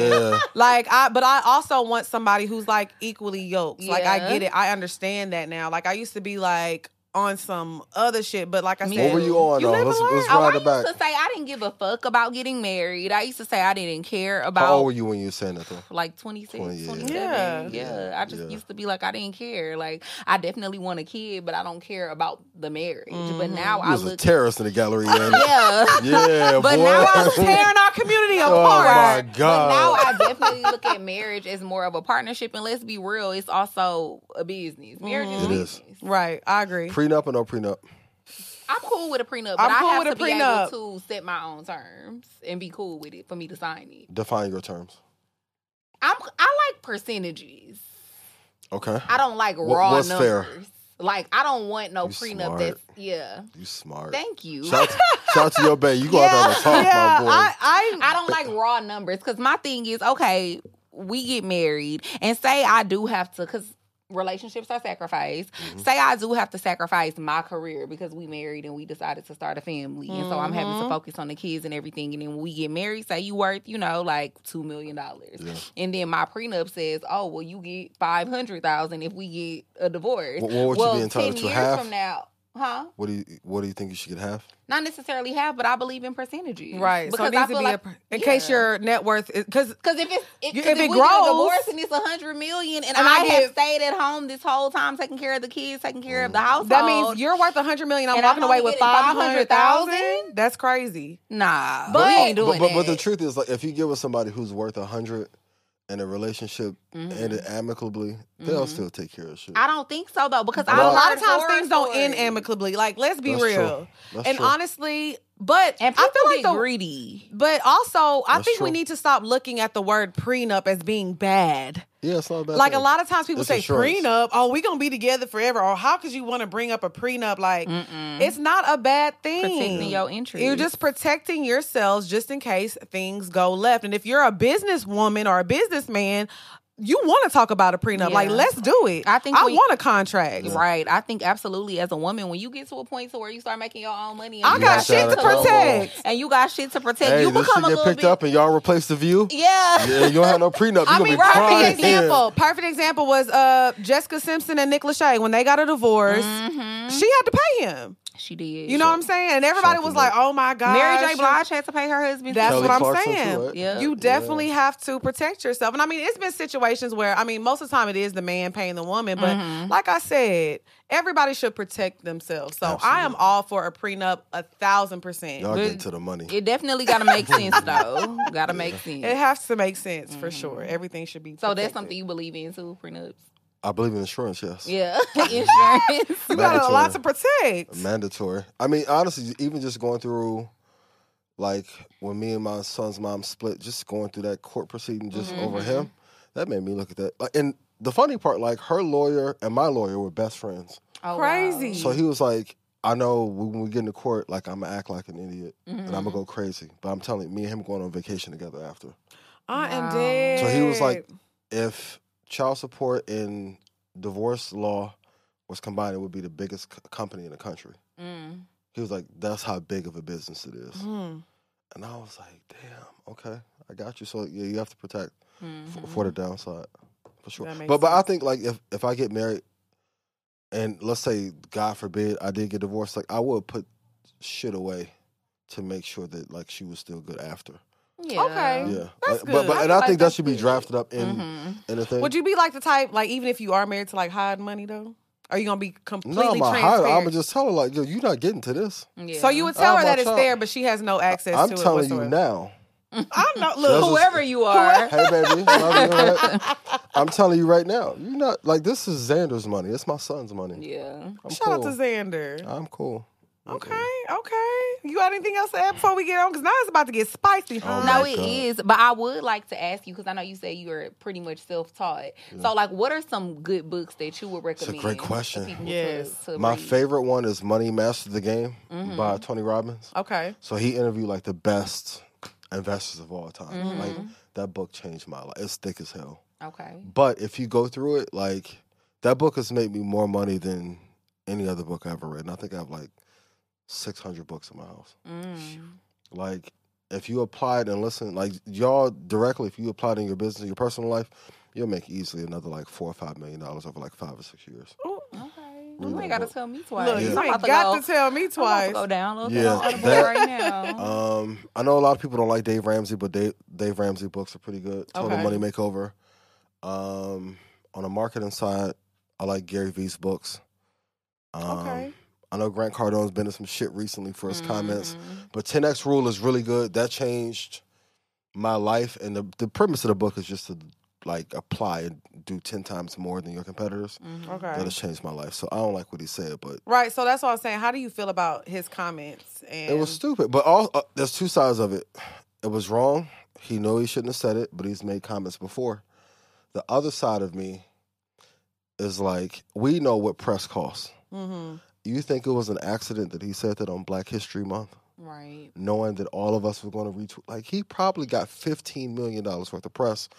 single.
man.
Yeah.
Like I, but I also want somebody who's like equally yoked. Like I
Yeah.
get it. I understand that now. Like I used to be like on some other shit, but like I
Me
said,
What were you on though?
live
Let's,
and
let's
learn.
Oh, I
ride
used
it back.
to say I didn't give a fuck about getting married. I used to say I didn't care about
How old were you when you were saying that though?
like 26,
20, yeah.
27.
Yeah.
Yeah. I just
Yeah.
used to be like, I didn't care. Like, I definitely want a kid, but I don't care about the marriage.
Mm-hmm.
But now
You
I
was a
look.
terrorist in the gallery. man.
yeah.
yeah,
But
boy.
now
I was tearing our community
oh
apart.
my
But now
god.
I definitely look at marriage as more of a partnership. And let's be real, it's also a business. Marriage
It
is
is.
business.
Right, I agree.
prenup or no prenup?
I'm cool with a prenup, but
I'm
i
cool
have
with
to
a
be
prenup.
able to set my own terms and be cool with it for me to sign it.
Define your terms.
I'm I like percentages.
Okay.
I don't like
What-
raw
what's fair?
numbers. Like I don't want no
You
prenup
smart.
that's yeah.
You smart.
Thank you.
Shout, shout to your babe. You go out there on the talk, my boy.
I I don't like raw numbers because my thing is okay. We get married and say I do have to because relationships are sacrificed.
Mm-hmm.
Say I do have to sacrifice my career because we married and we decided to start a family, and so I'm
Mm-hmm.
having to focus on the kids and everything. And then when we get married, say you worth you know like two million dollars, and then my prenup says, oh well, you get five hundred thousand if we get a divorce.
Wh- what would you
well,
be entitled
ten
to,
years
half?
from now, huh?
What do you What do you think you should get half?
Not necessarily half, but I believe in percentages,
Right. so it needs to be a per- in case your net worth is because
Cause if it's if,
You-
'cause
if it
we get a
grows-
divorce and it's a hundred million, and,
And
I,
I
have
get-
stayed at home this whole time taking care of the kids, taking care of the household.
Mm. that means you're worth a hundred million. I'm
And I'm
walking away
only
with
getting
five hundred
500,000?
thousand. That's crazy.
nah,
But-
we ain't
But,
doing
but, but the
that.
truth is, like, if you get with somebody who's worth a hundred and a relationship
Mm-hmm.
ended amicably, they'll still take care of shit.
I don't think so though, because
Well,
I
A
A
lot of times
horror
things don't end
stories.
amicably. Like let's be
That's true.
real.
That's
and
true.
honestly, but
And
I feel like
get
the
greedy.
But also, I
That's
think
true.
we need to stop looking at the word prenup as being bad.
yeah, it's not a bad.
Like a
thing.
lot of times people
It's
say
insurance.
prenup, oh, we gonna be together forever, or how could you want to bring up a prenup? Like it's not a bad thing.
Protecting your interests.
You're just protecting yourselves just in case things go left. And if you're a businesswoman or a businessman, you want to talk about a prenup. Like
Yeah.
let's do it.
I think
I
we-
want a contract.
Right, I think absolutely. As a woman, when you get to a point to where you start making your own money, and
I
you
got
shit
stuff
to
do,
protect.
and you got shit to protect.
Hey,
you
this
become
should
a
get
little
picked
bit,
up and y'all replace the view.
yeah.
Yeah, you don't have no prenup. You're
I
gonna
mean,
be
perfect
crying. at the end.
example. Perfect example was uh, Jessica Simpson and Nick Lachey when they got a divorce. She had to pay him.
She did.
You know what I'm saying? And everybody was
Shocking,
like, "Oh my God,
Mary J. Blige had to pay her husband.
That's
Kelly
what I'm
Clarkson
saying.
too, right?
Yeah.
You definitely have to protect yourself. And I mean, it's been situations where, I mean, most of the time it is the man paying the woman. But
Mm-hmm.
like I said, everybody should protect themselves. So I am all for a prenup a thousand percent.
Y'all get to the money.
It definitely gotta make sense though. gotta make sense.
It has to make sense for sure.
Mm-hmm.
Everything should be.
so that's
protected.
something you believe in too, prenups.
I believe in insurance. Yes.
Yeah, insurance.
you got a lot to
Mandatory.
protect.
Mandatory. I mean, honestly, even just going through, like when me and my son's mom split, just going through that court proceeding just
Mm-hmm,
over him, that made me look at that. Like, and the funny part, like her lawyer and my lawyer were best friends.
Oh, wow.
Crazy.
So he was like, I know when we get into court, like I'm gonna act like an idiot and I'm gonna go crazy. But I'm telling you, me and him going on vacation together after.
I am
Wow.
dead.
So he was like, if child support and divorce law was combined, it would be the biggest c- company in the country.
Mm.
He was like, that's how big of a business it is.
Mm.
And I was like, damn, okay, I got you. So yeah, you have to protect f- for the downside, for sure.
Mm-hmm. That makes
But but I
sense.
think like if if I get married, and let's say God forbid I did get divorced, like I would put shit away to make sure that like she was still good after.
Yeah.
Okay.
Yeah,
That's good.
Like, but but
I
and
feel
I
like
think that
that's
should be
good. Mm-hmm.
drafted up in
Mhm.
in the thing.
Would you be like the type, like, even if you are married to like hide money though? Are you gonna be completely
no, my hire,
transparent? Mm,
I'm gonna just tell her like, yo, you're not getting to this.
Yeah.
So you would tell
I'm
her that
a
it's
child.
there, but she has no access
I'm
to it.
telling you
whatsoever.
now.
I'm not
That's
look.
just-
whoever you are.
Hey baby, love you, right? I'm telling you right now, you're not like this is Xander's money. It's my son's money.
yeah.
I'm
Shout out
cool.
to Xander.
I'm cool.
Okay, okay. You got anything else to add before we get on? Because now it's about to get spicy. Huh?
Oh,
No,
my
it
God.
is. But I would like to ask you because I know you say you're pretty much self-taught. So, like, what are some good books that you would recommend?
great
for
question.
people to-
Yes.
to
My
read?
favorite one is Money Master the Game
Mm-hmm.
by Tony Robbins.
Okay.
So he interviewed like the best investors of all time.
Mm-hmm.
Like that book changed my life. It's thick as hell.
Okay.
But if you go through it, like that book has made me more money than any other book I ever read. And I think I have like six hundred books in my house.
Mm.
Like if you applied and listen, like y'all directly, if you applied in your business, your personal life, you'll make easily another like four or five million dollars over like five or six years.
Okay.
Read
You
that
ain't got to
book.
tell me twice.
Look,
Yeah.
I'm
you ain't
about to
got
go-
to tell me
I'm
twice.
about to go download
Yeah,
that on Audible
that-
right now.
Um, I know a lot of people don't like Dave Ramsey, but Dave, Dave Ramsey books are pretty good. Total
Okay.
Money Makeover. Um, on the marketing side, I like Gary Vee's books. Um,
Okay.
I know Grant Cardone's been in some shit recently for his comments,
Mm-hmm.
but 10X Rule is really good. That changed my life. And the, the premise of the book is just to like apply and do 10 times more than your competitors. That
Okay.
has changed my life. So I don't like what he said, but
Right. So that's what I was saying. How do you feel about his comments? And
It was stupid, but all uh, there's two sides of it. It was wrong. He knew he shouldn't have said it, but he's made comments before. The other side of me is like, we know what press costs.
Mm-hmm.
You think it was an accident that he said that on Black History Month?
Right.
knowing that all of us were going to reach like he probably got $15 million worth of press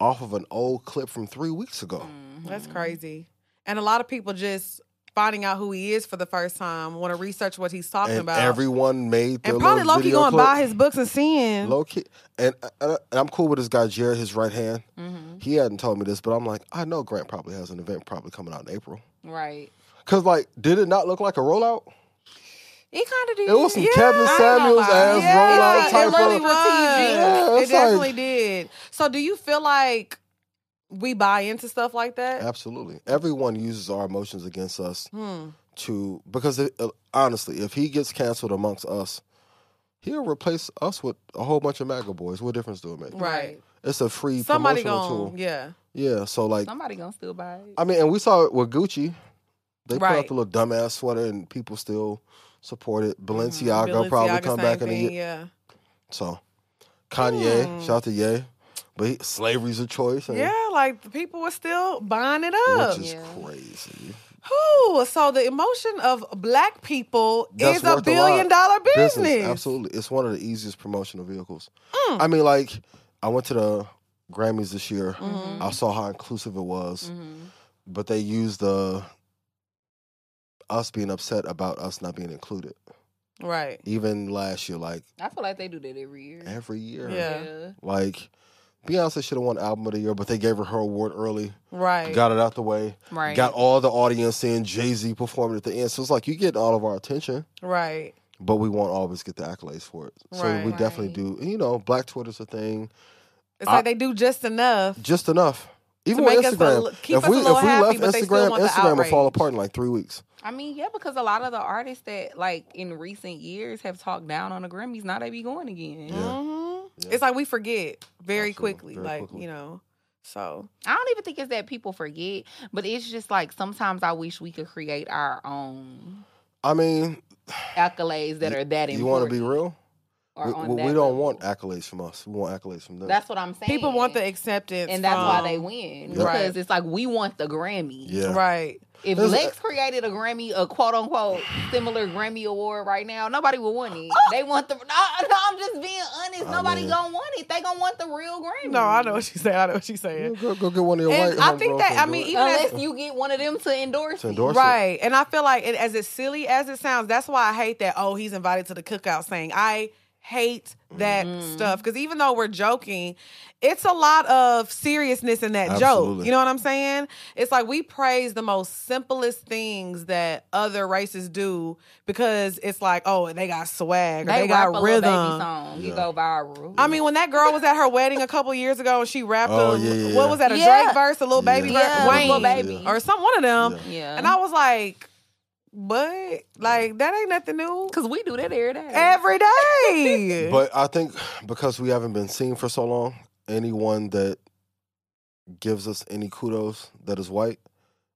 off of an old clip from three weeks ago
That's crazy. And a lot of people just finding out who he is for the first time want to research what he's talking
and
about.
everyone made their
and probably
little
Loki
video
going to
clip.
buy his books and seeing.
low key and, and, and i'm cool with this guy jared his right hand he hadn't told me this but i'm like i know grant probably has an event probably coming out in april
Right.
because like did it not look like a rollout
It kind of did.
it was some
Yeah, I
kevin
ain't
samuels
gonna lie.
ass
Yeah,
rollout
it
type
really
of
was.
Yeah,
it
it's like-
definitely did. So do you feel like we buy into stuff like that?
Absolutely. Everyone uses our emotions against us
Hmm.
to because it, uh, honestly, if he gets canceled amongst us, he'll replace us with a whole bunch of MAGA boys. What difference do it make?
Right.
It's a free
Somebody
promotional
going,
tool.
yeah.
Yeah. So like,
Somebody gonna still buy it.
I mean, and we saw it with Gucci. They put out
Right.
the little dumbass sweater, and people still support it. Balenciaga, probably
Mm-hmm. Balenciaga,
come
same
back in a
thing,
year.
Yeah. Hmm.
So Kanye, shout out to Ye, but he, slavery's a choice. And,
Yeah, like the people were still buying it up.
Which is crazy.
Whew, so the emotion of black people
That's
is a
worth lot.
billion dollar business. Hmm.
Absolutely, it's one of the easiest promotional vehicles. I mean, like I went to the Grammys this year.
Mm-hmm.
Mm-hmm.
I saw how inclusive it was, but they used the us being upset about us not being included.
Right.
Even last year, like
I feel like they do that every year.
every year,
Yeah.
like. Beyonce should have won Album of the Year, but they gave her her award early.
Right.
Got it out the way.
Right.
Got all the audience in. Jay Z performing at the end. So it's like you get all of our attention
Right.
but we won't always get the accolades for it. So
Right.
we definitely do. You know, Black Twitter's a thing,
It's like they do just enough.
just enough. Even
make
with
us a
Instagram,
li- keep
if
us a
we
little
if we
happy,
left
but they still
Instagram,
want the
Instagram would fall
outrage.
apart in like three weeks.
I mean, yeah, because a lot of the artists that like in recent years have talked down on the Grammys, now they be going again.
Mm-hmm. It's like we forget very
Absolutely,
quickly.
very
like,
quickly.
you know. So
I don't even think it's that people forget, but it's just like sometimes I wish we could create our own
I mean,
accolades that are that
you want
important.
to be real?
or
We,
on
we- we
that
don't
level.
want accolades from us. We want accolades from them.
That's what I'm saying.
people want the um, acceptance.
and that's why
from-
they win because
Right.
it's like we want the Grammy.
yeah,
Right.
If
There's-
Lex created a Grammy, a quote unquote similar Grammy award right now, nobody would want it. They want the. No, no, I'm just being honest. nobody
mean-
gonna want it. They gonna want the real Grammy.
No, I know what she's saying. I know what she's
Yeah,
saying.
Go, go get one of your
And
white
I think
homegirls
that I
and do
mean
it.
even as
Unless you get one of them to endorse,
to
it.
endorse it.
Right. And I feel like, it, as as silly as it sounds, that's why I hate that, oh, he's invited to the cookout saying, I hate that
Mm-hmm.
stuff. Because even though we're joking, it's a lot of seriousness in that joke.
Absolutely.
You know what I'm saying? It's like we praise the most simplest things that other races do because it's like, oh, they got swag or
They,
they,
rap
got
a little baby
rhythm.
song. You go viral.
I mean, when that girl was at her wedding a couple years ago and she rapped
Oh,
a,
yeah, yeah,
what
yeah.
was that, a
Yeah.
Drake verse, a little baby um,
Yeah.
verse, Wayne,
Lil
Yeah.
Baby.
or some one of them.
yeah,
And I was like, but like that ain't nothing new.
because we do that every day.
Every day.
But I think because we haven't been seen for so long, anyone that gives us any kudos that is white,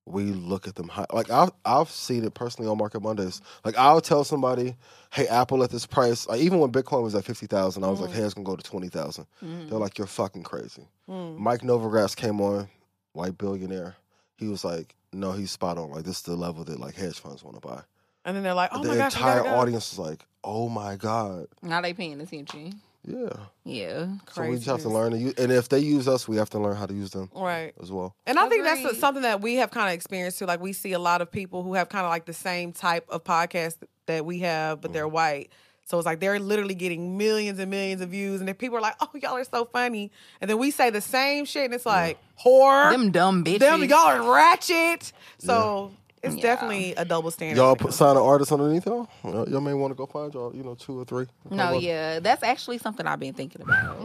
we look at them high. Like I've I've seen it personally on Market Mondays. Like I'll tell somebody, "Hey, Apple at this price." Like, even when Bitcoin was at fifty thousand, I was
Mm.
like, "Hey, it's gonna go to twenty thousand. They're like, "You're fucking crazy."
Mm.
Mike Novogratz came on, white billionaire. He was like, "No, he's spot on. Like this is the level that like hedge funds want to buy."
and then they're like, oh
the
my gosh, we gotta
entire
go.
audience is like, "Oh my god,
now they paying attention.
yeah."
Yeah,
So we just have to learn to use, and if they use us, we have to learn how to use them
Right.
as well.
And I think that's
Agreed.
something that we have kind of experienced too. Like we see a lot of people who have kind of like the same type of podcast that we have, but
Mm.
they're white. So it's like they're literally getting millions and millions of views, and then people are like, "Oh, y'all are so funny," and then we say the same shit, and it's like, "Whore,
them dumb bitches.
them y'all are ratchet." So it's definitely a double standard.
Y'all
when it
put, sign an artist underneath y'all. Y'all y'all may want to go find y'all, you know, two or three.
No,
Come on.
yeah, that's actually something I've been thinking about.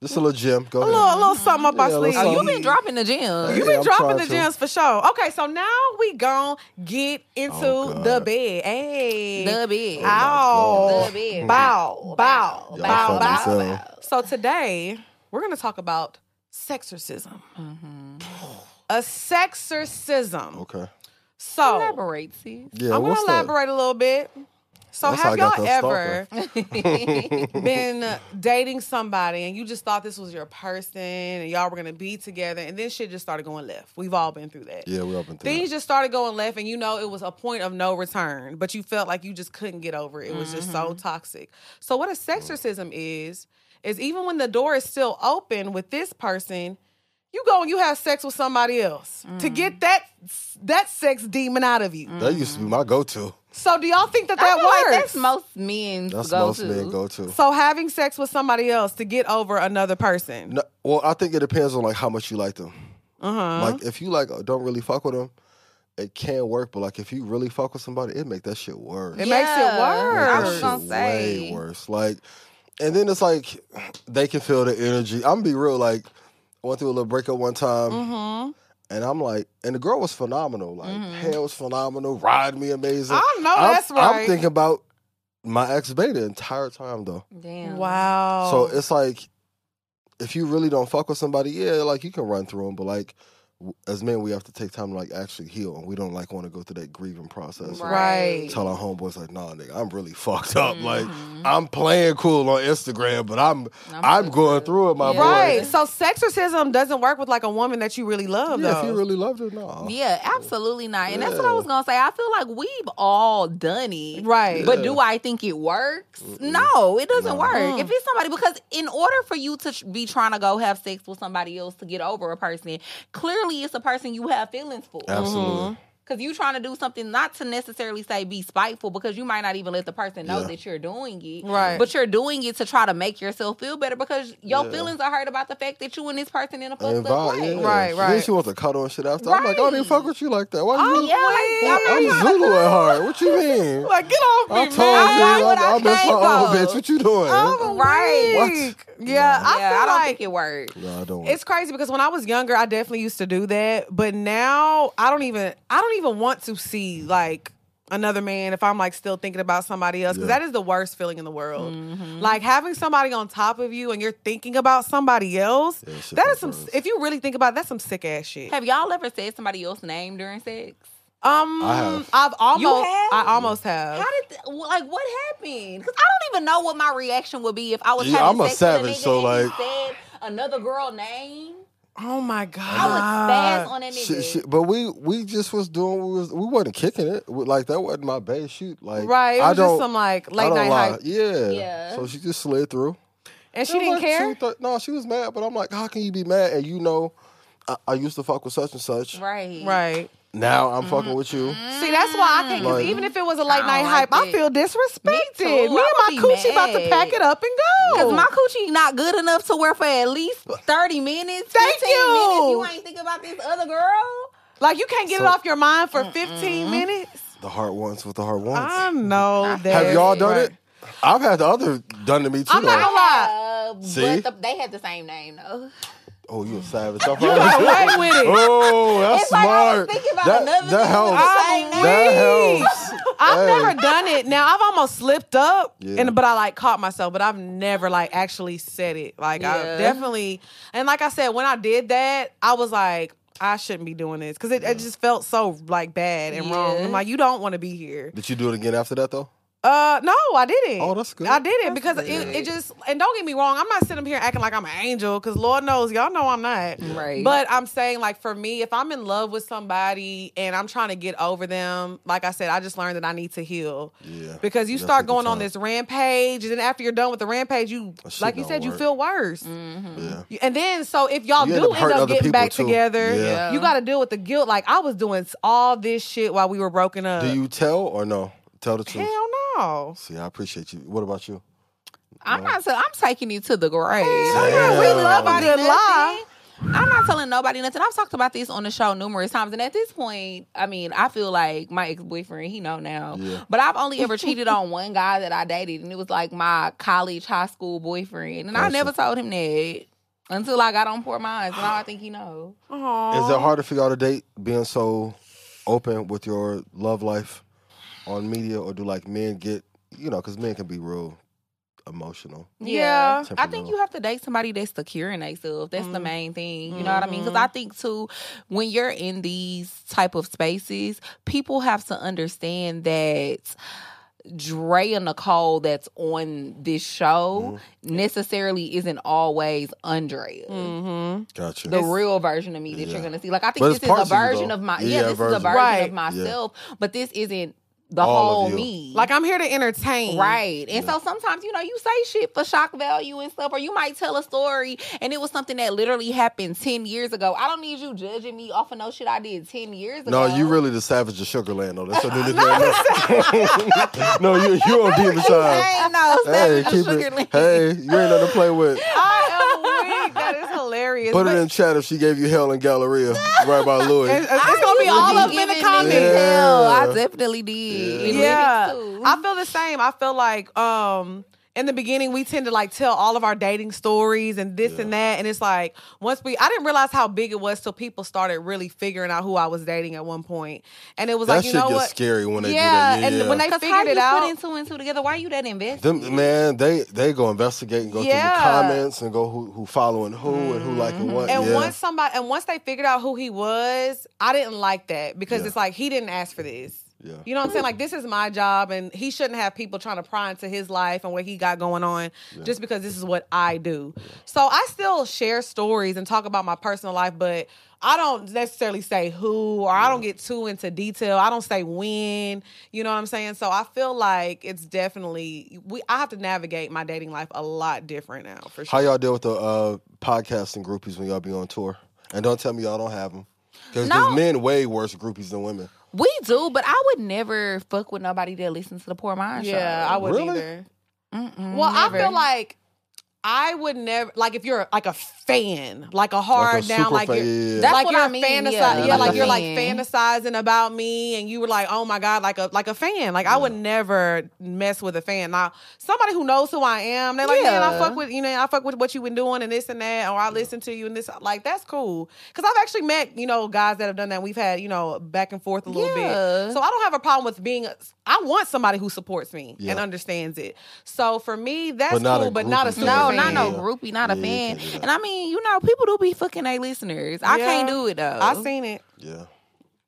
Just a little gym. Go ahead.
A little, a little something up
Yeah, a
our
little
sleeve.
something.
You've been dropping the gym.
Oh, You
Yeah,
been
I'm
dropping the
trying to.
gems for sure. Okay, so now we gon' get into
Oh, God.
the bed. Hey.
The bed.
Ow.
The bed.
Bow. Bow. Bow.
Y'all fucking
Bow.
silly.
So today we're gonna talk about sexorcism. Mm-hmm. A sexorcism.
Okay.
So
Elaborate, sis.
Yeah.
I'm gonna
what's that?
elaborate a little bit.
So
That's how I
have
got
y'all ever
that
been dating somebody and you just thought this was your person and y'all were gonna be together and then shit just started going left. We've all been through that.
Yeah, we all been through
Things
that.
just started going left and you know it was a point of no return, but you felt like you just couldn't get over it. It was just so toxic. So what a sexorcism
Mm.
is, is even when the door is still open with this person, you go and you have sex with somebody else to get that that sex demon out of you.
That used to be my go-to.
So do y'all think that
I
that
feel like
works?
that's most men's
That's
go
most
to.
men go-to.
So having sex with somebody else to get over another person.
No, well, I think it depends on like how much you like them.
Uh-huh.
Like if you like don't really fuck with them, it can work. But like if you really fuck with somebody, it make that shit worse.
It makes it worse.
I
That
was
shit
gonna
way
say.
worse. Like, and then it's like they can feel the energy. I'm gonna be real. Like, I went through a little breakup one time, and I'm like, and the girl was phenomenal. Like, hair was phenomenal, ride me amazing.
I know
I'm,
that's
I'm
right.
thinking about my ex bae the entire time though.
Damn.
Wow.
So it's like, if you really don't fuck with somebody, yeah, like you can run through them, but like. w- As men, we have to take time to like actually heal, and we don't like want to go through that grieving process. of
right.
tell our homeboys like, nah, nigga, I'm really fucked up. Like, I'm playing cool on Instagram, but I'm I'm, going through it, my boy.
Right. So sexorcism doesn't work with like a woman that you really love
Yeah, if
though.
you really loved her, nah.
Yeah, absolutely not. And that's what I was gonna say. I feel like we've all done it.
Right.
But do I think it works? No, it doesn't work.
Mm.
If it's somebody, because in order for you to tr- be trying to go have sex with somebody else to get over a person, clearly it's a person you have feelings for.
Absolutely.
Because you trying to do something not to necessarily say be spiteful because you might not even let the person know
Yeah.
that you're doing it.
Right.
But you're doing it to try to make yourself feel better because your feelings are hurt about the fact that you and this person in a
And
fucked up
vibe,
way.
yeah.
Right,
Then
right.
she wants to cuddle and shit after. I'm like, I didn't fuck with you like that. Why you
Oh,
really-
yeah, like,
I'm Zulu at heart. What you mean?
Like get off
I
me,
told you,
man.
That's what
I, I
I
miss my
came
old
for.
bitch. What you doing?
I'm
Right.
weak. Yeah, I
yeah,
feel
I don't
like
think it worked.
no, I don't.
it's crazy because when I was younger, I definitely used to do that, but now I don't even I don't even want to see like another man if I'm like still thinking about somebody else because
Yeah.
that is the worst feeling in the world.
Mm-hmm.
Like having somebody on top of you and you're thinking about somebody else.
Yeah, shit
that
be
is some.
gross.
If you really think about it, that's some sick ass shit.
Have y'all ever said somebody else's name during sex?
Um,
I have.
I've almost
have?
I almost have.
How did th- like what happened? Because I don't even know what my reaction would be if I was
Yeah,
having
I'm a
sex
savage,
with a nigga
so,
and
like-
he said another girl name.
oh my god!
I would spaz on that nigga.
Shit, shit, but we we just was doing we was we wasn't kicking it We- like that wasn't my base shoot like
Right, it
I
was just
don't-
some, like,
I
late
don't
night
lie.
hype.
yeah
Yeah.
so she just slid through
and she
It
didn't
was two,
care.
thir- no, she was mad, but I'm like, how can you be mad? And you know, I, I used to fuck with such and such.
Right.
Right. Mm-hmm.
Now I'm fucking with you.
See, that's why I can't. 'cause
Like-
even if it was a late night
don't
hype,
like
I
it.
feel disrespected. Me,
too. I
and my
would be
coochie about to
mad.
pack it up and go.
Cause my coochie not good enough to wear for at least thirty minutes.
Thank
15 Minutes.
you.
You ain't think about this other girl.
like you can't get
So-
it off your mind for 15 minutes.
The hard ones with the hard ones.
I know that.
Have y'all done it? I've had the other done to me too.
I'm not
though.
gonna lie.
Uh,
See?
but the, they had the same name though.
oh, you a savage. I'm
Away
like-
with it.
oh, that's
It's like I
smart.
was thinking about
that,
another
that
thing with
helps.
the same name.
That helps.
I've
Hey.
never done it. Now I've almost slipped up,
Yeah.
and but I like caught myself. But I've never like actually said it. Like I
Yeah.
definitely, and like I said, when I did that, I was like, I shouldn't be doing this because it, it just felt so like bad and wrong. I'm
Yeah.
like, you don't want to be here.
Did you do it again after that though?
Uh, no, I didn't.
Oh, that's good.
I did it because it, it just and don't get me wrong, I'm not sitting up here acting like I'm an angel because Lord knows y'all know I'm not.
Right.
But I'm saying like for me, if I'm in love with somebody and I'm trying to get over them, like I said, I just learned that I need to heal.
Yeah.
Because you
That's a
start
good
going on
time.
this rampage, and then after you're done with the rampage, you
That shit
like you
don't
said, you
work.
feel worse.
Mm-hmm.
Yeah.
You- And then, so if y'all
You end
do
up
end
hurting
up
other
getting
people,
back
too.
together,
Yeah.
you got to deal with the guilt. Like I was doing all this shit while we were broken up.
Do you tell or no? Tell the truth.
Hell no.
See, I appreciate you. What about you?
I'm not. So I'm taking you to the grave.
Damn.
We love a good
Nothing.
lie. I'm not telling nobody nothing. I've talked about this on the show numerous times, and at this point, I mean, I feel like my ex boyfriend, he know now,
Yeah.
but I've only ever cheated on one guy that I dated, and it was like my college, high school boyfriend, and I
Gotcha.
never told him that until I got on poor minds, and now I think he knows.
Is
Um,
it harder for y'all to date being so open with your love life on media, or do like men get you know? Because men can be real emotional.
Yeah. I think
Temperamental.
you have to date somebody that's secure in themselves. That's
Mm-hmm.
the main thing. You know what I mean? Because I think too, when you're in these type of spaces, people have to understand that Dre and Nicole that's on this show
Mm-hmm.
necessarily isn't always Andrea.
Mm-hmm.
Gotcha.
The real version of me that you're
Yeah.
gonna see. Like I think
But it's
this is a
parts of you,
version
though.
of my
Yeah,
yeah,
yeah,
this is a
version.
version
Right.
of myself, but this isn't the
All of
whole
you.
me.
Like I'm here to entertain.
Right. And so sometimes, you know, you say shit for shock value and stuff, or you might tell a story and it was something that literally happened 10 years ago. I don't need you judging me off of no shit I did 10 years ago.
No, you really the savage of Sugarland though. That's your new nickname. no, you you on demon side.
ain't no
Hey,
savage
keep
sugar
it. Hey, you ain't nothing to play with.
I am weak. That is hilarious.
Put it in chat if she gave you hell in Galleria, right by Louis.
It's, it's gonna be all of them in the comments.
Yeah.
Hell, I definitely did.
Yeah,
I,
I feel the same. I feel like um in the beginning we tend to like tell all of our dating stories and this and that, and it's like once we I didn't realize how big it was till people started really figuring out who I was dating at one point, and it was
That
like you
shit
know
gets
what.
scary when they
yeah,
do that.
and when they
Cause how
figured
you
it out,
putting two and two together? Why you that invested?
Them, man, they they go investigate and go
Yeah. Mm-hmm.
through the comments and go who who following who and who liking what.
And
yeah.
once somebody and once they figured out who he was, I didn't like that because
Yeah.
it's like he didn't ask for this.
Yeah.
You know what I'm saying? Like this is my job and he shouldn't have people trying to pry into his life and what he got going on just because this is what I do. So I still share stories and talk about my personal life, but I don't necessarily say who or I don't get too into detail. I don't say when, you know what I'm saying? So I feel like it's definitely we I have to navigate my dating life a lot different now for sure.
How y'all deal with the uh, podcasting groupies when y'all be on tour? And don't tell me y'all don't have them. Because
No.
men way worse groupies than women.
We do, but I would never fuck with nobody that listens to the Poor Mind show.
Yeah, I wouldn't
Really?
either. well, I feel like I would never like if you're like a fan, like a hard
a
down,
super
like
fan,
you're,
yeah, yeah.
That's
like
what
you're
I mean,
fantasizing,
yeah,
yeah,
like
like
a
you're like
fan.
fantasizing about me, and you were like, oh my god, like a like a fan. Like I would never mess with a fan. Now somebody who knows who I am, they're like, man, I
Yeah.
fuck with you know, I fuck with what you've been doing and this and that, or I listen to you and this. Like that's cool because I've actually met you know guys that have done that. We've had you know back and forth a little
Yeah.
bit, so I don't have a problem with being. I want somebody who supports me
Yeah.
and understands it. So for me, that's
But not
cool,
a
but not a
groupie
super
No,
fan.
not no
Yeah.
groupie, not a
Yeah, you
fan.
can't do that.
And I mean, you know, people do be fucking they listeners. I
Yeah.
can't do it though.
I seen it.
Yeah.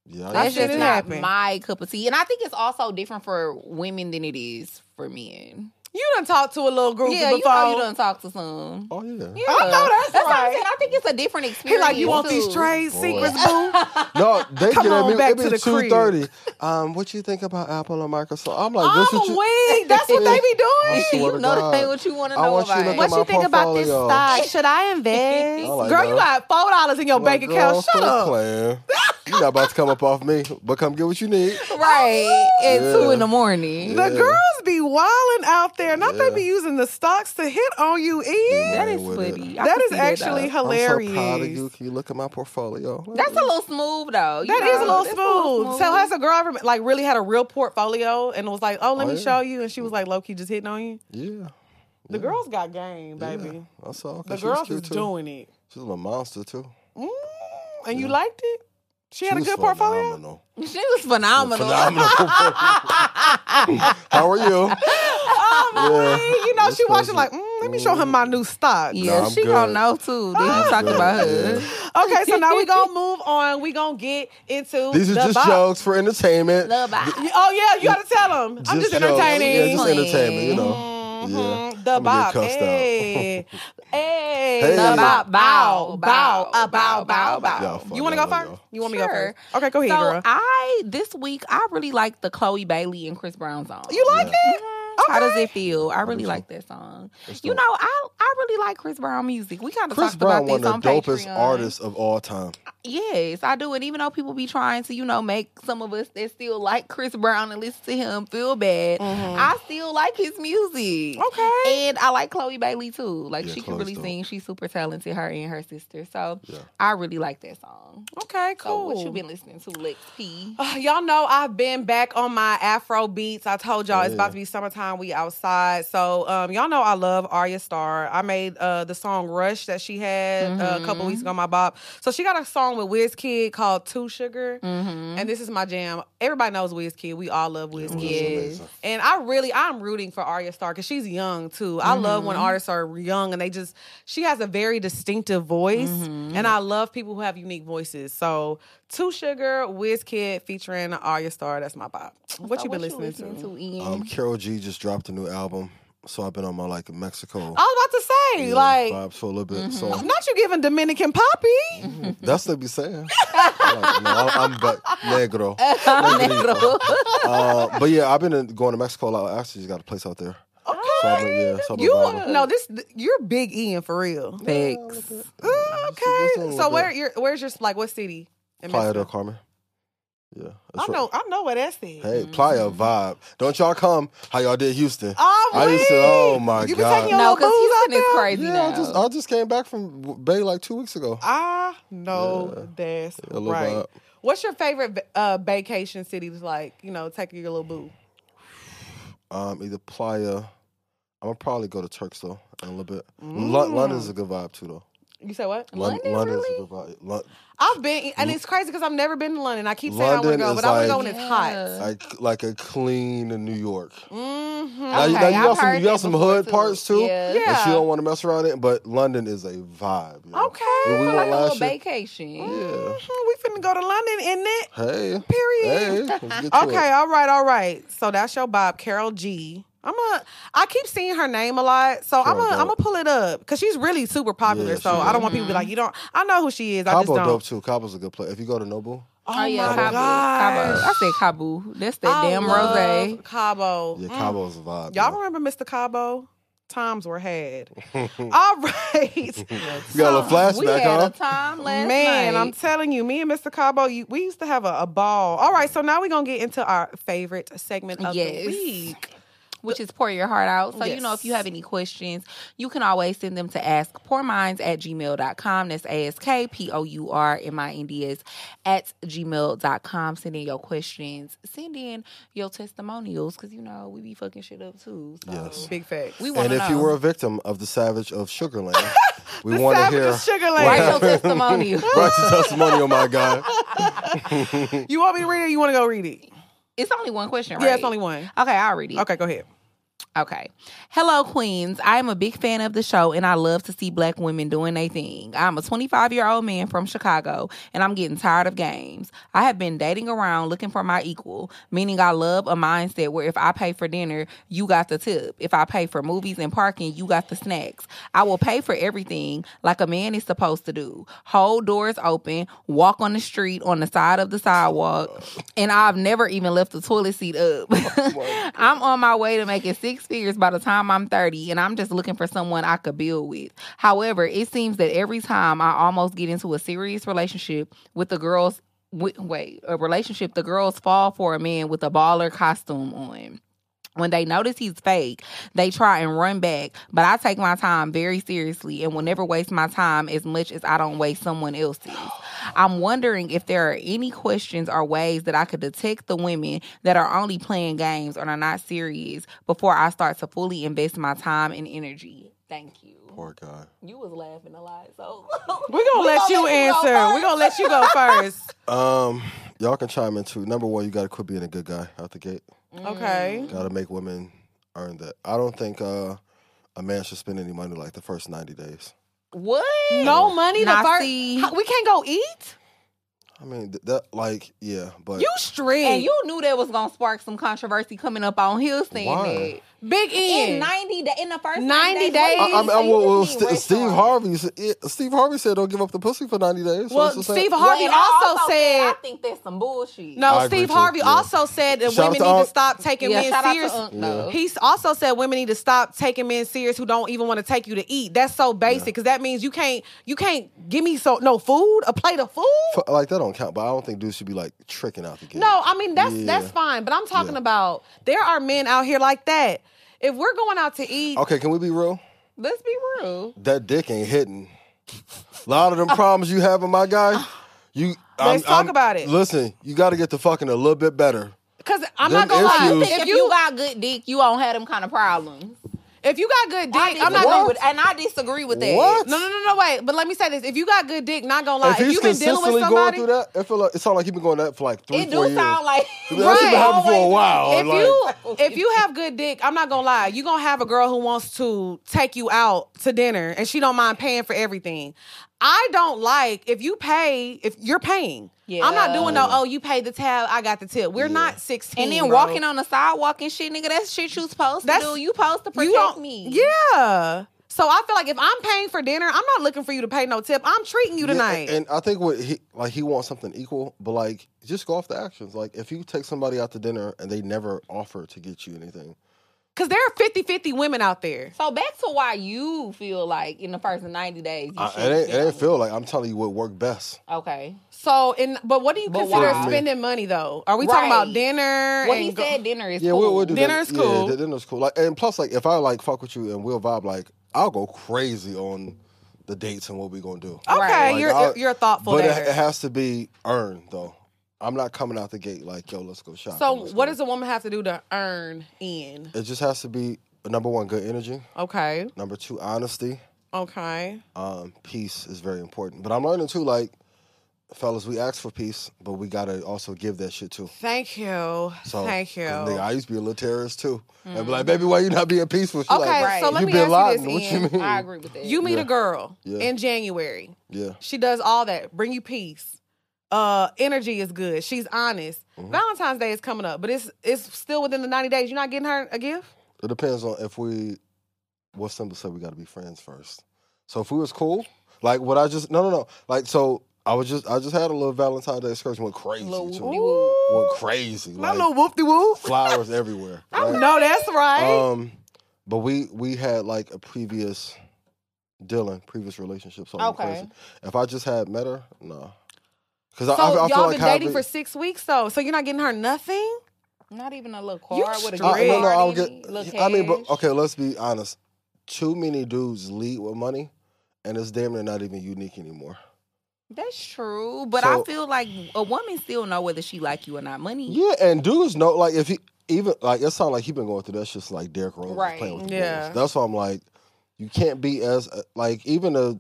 Yeah. I
that's
guess-
seen
just
it
not
happen.
my cup of tea. And I think it's also different for women than it is for men.
You done talked to a little group
Yeah,
before.
you know you done talk to some.
oh, yeah.
I know
that's right.
I'm saying. I think it's a different
He
experience.
like you want these
too.
trade secrets, boo.
No, they get
on
at me.
back
It
to
be
the crib.
two thirty. Um, what you think about Apple and Microsoft? I'm like, this
I'm
what
a
you.
wig. That's what they be
I
doing.
swear
You
to
know
God.
that ain't what you wanna
I
know
want you to
about.
look
What
at my portfolio.
Should I invest?
I like
Girl,
that.
you got four dollars in your
I'm like,
bank
girl,
account. Shut
quit
up.
playing. you not about to come up off me, but come get what you need.
Right at
Yeah.
two in the morning.
The
Yeah.
girls be wilding out there. Not they
Yeah.
be using the stocks to hit on you, Ian.
That
Ain't
is
with it.
funny. I
That
can
is
see
actually
though.
hilarious.
I'm so proud of you. Can you look at my portfolio?
That's a little smooth though. You
That
know,
is a little
that's
smooth. So has a girl ever like really had a real portfolio and was like, "Oh, let
Oh,
me
yeah.
show you," and she was like, "Low key, just hitting on you."
yeah.
The girls got game,
Yeah.
baby.
I saw. 'cause
The
she was
girls
cute,
is
too.
doing it,
She's a little monster too.
Mm, and you liked it. She, had a
was
good portfolio.
phenomenal.
She was phenomenal.
Phenomenal. How are you?
Oh,
Yeah.
man, you know
This
she watching
person-
like, mm, let me show her my new stock.
Yeah,
Nah, I'm
she
good.
gonna know too. Then you talked about her.
Yeah.
Okay, so now we gonna move on. We gonna get into
These are
the
just
box.
jokes for entertainment.
Love bye.
Oh yeah, you gotta tell them. I'm just
jokes. Yeah,
entertaining.
just entertainment. You know.
Mhm.
Yeah.
The
I'm gonna
bop.
get cussed out.
Hey. hey.
Hey.
The bop. Bow. Bow.
Bow, bow,
Uh, bow. Bow.
bow,
Y'all
Bow.
fuck
You want to go
y'all
first?
know.
You want me to go
Sure.
first? Okay, go ahead,
so
girl.
I this week I really like the Chloe Bailey and Chris Brown song.
You like it?
Mhm. How does it feel? I really
do.
like that song.
Let's
You
do it.
know, I I really like Chris Brown music. We kind of
Chris
talked
Brown,
about
one
this
of
on
the dopest
Patreon.
artists of all time.
Yes, I do. And even though people be trying to, you know, make some of us that still like Chris Brown and listen to him feel bad, I still like his music.
Mm-hmm. Okay.
And I like Chloe Bailey too. Like
Yeah,
she can
Chloe's
really
dope.
sing. She's super talented, her and her sister. So
Yeah.
I really like that song.
Okay,
So
cool.
what you been listening to, Lex P?
Ugh, Y'all know I've been back on my Afro beats. I told y'all it's
Yeah.
about to be summertime. time. We outside. So um, y'all know I love Arya Star. I made uh, the song Rush that she had uh, a couple weeks ago on my bop. So she got a song with Wizkid called Two Sugar. And this is my jam. Everybody knows Wizkid. We all love Wizkid. and I really, I'm rooting for Arya Star because she's young too. I love when artists are young and they just, she has a very distinctive voice. And I love people who have unique voices. So Two Sugar, Wizkid featuring Arya Star. That's my bop. What you been listening, to? Mm-hmm.
Um, Carol G just dropped a new album, so I've been on my like Mexico
I was about to say,
you know,
Oh, like, mm-hmm.
vibes for a little bit. So
not you giving Dominican Poppy.
that's what they be saying. Like, no, I'm back, negro. Negrito. uh, but yeah, I've been in- going to Mexico a lot. I actually just got a place out there. Okay. So I've been, yeah, so I've been
You
vibing.
no, this you're big Ian for real.
Facts.
Ooh, okay,
this one
so
was
where
good.
your where's your like what city? in
Playa
Mexico?
del Carmen. Yeah.
I
that's right.
know, I know where that's at.
Hey, Playa vibe. Don't y'all come how y'all did Houston.
Oh,
I used to.
wait.
Oh my
You be
god.
taking your
No,
little
because
booze out
Houston is
there?
crazy
yeah,
now.
I just I just came back from Bay like two weeks ago.
I know that's
a little
right.
vibe.
What's your favorite va- uh, vacation city? that's like you know, taking your little boo.
Um, either Playa. I'm gonna probably go to Turks though in a little bit. Lon- London's
Mm.
a good vibe too though.
You say what?
Lon- London, London's a good vibe. Lon-
I've been, and it's crazy because I've never been to London. I keep saying
London
I want to go,
is
but I want to go
like-
when it's hot.
like like a clean New York.
Mm-hmm.
Now, you, now
Okay,
you
I've
got some
heard
you got
that
some
before,
hood
too.
parts too
Yeah.
that you
Yeah.
don't want to mess around in, but London is a vibe. yo.
Okay,
When we
Like
went
a little
last year.
vacation.
Yeah.
Mhm, we finna go to London, isn't it?
Hey.
Period.
Hey, let's get to
Okay, all right, all right. So that's your Bob, Carol G. I'm a. I keep seeing her name a lot, so I'm
Carol
a.
Dope.
I'm gonna pull it up because she's really super popular.
Yeah,
so
she
I don't
is.
want people to be like, you don't. I know who she is. I
Cabo
just don't.
dope too. Cabo's a good place. If you go to
Oh,
Nobu,
Oh, yeah,
my
Cabo.
gosh.
Cabo. I said Cabo. That's that
I
damn
love
rose.
Cabo.
yeah,
Mm.
Cabo's a vibe.
Y'all
yo.
remember Mr. Cabo? Times were had. all right.
You got a little
We
flashback,
had
huh?
a time last
Man,
night.
I'm telling you, me and Mr. Cabo, you, we used to have a, a ball. All right, so now we're gonna get into our favorite segment of
Yes.
the week.
which is pour your heart out. So, you know, if you
Yes.
have any questions, you can always send them to askpourminds at gmail.com. That's A-S-K-P-O-U-R-M-I-N-D-S at gmail.com. Send in your questions. Send in your testimonials because, you know, we be fucking shit up too. So
Yes.
Big facts.
We want
And
to
if
know.
you were a victim of the savage of Sugarland, we want to
Savage
hear
of Sugarland.
Write your testimonial.
righteous testimony. Oh my God!
You want me to read it or you want to go read it?
It's only one question, right?
Yeah, it's only one.
Okay, I'll read it.
Okay, go ahead.
Okay. Hello, Queens. I am a big fan of the show and I love to see black women doing their thing. I'm a 25 year old man from Chicago and I'm getting tired of games. I have been dating around looking for my equal, meaning I love a mindset where if I pay for dinner, you got the tip. If I pay for movies and parking, you got the snacks. I will pay for everything like a man is supposed to do. Hold doors open, walk on the street, on the side of the sidewalk, and I've never even left the toilet seat up. I'm on my way to making six figures by the time I'm 30, and I'm just looking for someone I could build with. However, it seems that every time I almost get into a serious relationship with the girls, wi- wait, a relationship, the girls fall for a man with a baller costume on. When they notice he's fake, they try and run back. But I take my time very seriously and will never waste my time as much as I don't waste someone else's. I'm wondering if there are any questions or ways that I could detect the women that are only playing games or are not serious before I start to fully invest my time and energy. Thank you.
Poor guy.
You was laughing a lot, so
We're gonna let you answer. We're gonna let you go first.
Um, y'all can chime in too. Number one, you got to quit being a good guy out the gate.
Mm.
okay.
Got to make women earn that. I don't think uh, a man should spend any money like the first ninety days.
What?
No money the
Nah,
first.
see.
How- We can't go eat.
I mean, th- that like yeah, but
You strict.
And you knew that was gonna spark some controversy coming up on Hill saying
Why?
that.
big
in
in.
90 da- in the first
90 days.
I, I, I,
So you
well,
just
well,
need
St-
rest
Steve
on it.
Harvey, said- yeah, Steve Harvey said, "Don't give up the pussy for ninety days." So
Well,
it's the same-
Steve
Well,
Harvey
and I
also,
I
said.
think that's some bullshit.
No,
I agree
Steve
too,
Harvey
yeah.
also said that
Shout out
women
to
need to
Unc.
stop taking
yeah,
men
shout
serious.
out to Unc, though.
He also said women need to stop taking men serious who don't even want to take you to eat. That's so basic because that means you can't you can't give me so no food a plate of food.
F- like that don't count. But I don't think dudes should be like tricking out the game.
No, I mean that's
Yeah.
that's fine, but I'm talking about there are men out here like that. If we're going out to eat,
Okay, can we be real?
Let's be real.
That dick ain't hitting. A lot of them problems you having, my guy. You
Let's talk about it.
Listen, you got to get to fucking a little bit better.
Because I'm
Them
not gonna lie.
issues-
If,
If,
you,
you got good dick, you won't have them kind of problems.
if you got good
I
dick, I'm not
disagree
gonna.
with, and I disagree with that.
What?
No, no, no, no. Wait, but let me say this: if you got good dick, not gonna lie,
If
if,
he's
you've been dealing
consistently
with
going
somebody,
through that, it feel like it sounds like he's been going that for like three,
It
four
do
years.
sound like
That's been
Right.
happening for a while.
if
like,
you if you have good dick, I'm not gonna lie, you gonna have a girl who wants to take you out to dinner and she don't mind paying for everything. I don't like if you pay if you're paying. I'm not doing no. Oh, you paid the tab, I got the tip. We're not 16.
and then
bro.
walking on the sidewalk and shit, nigga, that's shit you supposed to
That's-
do. You supposed to
you
protect
don't
me.
Yeah. So I feel like if I'm paying for dinner, I'm not looking for you to pay no tip. I'm treating you
Yeah,
tonight.
and I think what he like he wants something equal, but like just go off the actions. Like if you take somebody out to dinner and they never offer to get you anything,
Cause there are 50-50 women out there.
So back to why you feel like in the first 90 days you
I,
should
Uh, it, ain't, it ain't feel like I'm telling you what worked best.
Okay.
So in but what do you
But
consider
why?
spending money though? Are we talking
Right.
about dinner?
What
and
he
go-
said dinner is
Yeah,
cool.
we'll, we'll do
Dinner's
that.
cool.
Yeah, the dinner's cool. Like and plus, like if I like fuck with you and we'll vibe, like I'll go crazy on the dates and what we gonna do.
Okay,
Right.
Like,
you're
I'll-
you're thoughtful
but
there.
it, it has to be earned though. I'm not coming out the gate like yo, let's go shopping.
so
let's
what
go.
does a woman have to do to earn in?
It just has to be number one, good energy.
Okay,
Number two, honesty.
okay,
um, peace is very important. But I'm learning too, like, fellas, we ask for peace, but we gotta also give that shit too.
thank you,
So,
thank you. Mm-hmm.
'cause, Nigga, I used to be a little terrorist too, and be like, baby, why you not being peaceful? She
Okay,
like,
so let
you
me
been
ask you
lying.
this,
What
Ian.
you mean?
I agree with that.
You meet a girl
Yeah.
in January.
Yeah,
She does all that. Bring you peace. Uh, energy is good. She's honest. Valentine's Day is coming up, but it's it's still within the ninety days. You're not getting her a gift.
it depends on if we. What Simba said, we gotta be friends first. So if we was cool, like what I just no no no like so. I was just I just had a little Valentine's Day excursion. Went crazy. too. Went crazy.
My
like,
little whoop de whoop.
flowers everywhere. right?
No, that's right.
Um, but we we had like a previous Dylan, previous relationship. So I'm
Okay.
crazy. If I just had met her, no. Because
so
I, I feel
y'all
like
been dating
having-
for six weeks though. So you're not getting her nothing.
Not even a little
You
card with a
I,
straight.
no, no,
card
I'll
in it,
get.
little
I mean, but
cash.
okay, let's be honest. Too many dudes lead with money, and it's damn near not even unique anymore.
That's true, but
So-
I feel like a woman still know whether she like you or not. Money.
Yeah, and dudes know like if he even like it sounds like he been going through that shit since, like Derrick Rose was
Right,
playing with the
yeah.
Bulls. That's why I'm like, you can't be as uh, like even a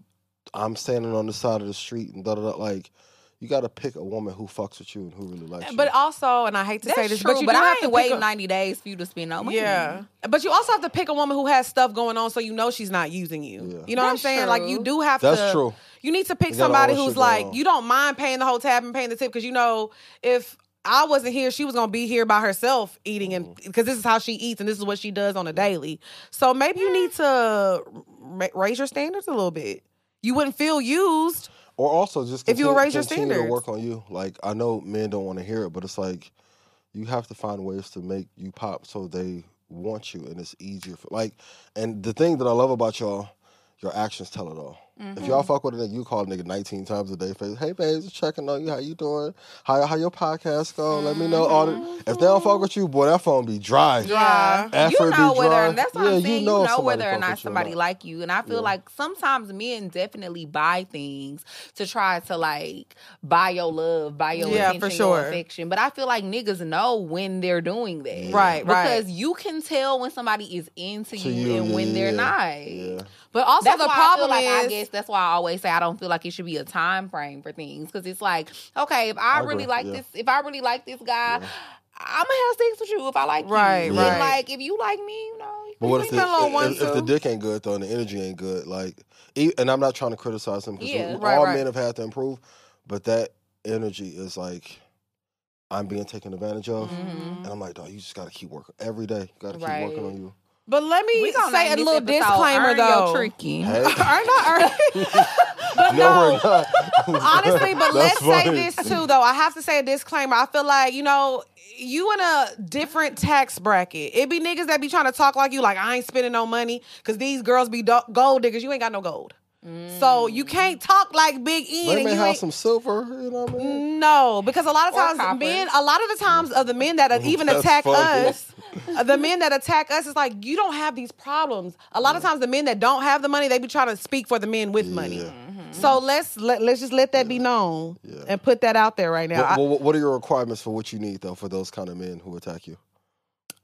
I'm standing on the side of the street and da da da like. You got to pick a woman who fucks with you and who really likes you.
But also, and I hate to
That's
say this,
true,
but
but,
you
I
do
have to
pick
wait
a-
ninety days for you to spend no money.
Yeah. But you also have to pick a woman who has stuff going on so you know she's not using you.
Yeah.
You know what I'm
That's
saying?
true.
Like you do have
That's
to
true.
You need to pick
You gotta
somebody
own shit
who's
going
like
on.
you don't mind paying the whole tab and paying the tip cuz you know if I wasn't here, she was going to be here by herself eating and
Mm-hmm.
cuz this is how she eats and this is what she does on a daily. So maybe you need to ra- raise your standards a little bit. You wouldn't feel used.
Or also just
If you
continue-
raise your
continue
standards.
to work on you. Like I know men don't want to hear it, but it's like you have to find ways to make you pop so they want you, and it's easier. For, like, and the thing that I love about y'all, your actions tell it all. If
Mm-hmm.
y'all fuck with a nigga, you call a nigga 19 times a day. Face, hey babe, just checking on you. How you doing? How how your podcast go? Let me know. All the, if they don't fuck with you, boy, that phone be dry.
Yeah.
Effort
Mm-hmm. you know
be
whether
dry.
that's what
Yeah,
I'm
you
saying. You
know
know,
if somebody
whether or
fuck with you or
not somebody
not.
like you. And I feel like sometimes men definitely buy things to try to like buy your love, buy your
Yeah,
attention,
for
your
sure.
affection. But I feel like niggas know when they're doing that.
Right, right.
Because you can tell when somebody is into
To
you, and when they're not.
Yeah.
But also
That's
the
why
problem
I feel like
is
I guess that's why I always say I don't feel like it should be a time frame for things because it's like okay if I,
I
really
agree,
like
yeah.
this if I really like this guy I'm gonna have sex with you if I like
Right,
you
right.
and like if you like me you know you
But
can
what
like
if the,
me.
little one
if, if- if the
too.
dick ain't good though, and the energy ain't good? Like, e- and I'm not trying to criticize him because
Yeah.
Right,
all
right.
men have had to improve, but that energy is like I'm being taken advantage of,
Mm-hmm.
and I'm like, dog, you just gotta keep working every day. You gotta keep
Right.
working on you.
But let me
We gonna
say a
name this
little
episode,
disclaimer
Earn Your
though.
Tricky.
Hey,
Earn not earn. but
no,
no,
we're not.
honestly, but
That's
let's say
funny.
this too though. I have to say a disclaimer. I feel like, you know, you in a different tax bracket. It be niggas that be trying to talk like you, like I ain't spending no money, cause these girls be do- gold diggers. You ain't got no gold, so you can't talk like Big E.
They
And
may
you
have
ain't, Mm,
some silver, you know what I mean?
no, because a lot of
Or
times
copper.
men, a lot of the times of the men that even
That's
attack
funny.
us, uh, the men that attack us is like you don't have these problems. A lot of times the men that don't have the money, they be trying to speak for the men with money.
Yeah.
Mm-hmm.
So let's let, let's just let that be known
Yeah.
and put that out there right now. I-
What, what, what are your requirements for what you need though for those kind of men who attack you?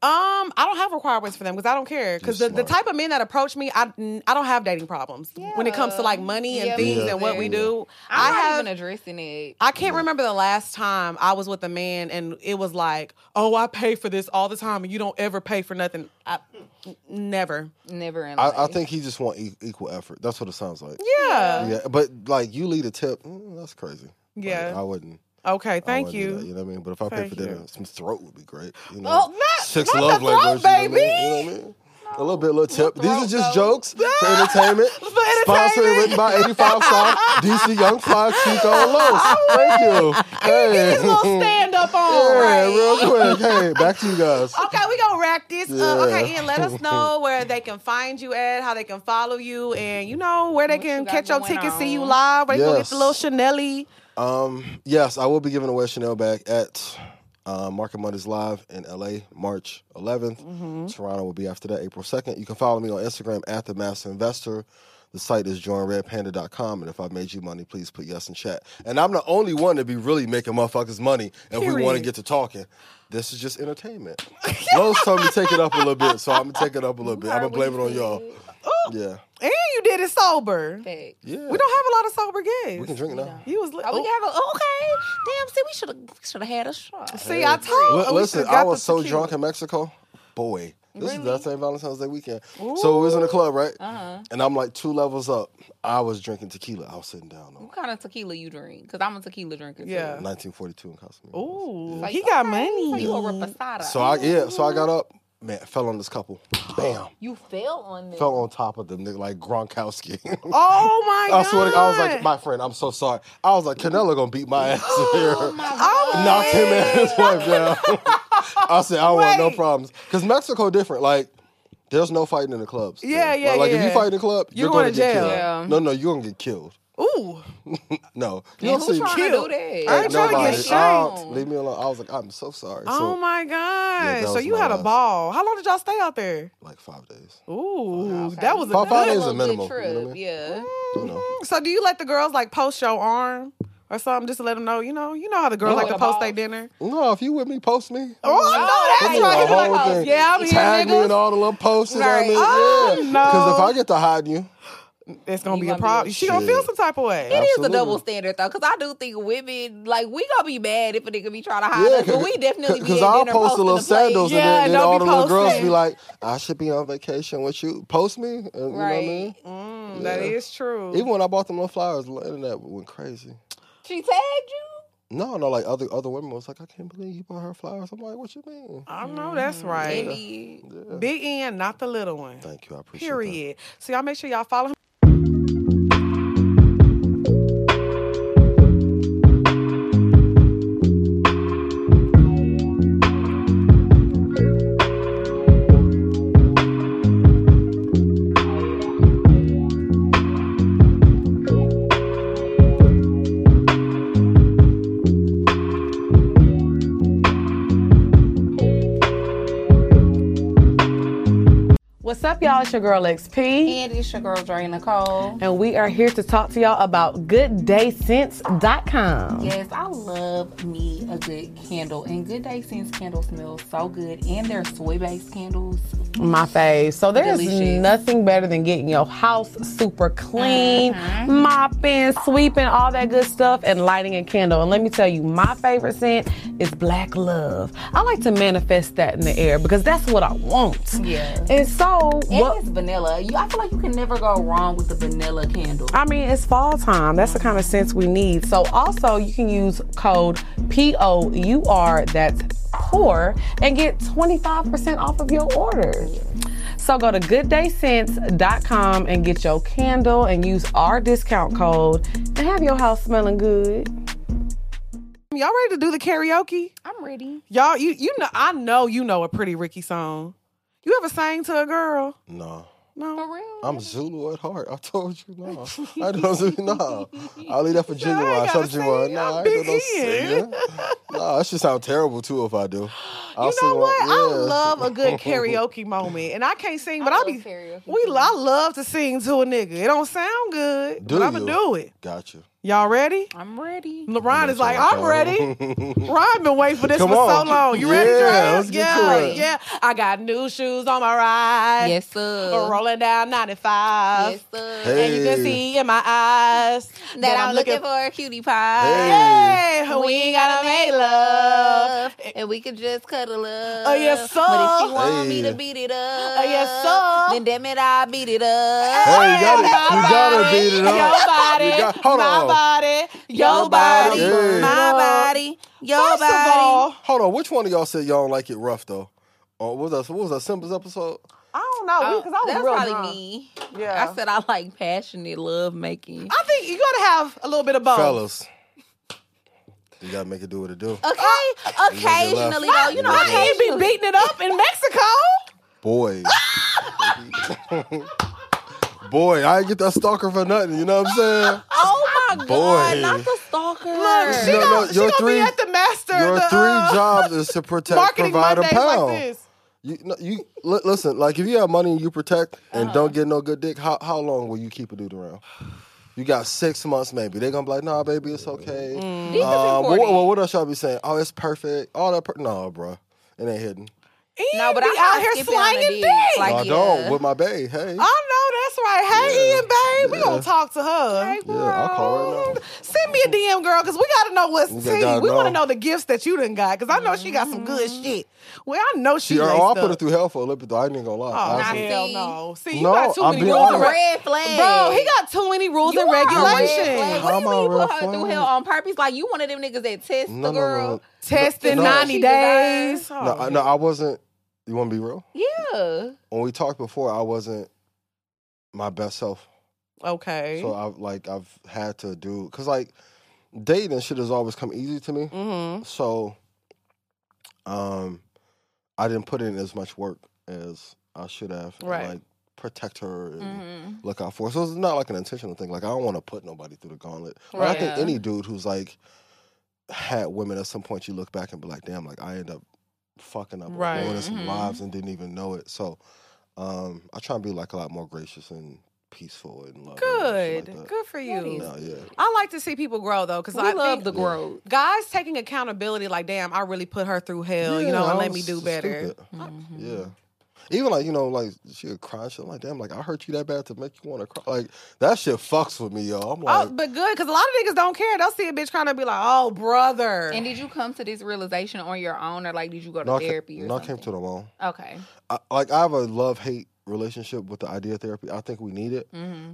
Um, I don't have requirements for them because I don't care. Because the,
You're
the
smart.
type of men that approach me, I mm, I don't have dating problems when it comes to like money and
Yeah, me
things and what we
either.
do.
I'm
I
not
have.
even addressing it.
I can't remember the last time I was with a man and it was like, oh, I pay for this all the time and you don't ever pay for nothing. I, n- never.
Never in life.
I, I think he just want e- equal effort. That's what it sounds like.
Yeah.
Yeah, but like you lead a tip, mm, that's crazy. Like,
Yeah.
I wouldn't.
Okay.
I
Thank
wouldn't do that,
you.
you know what I mean? But if I pay
Thank
for
you.
dinner, some throat would be great. You know,
Oh, not-
six
not the
love
throat,
language, You know what I mean?
baby.
You know what I mean? A little bit, little tip. These are just jokes for entertainment. Sponsored and
entertainment.
written by 85 South, DC Young Fly, Chico and Los. Thank you. Hey.
Get his little stand up on.
yeah,
right?
real quick. Hey, back to you guys.
Okay, we gonna wrap this
Yeah.
up. Okay, Ian, let us know where they can find you at, how they can follow you, and you know where they can
got
catch your
going
tickets, see you
on.
live, where they can get
Yes.
the little Chanelly.
Um, yes, I will be giving away Chanel bag at uh, Market Mondays Live in LA, March 11th.
Mm-hmm.
Toronto will be after that, April 2nd. You can follow me on Instagram at the Master Investor. The site is joinredpanda.com. And if I've made you money, please put yes in chat. And I'm the only one to be really making motherfuckers money. And we want to get to talking. This is just entertainment. Lowe's told me to take it up a little bit, so I'm gonna take it up a little bit. I'm gonna blame it on y'all. Yeah.
And you did it sober.
Facts.
Yeah.
Oh, We don't have a lot of sober
we
guests.
can drink now.
You was li-
Oh, we
oh.
have a okay. Damn, see, we should have should have had a shot.
see, I told.
Li-
oh, we
listen,
should've
I
got
was
the
so
tequila.
drunk in Mexico. Boy, this is that same Valentine's Day weekend. So we was in the club, right?
Uh-huh.
And I'm like two levels up. I was drinking tequila. I was sitting down on
What kind of tequila you drink? Because I'm a tequila drinker. too.
Yeah.
1942 in Cosmo.
Ooh,
Like,
he got
okay,
money.
So you a reposada.
So I yeah, so I got up. Man, fell on this couple. Bam.
you fell on this.
Fell on top of them, nigga, like Gronkowski.
oh my god!
I swear to God, I was like, my friend, I'm so sorry. I was like, Canelo gonna beat my ass here.
oh,
knocked him and his wife down. I said, I don't want no
Wait.
problems. Because Mexico different. Like, there's no fighting in the clubs.
Yeah,
Like-
yeah,
Like, if
yeah.
you fight in the club,
You're
you're,
going
going
to
to get
jail.
killed.
Yeah.
No, no, you're going to get killed.
ooh,
No. You
And who's trying
Killed.
to do
ain't
that?
ain't trying to get
nobody.
shanked.
Oh, leave me alone. I was like, I'm so sorry.
oh
so,
my god!
that
so
was
you
my
had a
last-
ball. How long did y'all stay out there?
Like five days.
Ooh, that was a
Five, five
good
days is a minimum.
Trip,
You know what I mean?
yeah.
You know.
So do you let the girls like post your arm or something just to let them know? You know, you know how the girls
Yeah.
like to post their dinner.
No, if you with me, post me.
Oh, I
Give
know
me
that's
the
right.
whole
Like, "Oh,
thing.
yeah, I'm
Tag
here,
me in
niggas.
all the little posts. I
Right.
mean,
Oh,
yeah.
no.
Because if I get to hiding you,
It's gonna
You
be a
gonna be
problem.
like,
She gonna feel
shit.
some type of way.
It is a
Absolutely.
double standard though, because I do think women like we gonna be mad if a nigga be trying to hide
Yeah,
us, but we definitely be
because
at
I'll
dinner
post
posting
the little
the plate.
sandals,
Yeah,
and then, then
don't be
all the little girls
posting.
be like, "I should be on vacation with you." Post me, and, you know what I mean?
Right.
Mm, That is true.
Even when I bought them little flowers, the internet went crazy.
She tagged you.
No, no, like other other women was like, "I can't believe you bought her flowers." I'm like, "What you mean?"
I know that's right.
Indeed.
Big N, not the little one.
Thank you, I appreciate that.
Period. So y'all make sure y'all follow him.
What's up, y'all? It's your girl XP.
And it's your girl Dre Nicole.
And we are here to talk to y'all about gooddayscents.com.
Yes, I love me a good candle. And Good Day Sense candles smell so good. And their soy based candles.
My fave. So there's
Delicious.
nothing better than getting your house super clean,
Uh-huh.
mopping, sweeping, all that good stuff, and lighting a candle. And let me tell you, my favorite scent is black love. I like to manifest that in the air because that's what I want.
Yeah.
And so
And
what
it's vanilla. You, I feel like you can never go wrong with a vanilla candle.
I mean, it's fall time. That's the kind of sense we need. So, also, you can use code POUR, that's POUR, and get 25% off of your order. So, go to gooddayscents.com and get your candle and use our discount code and have your house smelling good.
Y'all ready to do the karaoke?
I'm ready.
Y'all, you you know I know you know a pretty Ricky song. You ever sang to a girl?
No.
For real.
I'm Zulu at heart. I told you no. I don't Zulu no. I'll leave that for
I ain't
Genuine. I
gotta
told Genuine.
sing.
No, I
I'm
ain't doing no
Big Ian.
singing. Nah, that should sound terrible too if I do.
You know what? I love a good karaoke moment, and I can't sing, but I,
love
be
karaoke,
we. I love to sing to a nigga. It don't sound good,
Do
but I'ma
you?
do it.
Gotcha.
Y'all ready?
I'm ready.
LeBron is like, I'm ready. Ron been waiting for this
Come
for
on.
so long. You ready,
Yeah,
Dre?
let's get to
yeah,
it.
yeah. I got new shoes on my ride.
Yes, sir.
Rolling down 95.
Yes, sir.
Hey.
And you can see in my eyes
That, I'm, looking, for a cutie pie.
Hey.
Hey, we ain't gotta make love.
And we could just cuddle up.
Oh, yes, sir. Oh,
But if she want me
Hey.
to beat it up,
yes, sir.
then damn it, I'll beat it up.
Hey, you got it. You gotta beat it
Your
up.
body,
You got- hold
my
on.
body, your
Your
body,
body,
Hey.
my
My
body.
body, your
First
body.
of all,
Hold on, which one of y'all said y'all don't like it rough though? Oh, what was that? What was that Simpsons episode?
I don't know because I was
Oh, that's
real
probably
drunk.
me.
Yeah.
I said I like passionate love making.
I think you gotta have a little bit of both.
Fellas, you gotta make it do what it
uh,
do.
Okay, occasionally though, you know,
Not-
He be
occasionally.
beating it up in Mexico.
Boy. Boy, I ain't get that stalker for nothing. You know what I'm saying?
Oh my
Boy.
god, not the stalker.
Look, she gonna,
No, no,
she
your
gonna
three-
be at the master.
Your
the,
three
uh,
jobs is to protect,
marketing
provide, and
Mondays
pound.
like this.
You, no, you li- listen. Like if you have money and you protect and don't get no good dick, how how long will you keep a dude around? You got six months, maybe. They gonna be like, "Nah, baby, it's okay."
These are
Um, what,
important.
what, what else y'all be saying? Oh, it's perfect. All that, per- no, bro, it ain't hidden.
No, but
be
I'm not
out here
skipping on the
slanging
dick.
dick.
Like,
I
yeah.
don't with my babe. Hey,
I know that's right. Hey, Ian, babe, we gonna talk to her.
yeah, I'll call right now.
Send me a DM, girl, because we gotta know what's
We
tea.
gotta
We
know. Mm-hmm.
want to know the gifts that you done got, because I know she got some good shit. Well, I know she.
She,
laced
oh, I put her
up.
through hell for a little bit though. I ain't even gonna lie.
Oh,
Honestly.
hell
see.
no! See, you
No,
got too
I'm
many
being
rules. and
honest.
reg-
Red flag.
Bro, he got too many rules
You
and
are a red
regulations.
flag. What do you
I'm
mean you
a red
put her through
flag.
hell on purpose? Like you one of them niggas that test
No,
the
no,
girl.
no,
Testing
No.
ninety
She
days.
no, I, no. I wasn't. You want to be real?
Yeah.
When we talked before, I wasn't my best self.
Oh, Okay.
So I've like I've had to do because like dating and shit has always come easy to me.
mm-hmm.
So um, I didn't put in as much work as I should have. and,
Right. Mm-hmm.
like protect her and
Mhm.
look out for. her. So it's not like an intentional thing. Like I don't want to put nobody through the gauntlet. Like, I think
Right.
any dude who's like had women at some point, you look back and be like, damn, like I end up fucking up,
Right. Mm-hmm.
or ruining some
Mhm.
lives and didn't even know it. So um, I try and be like a lot more gracious and peaceful and loving. and shit
Good.
like that.
Good for you.
No, Oh, yeah.
I like to see people grow though, because
We
I
love
think
the growth.
guys taking accountability. Like, damn, I really put her through hell. you
Yeah,
know,
I
and let
was
me do
s-
better.
stupid. Yeah. Even like you know, like she would cry. and Shit, I'm like, damn, like I hurt you that bad to make you want to cry. Like that shit fucks with me, y'all. I'm
Oh,
like,
but good, because a lot of niggas don't care. They'll see a bitch trying to be like, oh, brother.
And did you come to this realization on your own, or like did you go to
no, I ca-
therapy or
no, I
something?
came to the mom.
okay.
I, like I have a love hate relationship with the idea of therapy. I think we need it,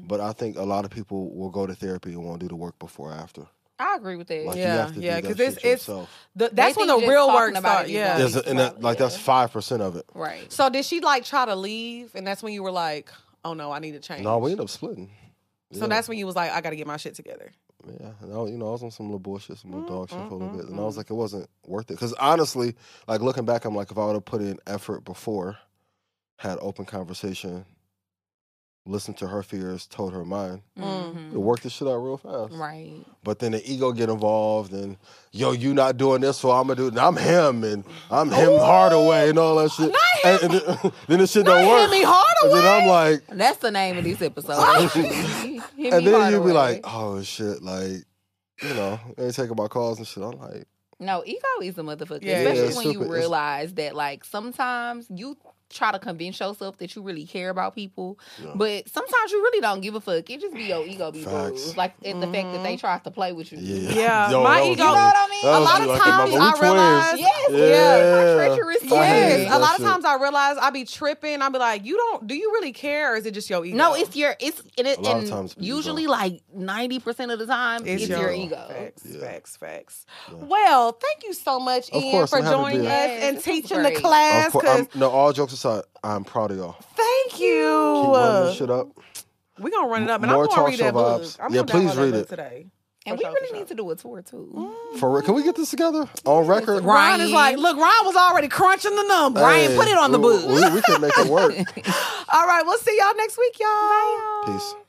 but I think a lot of people will go to therapy and won't do the work before or after.
I agree with that.
Like
Yeah,
you have to
yeah,
do
'cause
that
it's-
shit
it's-
yourself.
The- that's
think
when the
you just
real
talking
work
about
starts.
it, you
Yeah.
know.
There's a- and that, like that's five percent of it.
Right.
So did she like try to leave? And that's when you were like, oh no, I need to change.
No, we end up splitting.
so that's when you was like, I got to get my shit together.
Yeah, and I, was- you know, I was on some little bullshit, some little dog shit for a little bit, and I was like, it wasn't worth it. Because honestly, like looking back, I'm like, if I would have put in effort before, had open conversation, listened to her fears, told her mine,
Mhm.
it worked this shit out real fast.
Right.
But then the ego get involved, and yo, you not doing this, so I'm gonna do. And I'm him, and I'm him Hardaway, and all that shit. And- and then, then the shit don't work.
Hemi
and
Hardaway.
then I'm like,
That's the name of this episode. Hit me
and then you
Hardaway.
be like, oh shit, like. You know, they ain't taking my calls and shit. I'm like,
No, ego is a motherfucker.
Yeah,
Especially
it's
when
super-
you
it's-
realize that, like, sometimes you try to convince yourself that you really care about people, but sometimes you really don't give a fuck. It just be your ego be
Facts.
bruised. Like, at the fact that they tried to play with you.
Yeah.
Yeah,
Yo,
my
that was
ego- You
me.
know what
I mean?
That
A
was
lot
me
of
like that,
times
but we
I
twins.
realize,
Yes,
Yeah.
yeah. My treacherous
I
yes.
hated
yes, a
that
lot of
shit.
times I realize I be tripping. I be like, you don't, do you really care? Or is it just your ego?
No, it's your it's and, it,
A lot of
and
times people
usually
don't.
like ninety percent of the time it's, your, ego.
Facts,
Yeah.
facts, facts. Well, thank you so much,
Of
Ian,
course,
for
I'm happy to
joining
be
us
here.
Yes,
and
this was
teaching the
great.
class.
Of course, I'm,
'cause-
no, all jokes aside, I'm proud of y'all.
thank you.
Keep running
uh,
this shit up.
We're gonna run it up, and
More
I'm gonna
talk
read that
show
book.
vibes.
I'm
Yeah,
gonna download
please
that
read
book
it.
today.
And we really need to do a tour too.
For real, can we get this together on record?
Ryan is like, look, Ryan was already crunching the number.
Hey, we- We, we can make it work.
All right, we'll see y'all next week, y'all.
Peace.